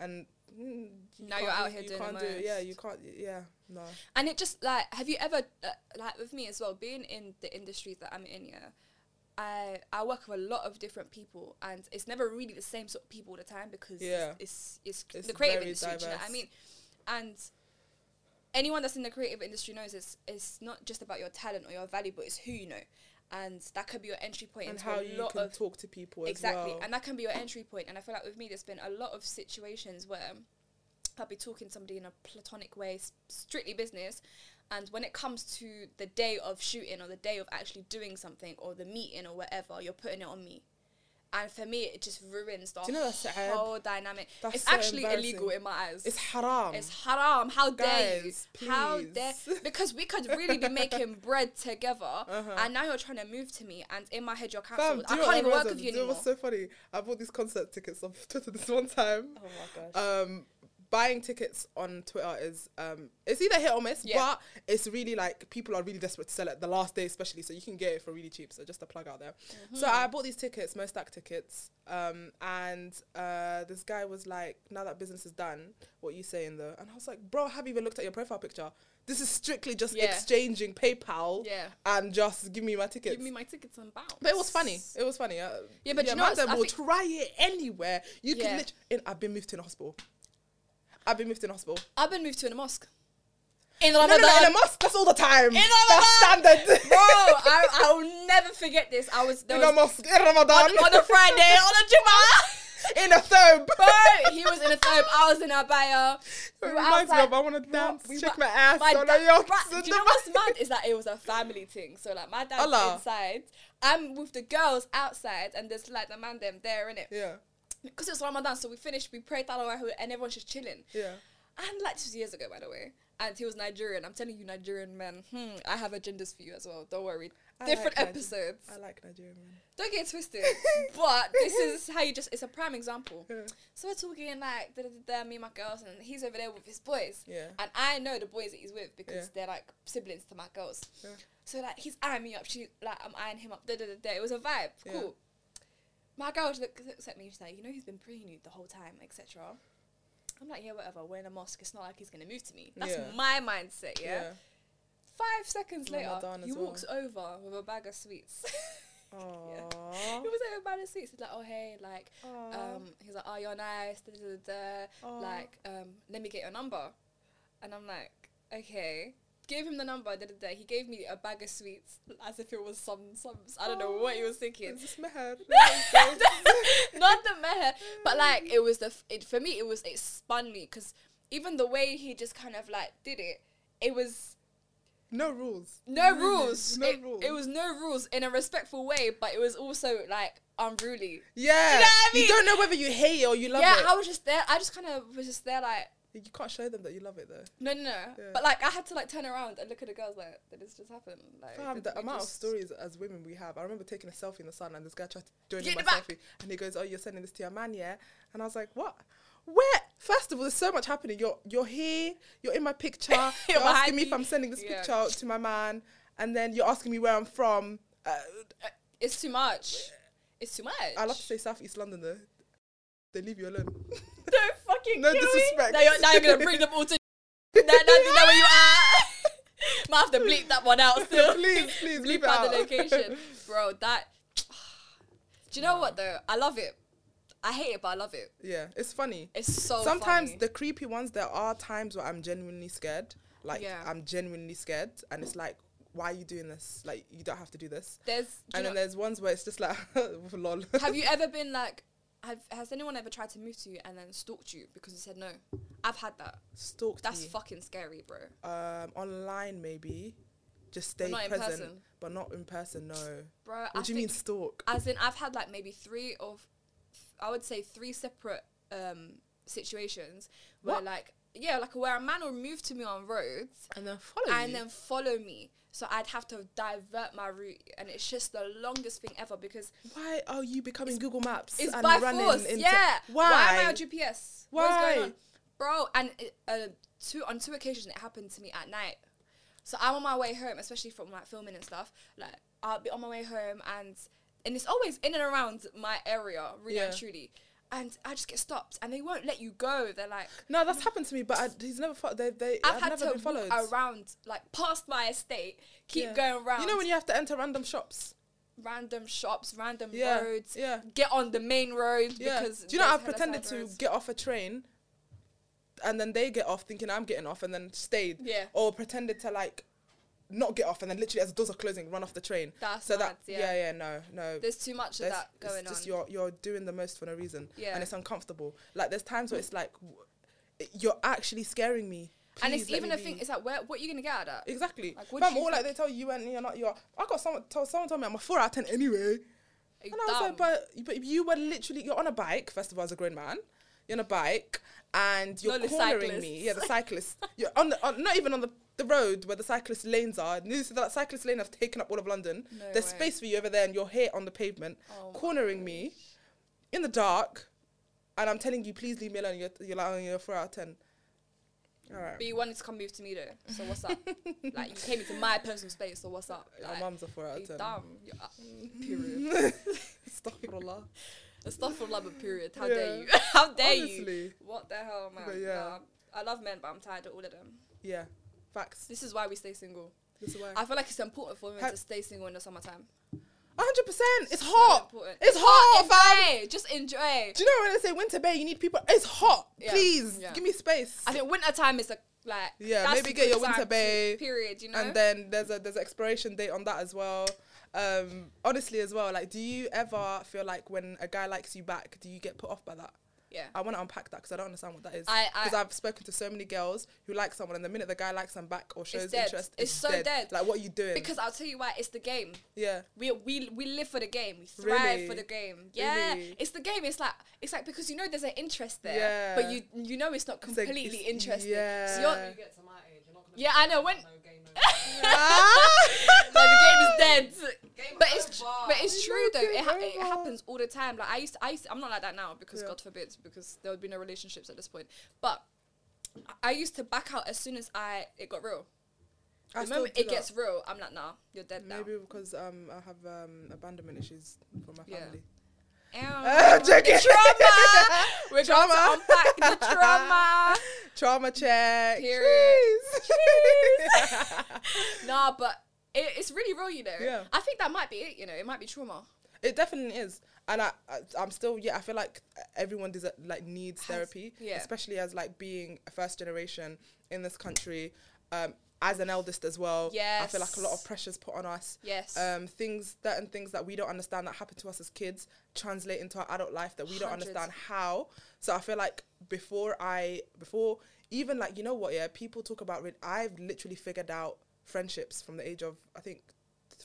[SPEAKER 2] And mm, you
[SPEAKER 1] Now you're
[SPEAKER 2] can't-
[SPEAKER 1] out here
[SPEAKER 2] you
[SPEAKER 1] doing the
[SPEAKER 2] can't do it. Yeah,
[SPEAKER 1] most.
[SPEAKER 2] you can't. Yeah, no.
[SPEAKER 1] And it just like, have you ever uh, like with me as well? Being in the industry that I'm in, yeah, I I work with a lot of different people, and it's never really the same sort of people all the time because
[SPEAKER 2] Yeah.
[SPEAKER 1] it's, it's it's
[SPEAKER 2] It's
[SPEAKER 1] the creative
[SPEAKER 2] very
[SPEAKER 1] industry. Do you know what I
[SPEAKER 2] diverse.
[SPEAKER 1] mean? And anyone that's in the creative industry knows it's it's not just about your talent or your value, but it's who you know, and that could be your entry point
[SPEAKER 2] And
[SPEAKER 1] into
[SPEAKER 2] how
[SPEAKER 1] a
[SPEAKER 2] you
[SPEAKER 1] lot
[SPEAKER 2] can
[SPEAKER 1] of
[SPEAKER 2] talk to people as
[SPEAKER 1] exactly
[SPEAKER 2] well.
[SPEAKER 1] and that can be your entry point and i feel like with me there's been a lot of situations where i'll be talking to somebody in a platonic way s- strictly business and when it comes to the day of shooting or the day of actually doing something or the meeting or whatever you're putting it on me and for me it just ruins the
[SPEAKER 2] Do you know that's sad?
[SPEAKER 1] whole dynamic
[SPEAKER 2] That's
[SPEAKER 1] it's
[SPEAKER 2] so
[SPEAKER 1] actually illegal
[SPEAKER 2] embarrassing.
[SPEAKER 1] in my eyes
[SPEAKER 2] it's haram.
[SPEAKER 1] it's haram. How dare
[SPEAKER 2] Guys,
[SPEAKER 1] you? How
[SPEAKER 2] please. *laughs*
[SPEAKER 1] dare? Because we could really be making bread together, and now you're trying to move to me, and in my head you're
[SPEAKER 2] Uh-huh. Fam,
[SPEAKER 1] cancelled.
[SPEAKER 2] do
[SPEAKER 1] I
[SPEAKER 2] you know
[SPEAKER 1] can't
[SPEAKER 2] what
[SPEAKER 1] even work
[SPEAKER 2] realised?
[SPEAKER 1] with you
[SPEAKER 2] Do you know
[SPEAKER 1] anymore.
[SPEAKER 2] what's so funny? I bought these concert tickets off Twitter this one time.
[SPEAKER 1] Oh my gosh.
[SPEAKER 2] Um, buying tickets on Twitter is um, it's either hit or miss,
[SPEAKER 1] Yeah.
[SPEAKER 2] but it's really like people are really desperate to sell it the last day, especially. So you can get it for really cheap. So just a plug out there.
[SPEAKER 1] Mm-hmm.
[SPEAKER 2] So I bought these tickets, most stack tickets, um, and uh, this guy was like, "Now that business is done, what you saying though?" And I was like, "Bro, I haven't even looked at your profile picture." This is strictly just
[SPEAKER 1] Yeah.
[SPEAKER 2] exchanging PayPal
[SPEAKER 1] Yeah.
[SPEAKER 2] and just give me my tickets.
[SPEAKER 1] Give me my tickets and bounce.
[SPEAKER 2] But it was funny. It was funny. Uh,
[SPEAKER 1] Yeah, but you know
[SPEAKER 2] man
[SPEAKER 1] what's-
[SPEAKER 2] them
[SPEAKER 1] I
[SPEAKER 2] will
[SPEAKER 1] think-
[SPEAKER 2] try it anywhere. You
[SPEAKER 1] Yeah.
[SPEAKER 2] can literally. And I've been moved to a hospital. I've been moved to a hospital.
[SPEAKER 1] I've been moved to in a mosque. In
[SPEAKER 2] No, no,
[SPEAKER 1] Ramadan.
[SPEAKER 2] no, in a mosque. That's all the time.
[SPEAKER 1] In
[SPEAKER 2] That's
[SPEAKER 1] Ramadan.
[SPEAKER 2] standard. *laughs*
[SPEAKER 1] Bro, I, I'll never forget this. I was, there
[SPEAKER 2] in a
[SPEAKER 1] was
[SPEAKER 2] mosque. In Ramadan.
[SPEAKER 1] on, on a Friday, on a
[SPEAKER 2] *laughs*
[SPEAKER 1] Jummah.
[SPEAKER 2] in a thobe.
[SPEAKER 1] Bro, he was in a thobe. I was in a bio.
[SPEAKER 2] It reminds me of I want to dance, shake my ass on a
[SPEAKER 1] da-
[SPEAKER 2] yacht.
[SPEAKER 1] right, do you know what's mad is that it was a family thing. So like my dad's
[SPEAKER 2] Allah.
[SPEAKER 1] inside, I'm with the girls outside, and there's like the man them there in it.
[SPEAKER 2] *laughs* Yeah,
[SPEAKER 1] Because it's Ramadan, so we finished, we prayed Tarawih, and everyone's just chilling.
[SPEAKER 2] yeah.
[SPEAKER 1] And like two years ago, by the way. And he was Nigerian. I'm telling you, Nigerian men. Hmm, I have agendas for you as well. Don't worry.
[SPEAKER 2] I
[SPEAKER 1] Different
[SPEAKER 2] like Niger-
[SPEAKER 1] episodes.
[SPEAKER 2] I like Nigerian men.
[SPEAKER 1] Don't get it twisted. *laughs* but this is how you just. It's a prime example. So we're talking like da, da, da, da, me and my girls, and he's over there with his boys.
[SPEAKER 2] Yeah.
[SPEAKER 1] And I know the boys that he's with because
[SPEAKER 2] Yeah.
[SPEAKER 1] they're like siblings to my girls.
[SPEAKER 2] Yeah.
[SPEAKER 1] So like he's eyeing me up. She like I'm eyeing him up. Da, da, da, da. It was a vibe.
[SPEAKER 2] Yeah.
[SPEAKER 1] Cool. My girl look- looks at me. She's like, you know, he's been pre nude the whole time, etc. I'm like, yeah, whatever. We're in a mosque. It's not like he's gonna move to me. That's
[SPEAKER 2] Yeah.
[SPEAKER 1] my mindset. Yeah. Five seconds later,
[SPEAKER 2] Ramadan
[SPEAKER 1] he
[SPEAKER 2] as well.
[SPEAKER 1] walks over with a bag of sweets. *laughs*
[SPEAKER 2] yeah.
[SPEAKER 1] He
[SPEAKER 2] Aww.
[SPEAKER 1] was like about his seats. He's like, oh hey, like,
[SPEAKER 2] Aww.
[SPEAKER 1] um, he's like, oh you're nice, da, da, da, da.
[SPEAKER 2] Aw.
[SPEAKER 1] like, um, let me get your number, and I'm like, okay. Gave him the number. Da, da, da. He gave me a bag of sweets as if it was some some. I don't know what he was thinking.
[SPEAKER 2] Is this meher?
[SPEAKER 1] *laughs*
[SPEAKER 2] Oh.
[SPEAKER 1] Not the meher, but like it was the. F- it, for me, it was it spun me because even the way he just kind of like did it, it was
[SPEAKER 2] no rules.
[SPEAKER 1] no
[SPEAKER 2] Really,
[SPEAKER 1] rules.
[SPEAKER 2] No
[SPEAKER 1] it,
[SPEAKER 2] rules.
[SPEAKER 1] it was no rules in a respectful way, but it was also like unruly.
[SPEAKER 2] Yeah.
[SPEAKER 1] You know what I mean?
[SPEAKER 2] You don't know whether you hate it or you love
[SPEAKER 1] yeah,
[SPEAKER 2] it.
[SPEAKER 1] I was just there. I just kind of was just there, like
[SPEAKER 2] You can't show them that you love it though.
[SPEAKER 1] no, no, no.
[SPEAKER 2] Yeah.
[SPEAKER 1] But like, I had to like turn around and look at the girls like, did this just happen? Like,
[SPEAKER 2] Fam,
[SPEAKER 1] did
[SPEAKER 2] the
[SPEAKER 1] we
[SPEAKER 2] amount
[SPEAKER 1] just-
[SPEAKER 2] of stories as women we have. I remember taking a selfie in the sun and this guy tried to join
[SPEAKER 1] Get
[SPEAKER 2] in my
[SPEAKER 1] it back.
[SPEAKER 2] selfie and he goes, Oh, you're sending this to your man, yeah? And I was like, What? Where? First of all, there's so much happening. You're you're here, you're in my picture, you're,
[SPEAKER 1] *laughs* You're behind
[SPEAKER 2] asking me if
[SPEAKER 1] me.
[SPEAKER 2] I'm sending this
[SPEAKER 1] Yeah.
[SPEAKER 2] picture to my man, and then you're asking me where I'm from. Uh,
[SPEAKER 1] It's too much. It's too much.
[SPEAKER 2] I love to say Southeast London though. They leave you alone.
[SPEAKER 1] *laughs* Don't fucking
[SPEAKER 2] No
[SPEAKER 1] kill me.
[SPEAKER 2] disrespect.
[SPEAKER 1] Now you're, now you're gonna bring them
[SPEAKER 2] *laughs*
[SPEAKER 1] all to. now, now they know where you are. *laughs* Might have to bleep that one out still.
[SPEAKER 2] please, please, leave
[SPEAKER 1] bleep
[SPEAKER 2] it
[SPEAKER 1] out *sighs*
[SPEAKER 2] out.
[SPEAKER 1] the location, bro. That. Do you know what though? I love it. I hate it, but I love it.
[SPEAKER 2] *laughs* Yeah, it's funny.
[SPEAKER 1] It's so
[SPEAKER 2] Sometimes
[SPEAKER 1] Oh, funny.
[SPEAKER 2] the creepy ones, there are times where I'm genuinely scared. Like
[SPEAKER 1] Yeah.
[SPEAKER 2] I'm genuinely scared, and it's like, why are you doing this? Like you don't have to do this.
[SPEAKER 1] there's. do you
[SPEAKER 2] and
[SPEAKER 1] know-
[SPEAKER 2] then there's ones where it's just like, *laughs* lol. *laughs*
[SPEAKER 1] have you ever been like? Have, has anyone ever tried to move to you and then stalked you because you said no? I've had that.
[SPEAKER 2] Stalked
[SPEAKER 1] That's
[SPEAKER 2] me.
[SPEAKER 1] fucking scary, bro.
[SPEAKER 2] um, online maybe. Just stay
[SPEAKER 1] But not in
[SPEAKER 2] present,
[SPEAKER 1] person.
[SPEAKER 2] but not in person. No. What
[SPEAKER 1] Bro, I
[SPEAKER 2] do you
[SPEAKER 1] think-
[SPEAKER 2] mean stalk?
[SPEAKER 1] As in, I've had like maybe three or, f- I would say three separate um situations where
[SPEAKER 2] What?
[SPEAKER 1] like yeah, like where a man will move to me on roads
[SPEAKER 2] And then follow
[SPEAKER 1] and then follow me. So I'd have to divert my route, and it's just the longest thing ever because
[SPEAKER 2] Why are you becoming Google Maps?
[SPEAKER 1] it's
[SPEAKER 2] and
[SPEAKER 1] by
[SPEAKER 2] running
[SPEAKER 1] force.
[SPEAKER 2] into-
[SPEAKER 1] yeah.
[SPEAKER 2] Why?
[SPEAKER 1] am I on GPS? What's
[SPEAKER 2] Why?
[SPEAKER 1] going on, bro? And it, uh, two on two occasions it happened to me at night. So I'm on my way home, especially from like filming and stuff. Like I'll be on my way home, and and it's always in and around my area, really and
[SPEAKER 2] Yeah.
[SPEAKER 1] truly. And I just get stopped, and they won't let you go. They're like,
[SPEAKER 2] no, that's happened to me, but I, he's never followed. They, they,
[SPEAKER 1] I've,
[SPEAKER 2] I've,
[SPEAKER 1] had
[SPEAKER 2] never
[SPEAKER 1] to
[SPEAKER 2] been followed.
[SPEAKER 1] walk around, like past my estate, keep
[SPEAKER 2] Yeah.
[SPEAKER 1] going around.
[SPEAKER 2] You know when you have to enter random shops?
[SPEAKER 1] random shops, random
[SPEAKER 2] Yeah,
[SPEAKER 1] roads.
[SPEAKER 2] yeah.
[SPEAKER 1] Get on the main road
[SPEAKER 2] Yeah.
[SPEAKER 1] because
[SPEAKER 2] Do you know
[SPEAKER 1] there's
[SPEAKER 2] I've
[SPEAKER 1] hella
[SPEAKER 2] pretended
[SPEAKER 1] side
[SPEAKER 2] to
[SPEAKER 1] roads.
[SPEAKER 2] get off a train and then they get off thinking I'm getting off and then stayed.
[SPEAKER 1] Yeah.
[SPEAKER 2] Or pretended to like not get off and then literally as the doors are closing, run off the train.
[SPEAKER 1] That's
[SPEAKER 2] so
[SPEAKER 1] mad,
[SPEAKER 2] that
[SPEAKER 1] yeah.
[SPEAKER 2] yeah, no, no.
[SPEAKER 1] There's too much of
[SPEAKER 2] There's-
[SPEAKER 1] that going
[SPEAKER 2] it's just
[SPEAKER 1] on.
[SPEAKER 2] you're you're doing the most for no reason.
[SPEAKER 1] Yeah.
[SPEAKER 2] And it's uncomfortable. Like there's times where it's like w- it- you're actually scaring me.
[SPEAKER 1] and it's
[SPEAKER 2] Please let
[SPEAKER 1] even
[SPEAKER 2] me
[SPEAKER 1] a thing.
[SPEAKER 2] be.
[SPEAKER 1] It's like, where, what are you gonna get out of that?
[SPEAKER 2] Exactly.
[SPEAKER 1] Like,
[SPEAKER 2] But
[SPEAKER 1] what
[SPEAKER 2] Fam,
[SPEAKER 1] do you
[SPEAKER 2] all like they tell you and you're not you're I got someone told someone told me I'm a four out of ten anyway.
[SPEAKER 1] Are you
[SPEAKER 2] And I was
[SPEAKER 1] dumb?
[SPEAKER 2] like, but, but you were literally, you're on a bike, first of all, as a grown man. You're on a bike and you're
[SPEAKER 1] Not the
[SPEAKER 2] cornering
[SPEAKER 1] cyclists.
[SPEAKER 2] me. Yeah, the cyclist.
[SPEAKER 1] *laughs*
[SPEAKER 2] you're on the, on, not even on the, the road where the cyclist lanes are. You see that cyclist lane have taken up all of London.
[SPEAKER 1] No
[SPEAKER 2] There's
[SPEAKER 1] way.
[SPEAKER 2] space for you over there and you're here on the pavement,
[SPEAKER 1] Oh my
[SPEAKER 2] cornering me in the dark. And I'm telling you, please leave me alone. You're, you're like, oh, you're four out of ten. All right.
[SPEAKER 1] but you wanted to come move to me though. So what's
[SPEAKER 2] *laughs*
[SPEAKER 1] up? like you came into my personal space. So what's up?
[SPEAKER 2] My
[SPEAKER 1] Like,
[SPEAKER 2] mum's a four out
[SPEAKER 1] are
[SPEAKER 2] of
[SPEAKER 1] you
[SPEAKER 2] ten. *laughs*
[SPEAKER 1] dumb? You're, uh, period. *laughs*
[SPEAKER 2] Astaghfirullah.
[SPEAKER 1] It's not for love. But period. How
[SPEAKER 2] Yeah.
[SPEAKER 1] dare you? *laughs* How dare you?
[SPEAKER 2] Honestly.
[SPEAKER 1] What the hell, man?
[SPEAKER 2] But yeah.
[SPEAKER 1] Nah, I love men, but I'm tired of all of them.
[SPEAKER 2] Yeah. Facts.
[SPEAKER 1] This is why we stay single.
[SPEAKER 2] This is why.
[SPEAKER 1] I feel like it's important for women
[SPEAKER 2] Have-
[SPEAKER 1] to stay single in the summertime.
[SPEAKER 2] hundred percent. It's
[SPEAKER 1] So
[SPEAKER 2] hot.
[SPEAKER 1] important.
[SPEAKER 2] It's hot, fam.
[SPEAKER 1] Enjoy. Just enjoy.
[SPEAKER 2] Do you know when they say winter bay? You need people. It's hot.
[SPEAKER 1] Yeah.
[SPEAKER 2] Please
[SPEAKER 1] Yeah.
[SPEAKER 2] give me space.
[SPEAKER 1] I think winter time is a like
[SPEAKER 2] Yeah,
[SPEAKER 1] that's
[SPEAKER 2] maybe
[SPEAKER 1] a
[SPEAKER 2] get
[SPEAKER 1] good
[SPEAKER 2] your
[SPEAKER 1] time
[SPEAKER 2] winter
[SPEAKER 1] to-
[SPEAKER 2] bay
[SPEAKER 1] period. You know,
[SPEAKER 2] And then there's a there's an expiration date on that as well. Um, honestly, as well, like, do you ever feel like when a guy likes you back, do you get put off by that?
[SPEAKER 1] yeah,
[SPEAKER 2] I want to unpack that because I don't understand what that is.
[SPEAKER 1] I- I-
[SPEAKER 2] Because I've spoken to so many girls who like someone, and the minute the guy likes them back or shows
[SPEAKER 1] dead.
[SPEAKER 2] interest,
[SPEAKER 1] It's so dead.
[SPEAKER 2] Like, what are you doing?
[SPEAKER 1] because I'll tell you why it's the game. *laughs*
[SPEAKER 2] yeah,
[SPEAKER 1] We, we, we live for the game. We thrive for
[SPEAKER 2] Really?
[SPEAKER 1] the game. Yeah,
[SPEAKER 2] Really?
[SPEAKER 1] it's the game. It's like it's like because you know there's an interest there,
[SPEAKER 2] Yeah.
[SPEAKER 1] but you you know it's not
[SPEAKER 2] like,
[SPEAKER 1] completely
[SPEAKER 2] it's-
[SPEAKER 1] interesting. So
[SPEAKER 2] yeah.
[SPEAKER 1] you're,
[SPEAKER 3] you get to my age, you're not gonna
[SPEAKER 1] Yeah,
[SPEAKER 3] be
[SPEAKER 1] I know,
[SPEAKER 3] like,
[SPEAKER 1] when-
[SPEAKER 3] no game,
[SPEAKER 1] *laughs*
[SPEAKER 3] no
[SPEAKER 1] like the game is dead.
[SPEAKER 3] Game
[SPEAKER 1] But it's tr-
[SPEAKER 3] over.
[SPEAKER 1] but it's true though. It, ha- it
[SPEAKER 2] over.
[SPEAKER 1] happens all the time. Like I used, to, I used to- I'm not like that now because
[SPEAKER 2] oh Yeah.
[SPEAKER 1] God forbid, because there would be no relationships at this point. But I- I used to back out as soon as I it got real.
[SPEAKER 2] *laughs* I
[SPEAKER 1] the moment
[SPEAKER 2] still do
[SPEAKER 1] it
[SPEAKER 2] that.
[SPEAKER 1] gets real, I'm like, nah, you're dead now.
[SPEAKER 2] Maybe because um, I have um, abandonment issues from my
[SPEAKER 1] Yeah.
[SPEAKER 2] family. *laughs*
[SPEAKER 1] Ow.
[SPEAKER 2] joking. *laughs*
[SPEAKER 1] Trauma. We're
[SPEAKER 2] Trauma.
[SPEAKER 1] going to
[SPEAKER 2] *laughs*
[SPEAKER 1] unpack the trauma.
[SPEAKER 2] Trauma check.
[SPEAKER 1] Period.
[SPEAKER 2] Jeez. *laughs*
[SPEAKER 1] nah, but it, it's really real, you know.
[SPEAKER 2] Yeah.
[SPEAKER 1] I think that might be it. You know, it might be trauma.
[SPEAKER 2] it definitely is, and I, I I'm still yeah. I feel like everyone does like needs therapy,
[SPEAKER 1] yeah.
[SPEAKER 2] especially as like being a first generation in this country, um, as an eldest as well. I feel like a lot
[SPEAKER 1] Yes.
[SPEAKER 2] of pressures put on us.
[SPEAKER 1] Yes.
[SPEAKER 2] Um, things certain things that we don't understand that happen to us as kids translate into our adult life that we don't
[SPEAKER 1] Hundreds.
[SPEAKER 2] understand how. So I feel like before I before even like you know what yeah people talk about re- I've literally figured out friendships from the age of I think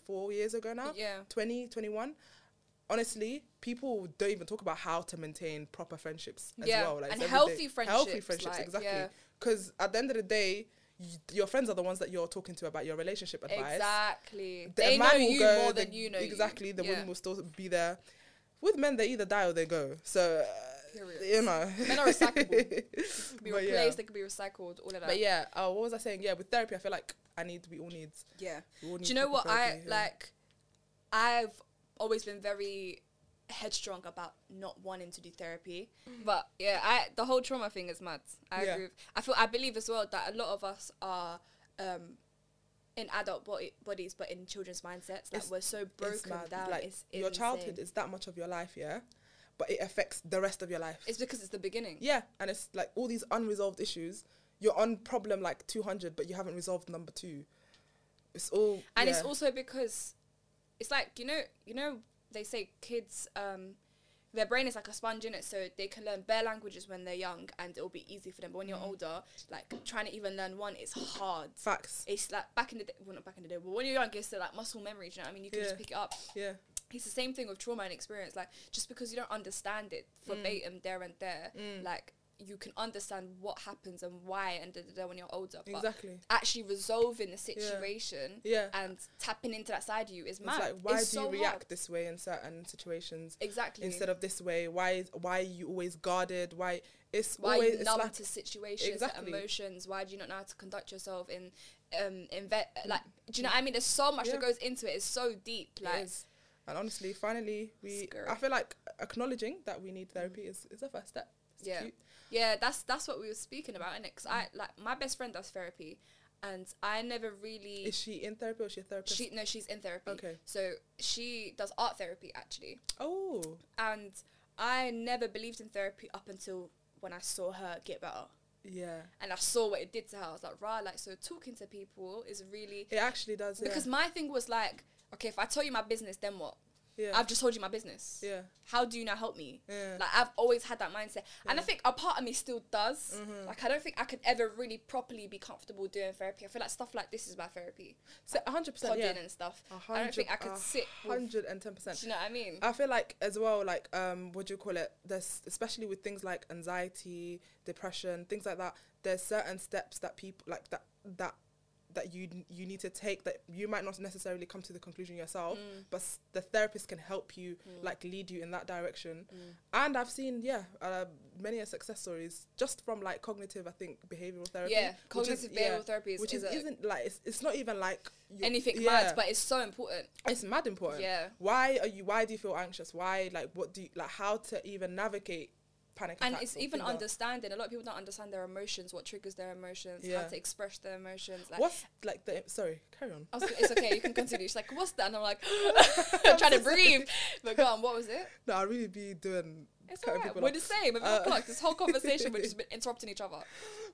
[SPEAKER 2] four years ago now
[SPEAKER 1] Yeah.
[SPEAKER 2] 20 21 honestly people don't even talk about how to maintain proper friendships as
[SPEAKER 1] Yeah,
[SPEAKER 2] well like, it's
[SPEAKER 1] and
[SPEAKER 2] everyday-
[SPEAKER 1] healthy
[SPEAKER 2] healthy
[SPEAKER 1] friendships,
[SPEAKER 2] friendships
[SPEAKER 1] like, yeah.
[SPEAKER 2] exactly because at the end of the day y- your friends are the ones that you're talking to about your relationship advice
[SPEAKER 1] Exactly.
[SPEAKER 2] the
[SPEAKER 1] they
[SPEAKER 2] man
[SPEAKER 1] know
[SPEAKER 2] will
[SPEAKER 1] you
[SPEAKER 2] go,
[SPEAKER 1] more
[SPEAKER 2] the-
[SPEAKER 1] than you know. you.
[SPEAKER 2] Exactly, the
[SPEAKER 1] Yeah.
[SPEAKER 2] woman will still be there. With men, they either die or they go. So, uh,
[SPEAKER 1] Period.
[SPEAKER 2] you know.
[SPEAKER 1] Men are recyclable.
[SPEAKER 2] *laughs*
[SPEAKER 1] They can be
[SPEAKER 2] But yeah.
[SPEAKER 1] replaced. They can be recycled. All of that.
[SPEAKER 2] But yeah, uh, what was I saying? Yeah, with therapy, I feel like I need, we all need.
[SPEAKER 1] Yeah.
[SPEAKER 2] We all need
[SPEAKER 1] Do you know what
[SPEAKER 2] proper
[SPEAKER 1] I
[SPEAKER 2] therapy, yeah.
[SPEAKER 1] like? I've always been very headstrong about not wanting to do therapy, but yeah, I the whole trauma thing is mad. I
[SPEAKER 2] Mm-hmm. Yeah.
[SPEAKER 1] agree. With, I feel I believe as well that a lot of us are. Um, in adult body, bodies, but in children's mindsets, like
[SPEAKER 2] It's-
[SPEAKER 1] we're so
[SPEAKER 2] It's
[SPEAKER 1] broken
[SPEAKER 2] mad,
[SPEAKER 1] down.
[SPEAKER 2] Like,
[SPEAKER 1] it's
[SPEAKER 2] your childhood
[SPEAKER 1] insane.
[SPEAKER 2] is that much of your life, yeah? but it affects the rest of your life.
[SPEAKER 1] It's because it's the beginning.
[SPEAKER 2] yeah, and it's like all these unresolved issues. You're on problem like 200, but you haven't resolved number two. It's all
[SPEAKER 1] and it's
[SPEAKER 2] yeah.
[SPEAKER 1] also because it's like you know you know they say kids um their brain is like a sponge in it so they can learn bare languages when they're young and it'll be easy for them but when you're
[SPEAKER 2] Mm.
[SPEAKER 1] older like trying to even learn one is hard
[SPEAKER 2] facts.
[SPEAKER 1] it's like back in the day well not back in the day but when you're young it's still like muscle memory do you know what i mean you can just
[SPEAKER 2] Yeah.
[SPEAKER 1] pick it up
[SPEAKER 2] Yeah,
[SPEAKER 1] it's the same thing with trauma and experience. Like just because you don't understand it verbatim
[SPEAKER 2] Mm.
[SPEAKER 1] there and there, like you can understand what happens and why and da, da, da, when you're older. But
[SPEAKER 2] exactly.
[SPEAKER 1] actually resolving the situation
[SPEAKER 2] Yeah.
[SPEAKER 1] and tapping into that side of you is
[SPEAKER 2] It's
[SPEAKER 1] mad.
[SPEAKER 2] like why
[SPEAKER 1] It's
[SPEAKER 2] do you
[SPEAKER 1] so
[SPEAKER 2] react
[SPEAKER 1] hard.
[SPEAKER 2] this way in certain situations
[SPEAKER 1] exactly
[SPEAKER 2] instead of this way? Why is why are you always guarded? Why it's
[SPEAKER 1] why
[SPEAKER 2] always
[SPEAKER 1] are you
[SPEAKER 2] it's
[SPEAKER 1] numb
[SPEAKER 2] like
[SPEAKER 1] to situations, to
[SPEAKER 2] Exactly.
[SPEAKER 1] emotions? Why do you not know how to conduct yourself in um in ve- like do you know what I mean? There's so much that
[SPEAKER 2] Yeah.
[SPEAKER 1] goes into it. It's so deep.
[SPEAKER 2] It
[SPEAKER 1] Like
[SPEAKER 2] is. And honestly, finally, we.
[SPEAKER 1] Scary.
[SPEAKER 2] I feel like acknowledging that we need therapy is, is the first step. It's
[SPEAKER 1] Yeah.
[SPEAKER 2] cute. Mm.
[SPEAKER 1] Yeah, that's that's what we were speaking about, and because I like my best friend does therapy, and I never really
[SPEAKER 2] Is she in therapy or is she a therapist?
[SPEAKER 1] she no she's in therapy.
[SPEAKER 2] Okay.
[SPEAKER 1] So she does art therapy actually,
[SPEAKER 2] oh,
[SPEAKER 1] and I never believed in therapy up until when I saw her get better,
[SPEAKER 2] yeah.
[SPEAKER 1] and I saw what it did to her. I was like, rah, like so talking to people is really
[SPEAKER 2] It actually does. Yeah.
[SPEAKER 1] because my thing was like, okay, if I tell you my business, then what?
[SPEAKER 2] yeah.
[SPEAKER 1] I've just told you my business.
[SPEAKER 2] yeah.
[SPEAKER 1] How do you now help me?
[SPEAKER 2] Yeah.
[SPEAKER 1] Like I've always had that mindset, and I think a part of me still does.
[SPEAKER 2] Mm-hmm.
[SPEAKER 1] Like I don't think I could ever really properly be comfortable doing therapy. I feel like stuff like this is my therapy,
[SPEAKER 2] So 100%.
[SPEAKER 1] podding
[SPEAKER 2] Yeah.
[SPEAKER 1] and stuff.
[SPEAKER 2] A
[SPEAKER 1] I don't think I
[SPEAKER 2] hundred-
[SPEAKER 1] could
[SPEAKER 2] a
[SPEAKER 1] sit. With, do
[SPEAKER 2] 110%.
[SPEAKER 1] you know what I mean?
[SPEAKER 2] I feel like as well, like um, what do you call it? There's especially with things like anxiety, depression, things like that. There's certain steps that people like that that that you you need to take that you might not necessarily come to the conclusion yourself,
[SPEAKER 1] Mm.
[SPEAKER 2] but s- the therapist can help you like lead you in that direction.
[SPEAKER 1] Mm.
[SPEAKER 2] And I've seen yeah uh, many a success stories just from like cognitive I think behavioral therapy.
[SPEAKER 1] yeah,
[SPEAKER 2] which
[SPEAKER 1] cognitive
[SPEAKER 2] is-
[SPEAKER 1] behavioral
[SPEAKER 2] yeah,
[SPEAKER 1] therapy is,
[SPEAKER 2] which is,
[SPEAKER 1] is a-
[SPEAKER 2] isn't like it's, it's not even like your-
[SPEAKER 1] anything
[SPEAKER 2] yeah
[SPEAKER 1] mad, but it's so important.
[SPEAKER 2] it's mad important.
[SPEAKER 1] Yeah.
[SPEAKER 2] Why are you? Why do you feel anxious? Why like what do you like? How to even navigate panic
[SPEAKER 1] And
[SPEAKER 2] attacks
[SPEAKER 1] it's
[SPEAKER 2] or
[SPEAKER 1] even
[SPEAKER 2] things like-
[SPEAKER 1] understanding. A lot of people don't understand their emotions, what triggers their emotions, how
[SPEAKER 2] Yeah.
[SPEAKER 1] to express their emotions. Like,
[SPEAKER 2] What's like the sorry? Carry on. *laughs*
[SPEAKER 1] I was, it's okay, you can continue. She's like, "What's that?" And I'm like, *laughs* "I'm trying to breathe." But go on, what was it?
[SPEAKER 2] *laughs* No, I really be doing.
[SPEAKER 1] It's
[SPEAKER 2] cutting
[SPEAKER 1] alright.
[SPEAKER 2] people
[SPEAKER 1] We're
[SPEAKER 2] off.
[SPEAKER 1] the same. We've
[SPEAKER 2] Uh,
[SPEAKER 1] clocked this
[SPEAKER 2] *laughs*
[SPEAKER 1] whole conversation. We've just been interrupting each other.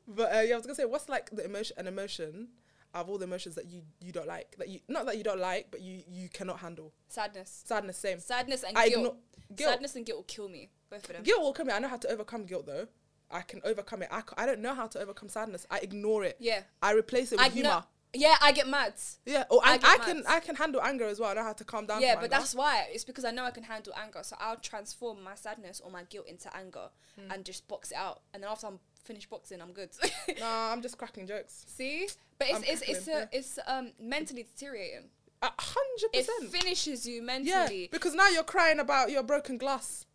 [SPEAKER 2] But uh, yeah, I was gonna say, what's like the emotion? An emotion out of all the emotions that you you don't like that you not that you don't like, but you you cannot handle.
[SPEAKER 1] Sadness,
[SPEAKER 2] Sadness, same.
[SPEAKER 1] sadness, and
[SPEAKER 2] I
[SPEAKER 1] guilt.
[SPEAKER 2] ignore guilt.
[SPEAKER 1] Sadness and guilt will kill me. Both of them.
[SPEAKER 2] Guilt will come. I know how to overcome guilt though. I can overcome it. I, c- I don't know how to overcome sadness. I ignore it.
[SPEAKER 1] Yeah.
[SPEAKER 2] I replace it with
[SPEAKER 1] I
[SPEAKER 2] humor.
[SPEAKER 1] know. Yeah, I get mad.
[SPEAKER 2] Yeah, or
[SPEAKER 1] I
[SPEAKER 2] I, I,
[SPEAKER 1] get mad.
[SPEAKER 2] can I can handle anger as well. I know how to calm down.
[SPEAKER 1] yeah,
[SPEAKER 2] from
[SPEAKER 1] but
[SPEAKER 2] anger.
[SPEAKER 1] that's why it's because I know I can handle anger, so I'll transform my sadness or my guilt into anger
[SPEAKER 2] Hmm.
[SPEAKER 1] and just box it out. And then after I'm finished boxing, I'm
[SPEAKER 2] *laughs*
[SPEAKER 1] good.
[SPEAKER 2] Nah, I'm just cracking jokes.
[SPEAKER 1] See, but it's
[SPEAKER 2] I'm
[SPEAKER 1] it's it's,
[SPEAKER 2] cackling,
[SPEAKER 1] a, it's um mentally deteriorating.
[SPEAKER 2] A hundred
[SPEAKER 1] It
[SPEAKER 2] percent.
[SPEAKER 1] finishes you
[SPEAKER 2] Yeah,
[SPEAKER 1] mentally.
[SPEAKER 2] because now you're crying about your broken glass.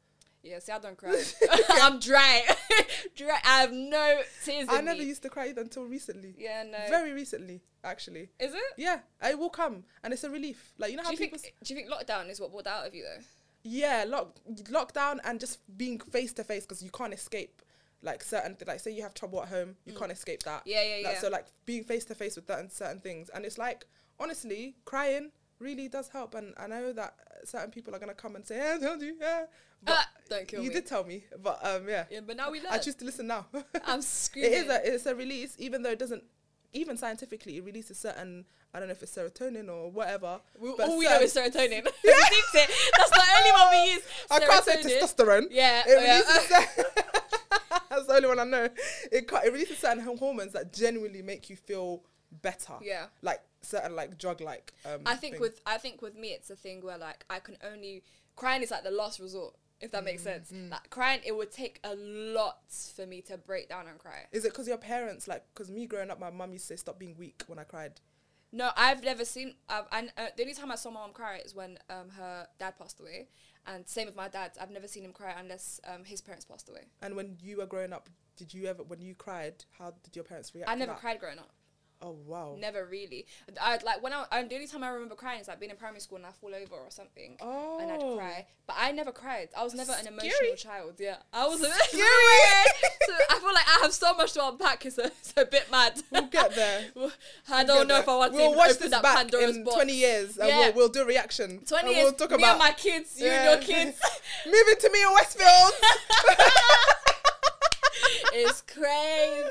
[SPEAKER 1] Yeah, see, I don't cry.
[SPEAKER 2] *laughs*
[SPEAKER 1] *laughs* I'm dry. *laughs* dry. I have no tears
[SPEAKER 2] I
[SPEAKER 1] in
[SPEAKER 2] never
[SPEAKER 1] me.
[SPEAKER 2] used to cry either until recently.
[SPEAKER 1] yeah, no.
[SPEAKER 2] Very recently, actually.
[SPEAKER 1] is it?
[SPEAKER 2] Yeah, it will come, and it's a relief. Like you know
[SPEAKER 1] Do
[SPEAKER 2] how
[SPEAKER 1] you
[SPEAKER 2] people,
[SPEAKER 1] think? Do you think lockdown is what brought that out of you though?
[SPEAKER 2] yeah, lock lockdown and just being face to face because you can't escape. Like certain, th- like say you have trouble at home,
[SPEAKER 1] Mm.
[SPEAKER 2] you can't escape that.
[SPEAKER 1] Yeah, yeah,
[SPEAKER 2] Like,
[SPEAKER 1] yeah.
[SPEAKER 2] So like being face to face with certain certain things, and it's like honestly, crying really does help. And I know that certain people are gonna come and say, "Yeah, don't you?" Yeah, but
[SPEAKER 1] Ah, don't kill
[SPEAKER 2] you
[SPEAKER 1] me.
[SPEAKER 2] did tell me, but um, yeah,
[SPEAKER 1] Yeah, Uh, but now we
[SPEAKER 2] I
[SPEAKER 1] learn.
[SPEAKER 2] choose to listen now. *laughs*
[SPEAKER 1] I'm
[SPEAKER 2] it
[SPEAKER 1] screaming.
[SPEAKER 2] is a it's a release, even though it doesn't. Even scientifically, it releases certain. I don't know if it's serotonin or whatever.
[SPEAKER 1] We-
[SPEAKER 2] but
[SPEAKER 1] all we know is
[SPEAKER 2] certain- *laughs*
[SPEAKER 1] serotonin. *laughs* we need it. That's the only one we use.
[SPEAKER 2] I can't say
[SPEAKER 1] Serotonin.
[SPEAKER 2] testosterone.
[SPEAKER 1] Yeah.
[SPEAKER 2] It
[SPEAKER 1] oh yeah.
[SPEAKER 2] *laughs* releases cer- *laughs* That's the only one I know. It ca- it releases certain h- hormones that genuinely make you feel better.
[SPEAKER 1] *laughs* Yeah.
[SPEAKER 2] Like certain like drug like. Um,
[SPEAKER 1] I think
[SPEAKER 2] things.
[SPEAKER 1] with I think with me it's a thing where like I can only crying is like the last resort if that makes sense.
[SPEAKER 2] Mm-hmm.
[SPEAKER 1] Like crying, it would take a lot for me to break down and cry.
[SPEAKER 2] Is it because your parents like? Because me growing up, my mum used to say, "Stop being weak." When I cried,
[SPEAKER 1] No, I've never seen. I've, and uh, the only time I saw my mom cry is when um, her dad passed away, and same with my dad. I've never seen him cry unless um, his parents passed away.
[SPEAKER 2] and when you were growing up, did you ever? When you cried, how did your parents react?
[SPEAKER 1] I
[SPEAKER 2] to
[SPEAKER 1] never
[SPEAKER 2] that?
[SPEAKER 1] cried growing up.
[SPEAKER 2] Oh wow.
[SPEAKER 1] Never really. I like when I. And the only time I remember crying is like being in primary school and I fall over or something.
[SPEAKER 2] oh.
[SPEAKER 1] And I'd cry, but I never cried. I was never an
[SPEAKER 2] Scary. *laughs*
[SPEAKER 1] *laughs* emotional child. Yeah, I was. a-
[SPEAKER 2] Scary.
[SPEAKER 1] so I feel like I have so much to unpack. It's a, it's a bit mad.
[SPEAKER 2] *laughs* We'll
[SPEAKER 1] *laughs*
[SPEAKER 2] get there.
[SPEAKER 1] I don't know if I want to
[SPEAKER 2] we'll
[SPEAKER 1] even
[SPEAKER 2] watch
[SPEAKER 1] open
[SPEAKER 2] this
[SPEAKER 1] that
[SPEAKER 2] back
[SPEAKER 1] Pandora's
[SPEAKER 2] in
[SPEAKER 1] box.
[SPEAKER 2] 20 years and
[SPEAKER 1] Yeah.
[SPEAKER 2] we'll, we'll do a reaction.
[SPEAKER 1] 20
[SPEAKER 2] and
[SPEAKER 1] years.
[SPEAKER 2] we'll talk
[SPEAKER 1] me
[SPEAKER 2] about
[SPEAKER 1] and my kids, you
[SPEAKER 2] Yeah.
[SPEAKER 1] and your kids.
[SPEAKER 2] *laughs* moving to me in
[SPEAKER 1] *laughs*
[SPEAKER 2] Westfield.
[SPEAKER 1] it's crazy.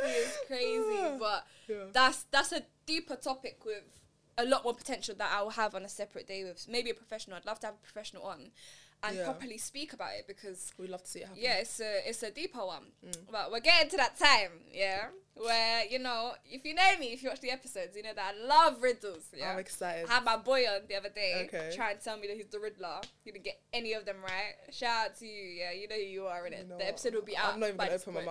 [SPEAKER 1] It's
[SPEAKER 2] *sighs*
[SPEAKER 1] crazy. But
[SPEAKER 2] Yeah.
[SPEAKER 1] that's that's a deeper topic with a lot more potential that I will have on a separate day with maybe a professional. I'd love to have a professional on and
[SPEAKER 2] Yeah.
[SPEAKER 1] properly speak about it because
[SPEAKER 2] We'd love to see it happen.
[SPEAKER 1] yeah, it's a it's a deeper one.
[SPEAKER 2] Mm.
[SPEAKER 1] But we're getting to that time, yeah, where you know if you know me, if you watch the episodes, you know that I love riddles. Yeah,
[SPEAKER 2] I'm excited.
[SPEAKER 1] I had my boy on the other day
[SPEAKER 2] Oh Okay.
[SPEAKER 1] try and tell me that he's the Riddler. He didn't get any of them right. Shout out to you. Yeah, you know who you are in it.
[SPEAKER 2] You know
[SPEAKER 1] the
[SPEAKER 2] what?
[SPEAKER 1] episode will be out.
[SPEAKER 2] I'm not even
[SPEAKER 1] by
[SPEAKER 2] gonna
[SPEAKER 1] this
[SPEAKER 2] open my
[SPEAKER 1] point.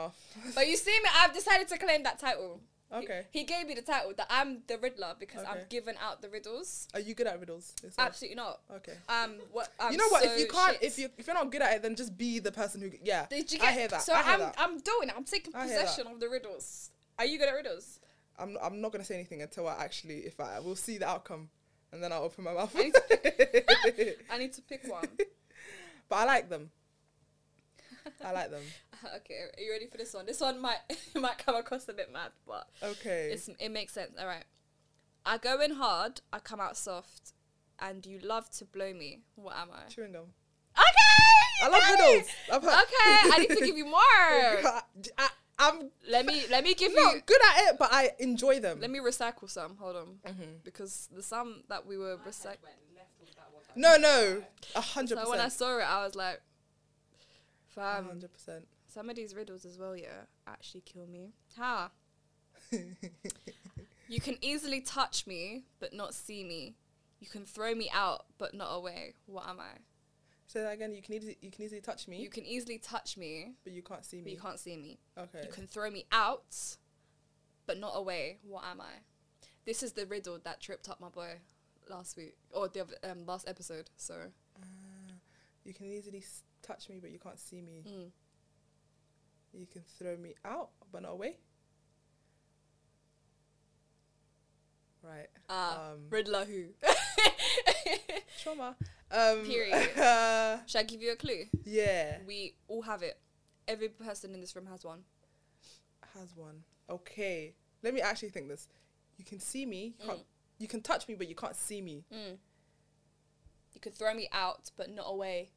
[SPEAKER 2] mouth.
[SPEAKER 1] But you see me, I've decided to claim that title. He-
[SPEAKER 2] Okay.
[SPEAKER 1] He, gave me the title that I'm the Riddler because I'm
[SPEAKER 2] Okay.
[SPEAKER 1] giving out the riddles.
[SPEAKER 2] *laughs* Are you good at riddles? yourself?
[SPEAKER 1] Absolutely not.
[SPEAKER 2] Okay.
[SPEAKER 1] Um, what I'm
[SPEAKER 2] you know what?
[SPEAKER 1] so
[SPEAKER 2] if you can't,
[SPEAKER 1] shit.
[SPEAKER 2] if you if you're not good at it, then just be the person who. Yeah.
[SPEAKER 1] Did you get?
[SPEAKER 2] I hear that.
[SPEAKER 1] So
[SPEAKER 2] I hear
[SPEAKER 1] am
[SPEAKER 2] that.
[SPEAKER 1] I'm doing it. I'm taking
[SPEAKER 2] I hear that.
[SPEAKER 1] possession of the riddles. Are you good at riddles?
[SPEAKER 2] I'm I'm not gonna say anything until I actually if I will see the outcome, and then I'll open my mouth.
[SPEAKER 1] I need to pick, I need to pick one.
[SPEAKER 2] *laughs*
[SPEAKER 1] *laughs*
[SPEAKER 2] but I like them. I like them.
[SPEAKER 1] Okay, are you ready for this one? This one might *laughs* might come across a bit mad, but
[SPEAKER 2] Okay.
[SPEAKER 1] it's, it makes sense. All right. I go in hard, I come out soft, and you love to blow me. What am I?
[SPEAKER 2] Chewing gum.
[SPEAKER 1] Okay.
[SPEAKER 2] I love
[SPEAKER 1] got it!
[SPEAKER 2] riddles. Oh I've
[SPEAKER 1] Okay, I need
[SPEAKER 2] *laughs*
[SPEAKER 1] to give you more.
[SPEAKER 2] I, am
[SPEAKER 1] Let me let me give you
[SPEAKER 2] not good at it, but I enjoy them.
[SPEAKER 1] let me recycle some. Hold on,
[SPEAKER 2] Mm-hmm.
[SPEAKER 1] because the some that we were recycling.
[SPEAKER 3] Went left with that one.
[SPEAKER 2] no, no, a hundred
[SPEAKER 1] So when I
[SPEAKER 2] percent.
[SPEAKER 1] saw it, I was like,
[SPEAKER 2] A
[SPEAKER 1] fam,
[SPEAKER 2] hundred percent. *laughs*
[SPEAKER 1] some of these riddles as well, yeah, actually kill me. Ha. you can easily touch me, but not see me. You can throw me out, but not away. What am I?
[SPEAKER 2] Say that again. You can easily you can easily touch me,
[SPEAKER 1] You can easily touch me,
[SPEAKER 2] but you can't see
[SPEAKER 1] but
[SPEAKER 2] me.
[SPEAKER 1] you can't see me.
[SPEAKER 2] Okay.
[SPEAKER 1] You can throw me out, but not away. What am I? This is the riddle that tripped up my boy last week or the other, um, last episode. So
[SPEAKER 2] Mm, You can easily s- touch me, but you can't see me.
[SPEAKER 1] Mm.
[SPEAKER 2] You can throw me out, but not away. Right.
[SPEAKER 1] ah,
[SPEAKER 2] Um,
[SPEAKER 1] Riddler who? *laughs*
[SPEAKER 2] Trauma. Um,
[SPEAKER 1] Period.
[SPEAKER 2] uh,
[SPEAKER 1] Should I give you a clue?
[SPEAKER 2] *laughs* yeah.
[SPEAKER 1] We all have it. Every person in this room has one.
[SPEAKER 2] Has one. Okay. Let me actually think this. You can see me. You, can't,
[SPEAKER 1] Mm.
[SPEAKER 2] you can touch me, but you can't see me.
[SPEAKER 1] You could throw me out, but not away.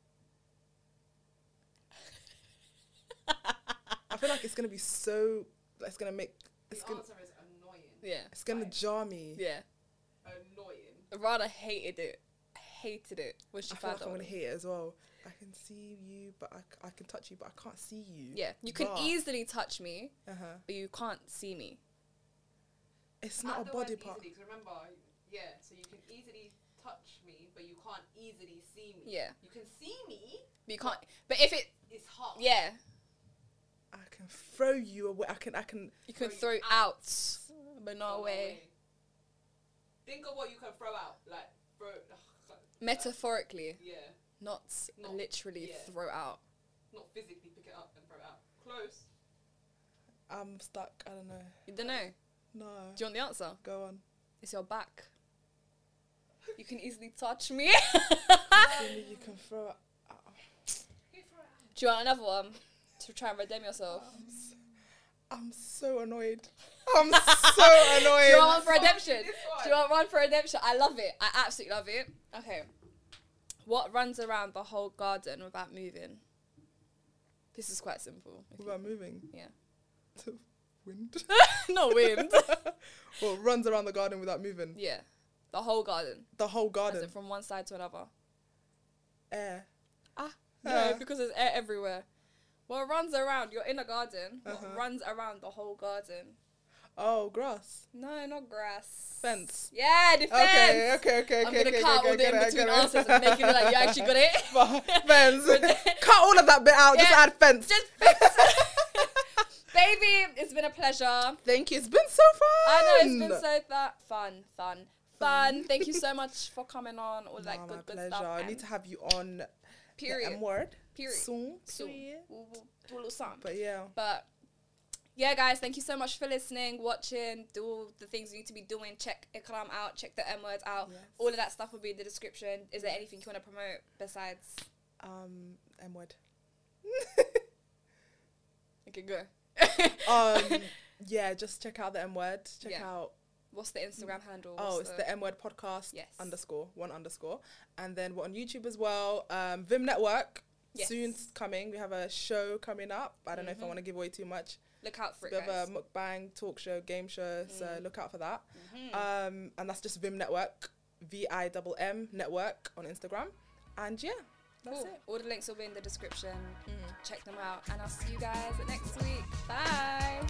[SPEAKER 2] I feel like it's gonna be so. It's gonna make. It's
[SPEAKER 3] The
[SPEAKER 2] gonna.
[SPEAKER 3] answer is annoying.
[SPEAKER 1] Yeah.
[SPEAKER 2] It's gonna
[SPEAKER 3] Right.
[SPEAKER 2] jar me.
[SPEAKER 1] Yeah.
[SPEAKER 3] Annoying.
[SPEAKER 1] Rada hated it. Hated it when she
[SPEAKER 2] I feel
[SPEAKER 1] found
[SPEAKER 2] like I'm
[SPEAKER 1] out.
[SPEAKER 2] gonna hate it as well. I can see you, but I, c- I can touch you, but I can't see you.
[SPEAKER 1] Yeah. You can
[SPEAKER 2] Bar.
[SPEAKER 1] easily touch me,
[SPEAKER 2] Uh-huh.
[SPEAKER 1] but you can't see me.
[SPEAKER 2] It's not
[SPEAKER 3] Add
[SPEAKER 2] a
[SPEAKER 3] the word
[SPEAKER 2] body part.
[SPEAKER 3] easily, 'cause remember, yeah, so you can easily touch me, but you can't easily see me.
[SPEAKER 1] Yeah.
[SPEAKER 3] You can see me,
[SPEAKER 1] But you can't. But if it.
[SPEAKER 3] it's hard.
[SPEAKER 1] Yeah.
[SPEAKER 2] I can throw you away. I can. I can.
[SPEAKER 1] You can
[SPEAKER 3] Throw
[SPEAKER 1] throw
[SPEAKER 3] you
[SPEAKER 1] out, but not
[SPEAKER 3] Not
[SPEAKER 1] away.
[SPEAKER 3] away. Think of what you can throw out. Like, throw. *sighs*
[SPEAKER 1] Metaphorically,
[SPEAKER 3] Yeah.
[SPEAKER 1] not
[SPEAKER 3] Not-
[SPEAKER 1] literally
[SPEAKER 3] yeah.
[SPEAKER 1] throw out.
[SPEAKER 3] Not physically pick it up and throw it out. Close.
[SPEAKER 2] I'm stuck. I don't know.
[SPEAKER 1] You don't know.
[SPEAKER 2] No.
[SPEAKER 1] Do you want the answer?
[SPEAKER 2] Go on.
[SPEAKER 1] It's your back. You can easily touch me. *laughs*
[SPEAKER 2] See me, you can throw. it Oh, out.
[SPEAKER 1] Do you want another one to try and redeem
[SPEAKER 2] *laughs*
[SPEAKER 1] yourself?
[SPEAKER 2] I'm so, I'm
[SPEAKER 1] *laughs*
[SPEAKER 2] so annoyed. I'm so
[SPEAKER 1] Do you want
[SPEAKER 2] annoyed.
[SPEAKER 1] one for redemption?
[SPEAKER 3] This one.
[SPEAKER 1] Do you want one for redemption? I love it. I absolutely love it. Okay. What runs around the whole garden without moving? This is quite simple. if
[SPEAKER 2] What
[SPEAKER 1] you-
[SPEAKER 2] about moving?
[SPEAKER 1] Yeah.
[SPEAKER 2] Wind. *laughs*
[SPEAKER 1] Not wind.
[SPEAKER 2] well, runs around the garden without moving.
[SPEAKER 1] *laughs* yeah. The whole garden.
[SPEAKER 2] The
[SPEAKER 1] As
[SPEAKER 2] whole
[SPEAKER 1] in
[SPEAKER 2] garden.
[SPEAKER 1] from one side to another.
[SPEAKER 2] Air.
[SPEAKER 1] Ah, No,
[SPEAKER 2] Uh.
[SPEAKER 1] because there's air everywhere. What runs around? You're in a garden. What
[SPEAKER 2] Uh-huh.
[SPEAKER 1] runs around the whole garden?
[SPEAKER 2] Oh, grass.
[SPEAKER 1] No, not grass.
[SPEAKER 2] Fence.
[SPEAKER 1] Yeah, defense.
[SPEAKER 2] Okay, okay, okay, okay.
[SPEAKER 1] I'm gonna cut
[SPEAKER 2] okay, okay,
[SPEAKER 1] all the
[SPEAKER 2] okay,
[SPEAKER 1] in
[SPEAKER 2] okay,
[SPEAKER 1] between
[SPEAKER 2] okay.
[SPEAKER 1] answers
[SPEAKER 2] *laughs*
[SPEAKER 1] and make it look like you actually got it. *laughs*
[SPEAKER 2] fence. cut all of that bit out. Just
[SPEAKER 1] Yeah.
[SPEAKER 2] add fence.
[SPEAKER 1] Just fix
[SPEAKER 2] *laughs*
[SPEAKER 1] it. Baby, it's been a pleasure.
[SPEAKER 2] Thank you. It's been so fun.
[SPEAKER 1] I know it's been so that fun, fun, fun. Thank you
[SPEAKER 2] *laughs*
[SPEAKER 1] so much for coming on. All that
[SPEAKER 2] Nah,
[SPEAKER 1] good,
[SPEAKER 2] my
[SPEAKER 1] good
[SPEAKER 2] pleasure.
[SPEAKER 1] stuff.
[SPEAKER 2] I
[SPEAKER 1] and
[SPEAKER 2] need to have you on
[SPEAKER 1] period.
[SPEAKER 2] the M word.
[SPEAKER 1] Period.
[SPEAKER 2] Soon.
[SPEAKER 1] Soon.
[SPEAKER 2] Yeah.
[SPEAKER 1] We'll, we'll do a little something.
[SPEAKER 2] But yeah.
[SPEAKER 1] But yeah, guys, thank you so much for listening, watching, do all the things you need to be doing. Check Ikram out, check the M words out.
[SPEAKER 2] Yes.
[SPEAKER 1] All of that stuff will be in the description. Is there anything you want to promote besides? *laughs*
[SPEAKER 2] Um, M word.
[SPEAKER 1] Okay, go. *laughs*
[SPEAKER 2] um, yeah, just check out the M word. Check
[SPEAKER 1] Yeah.
[SPEAKER 2] out
[SPEAKER 1] What's the Instagram handle?
[SPEAKER 2] oh,
[SPEAKER 1] What's
[SPEAKER 2] it's the M word podcast
[SPEAKER 1] Yes.
[SPEAKER 2] underscore one underscore, and then we're on YouTube as well. Um, Vim Network
[SPEAKER 1] Yes. Mm-hmm.
[SPEAKER 2] soon's coming. We have a show coming up. I don't know if I want to give away too much.
[SPEAKER 1] Look out for it,
[SPEAKER 2] It's a bit
[SPEAKER 1] guys.
[SPEAKER 2] of a mukbang talk show, game show. So look out for that.
[SPEAKER 1] Mhm.
[SPEAKER 2] Um, and that's just Vim Network, V I double M Network on Instagram, and yeah, that's
[SPEAKER 1] Cool.
[SPEAKER 2] it. Mm-hmm.
[SPEAKER 1] All the links will be in the description. Check them out, and I'll see you guys next week. Bye.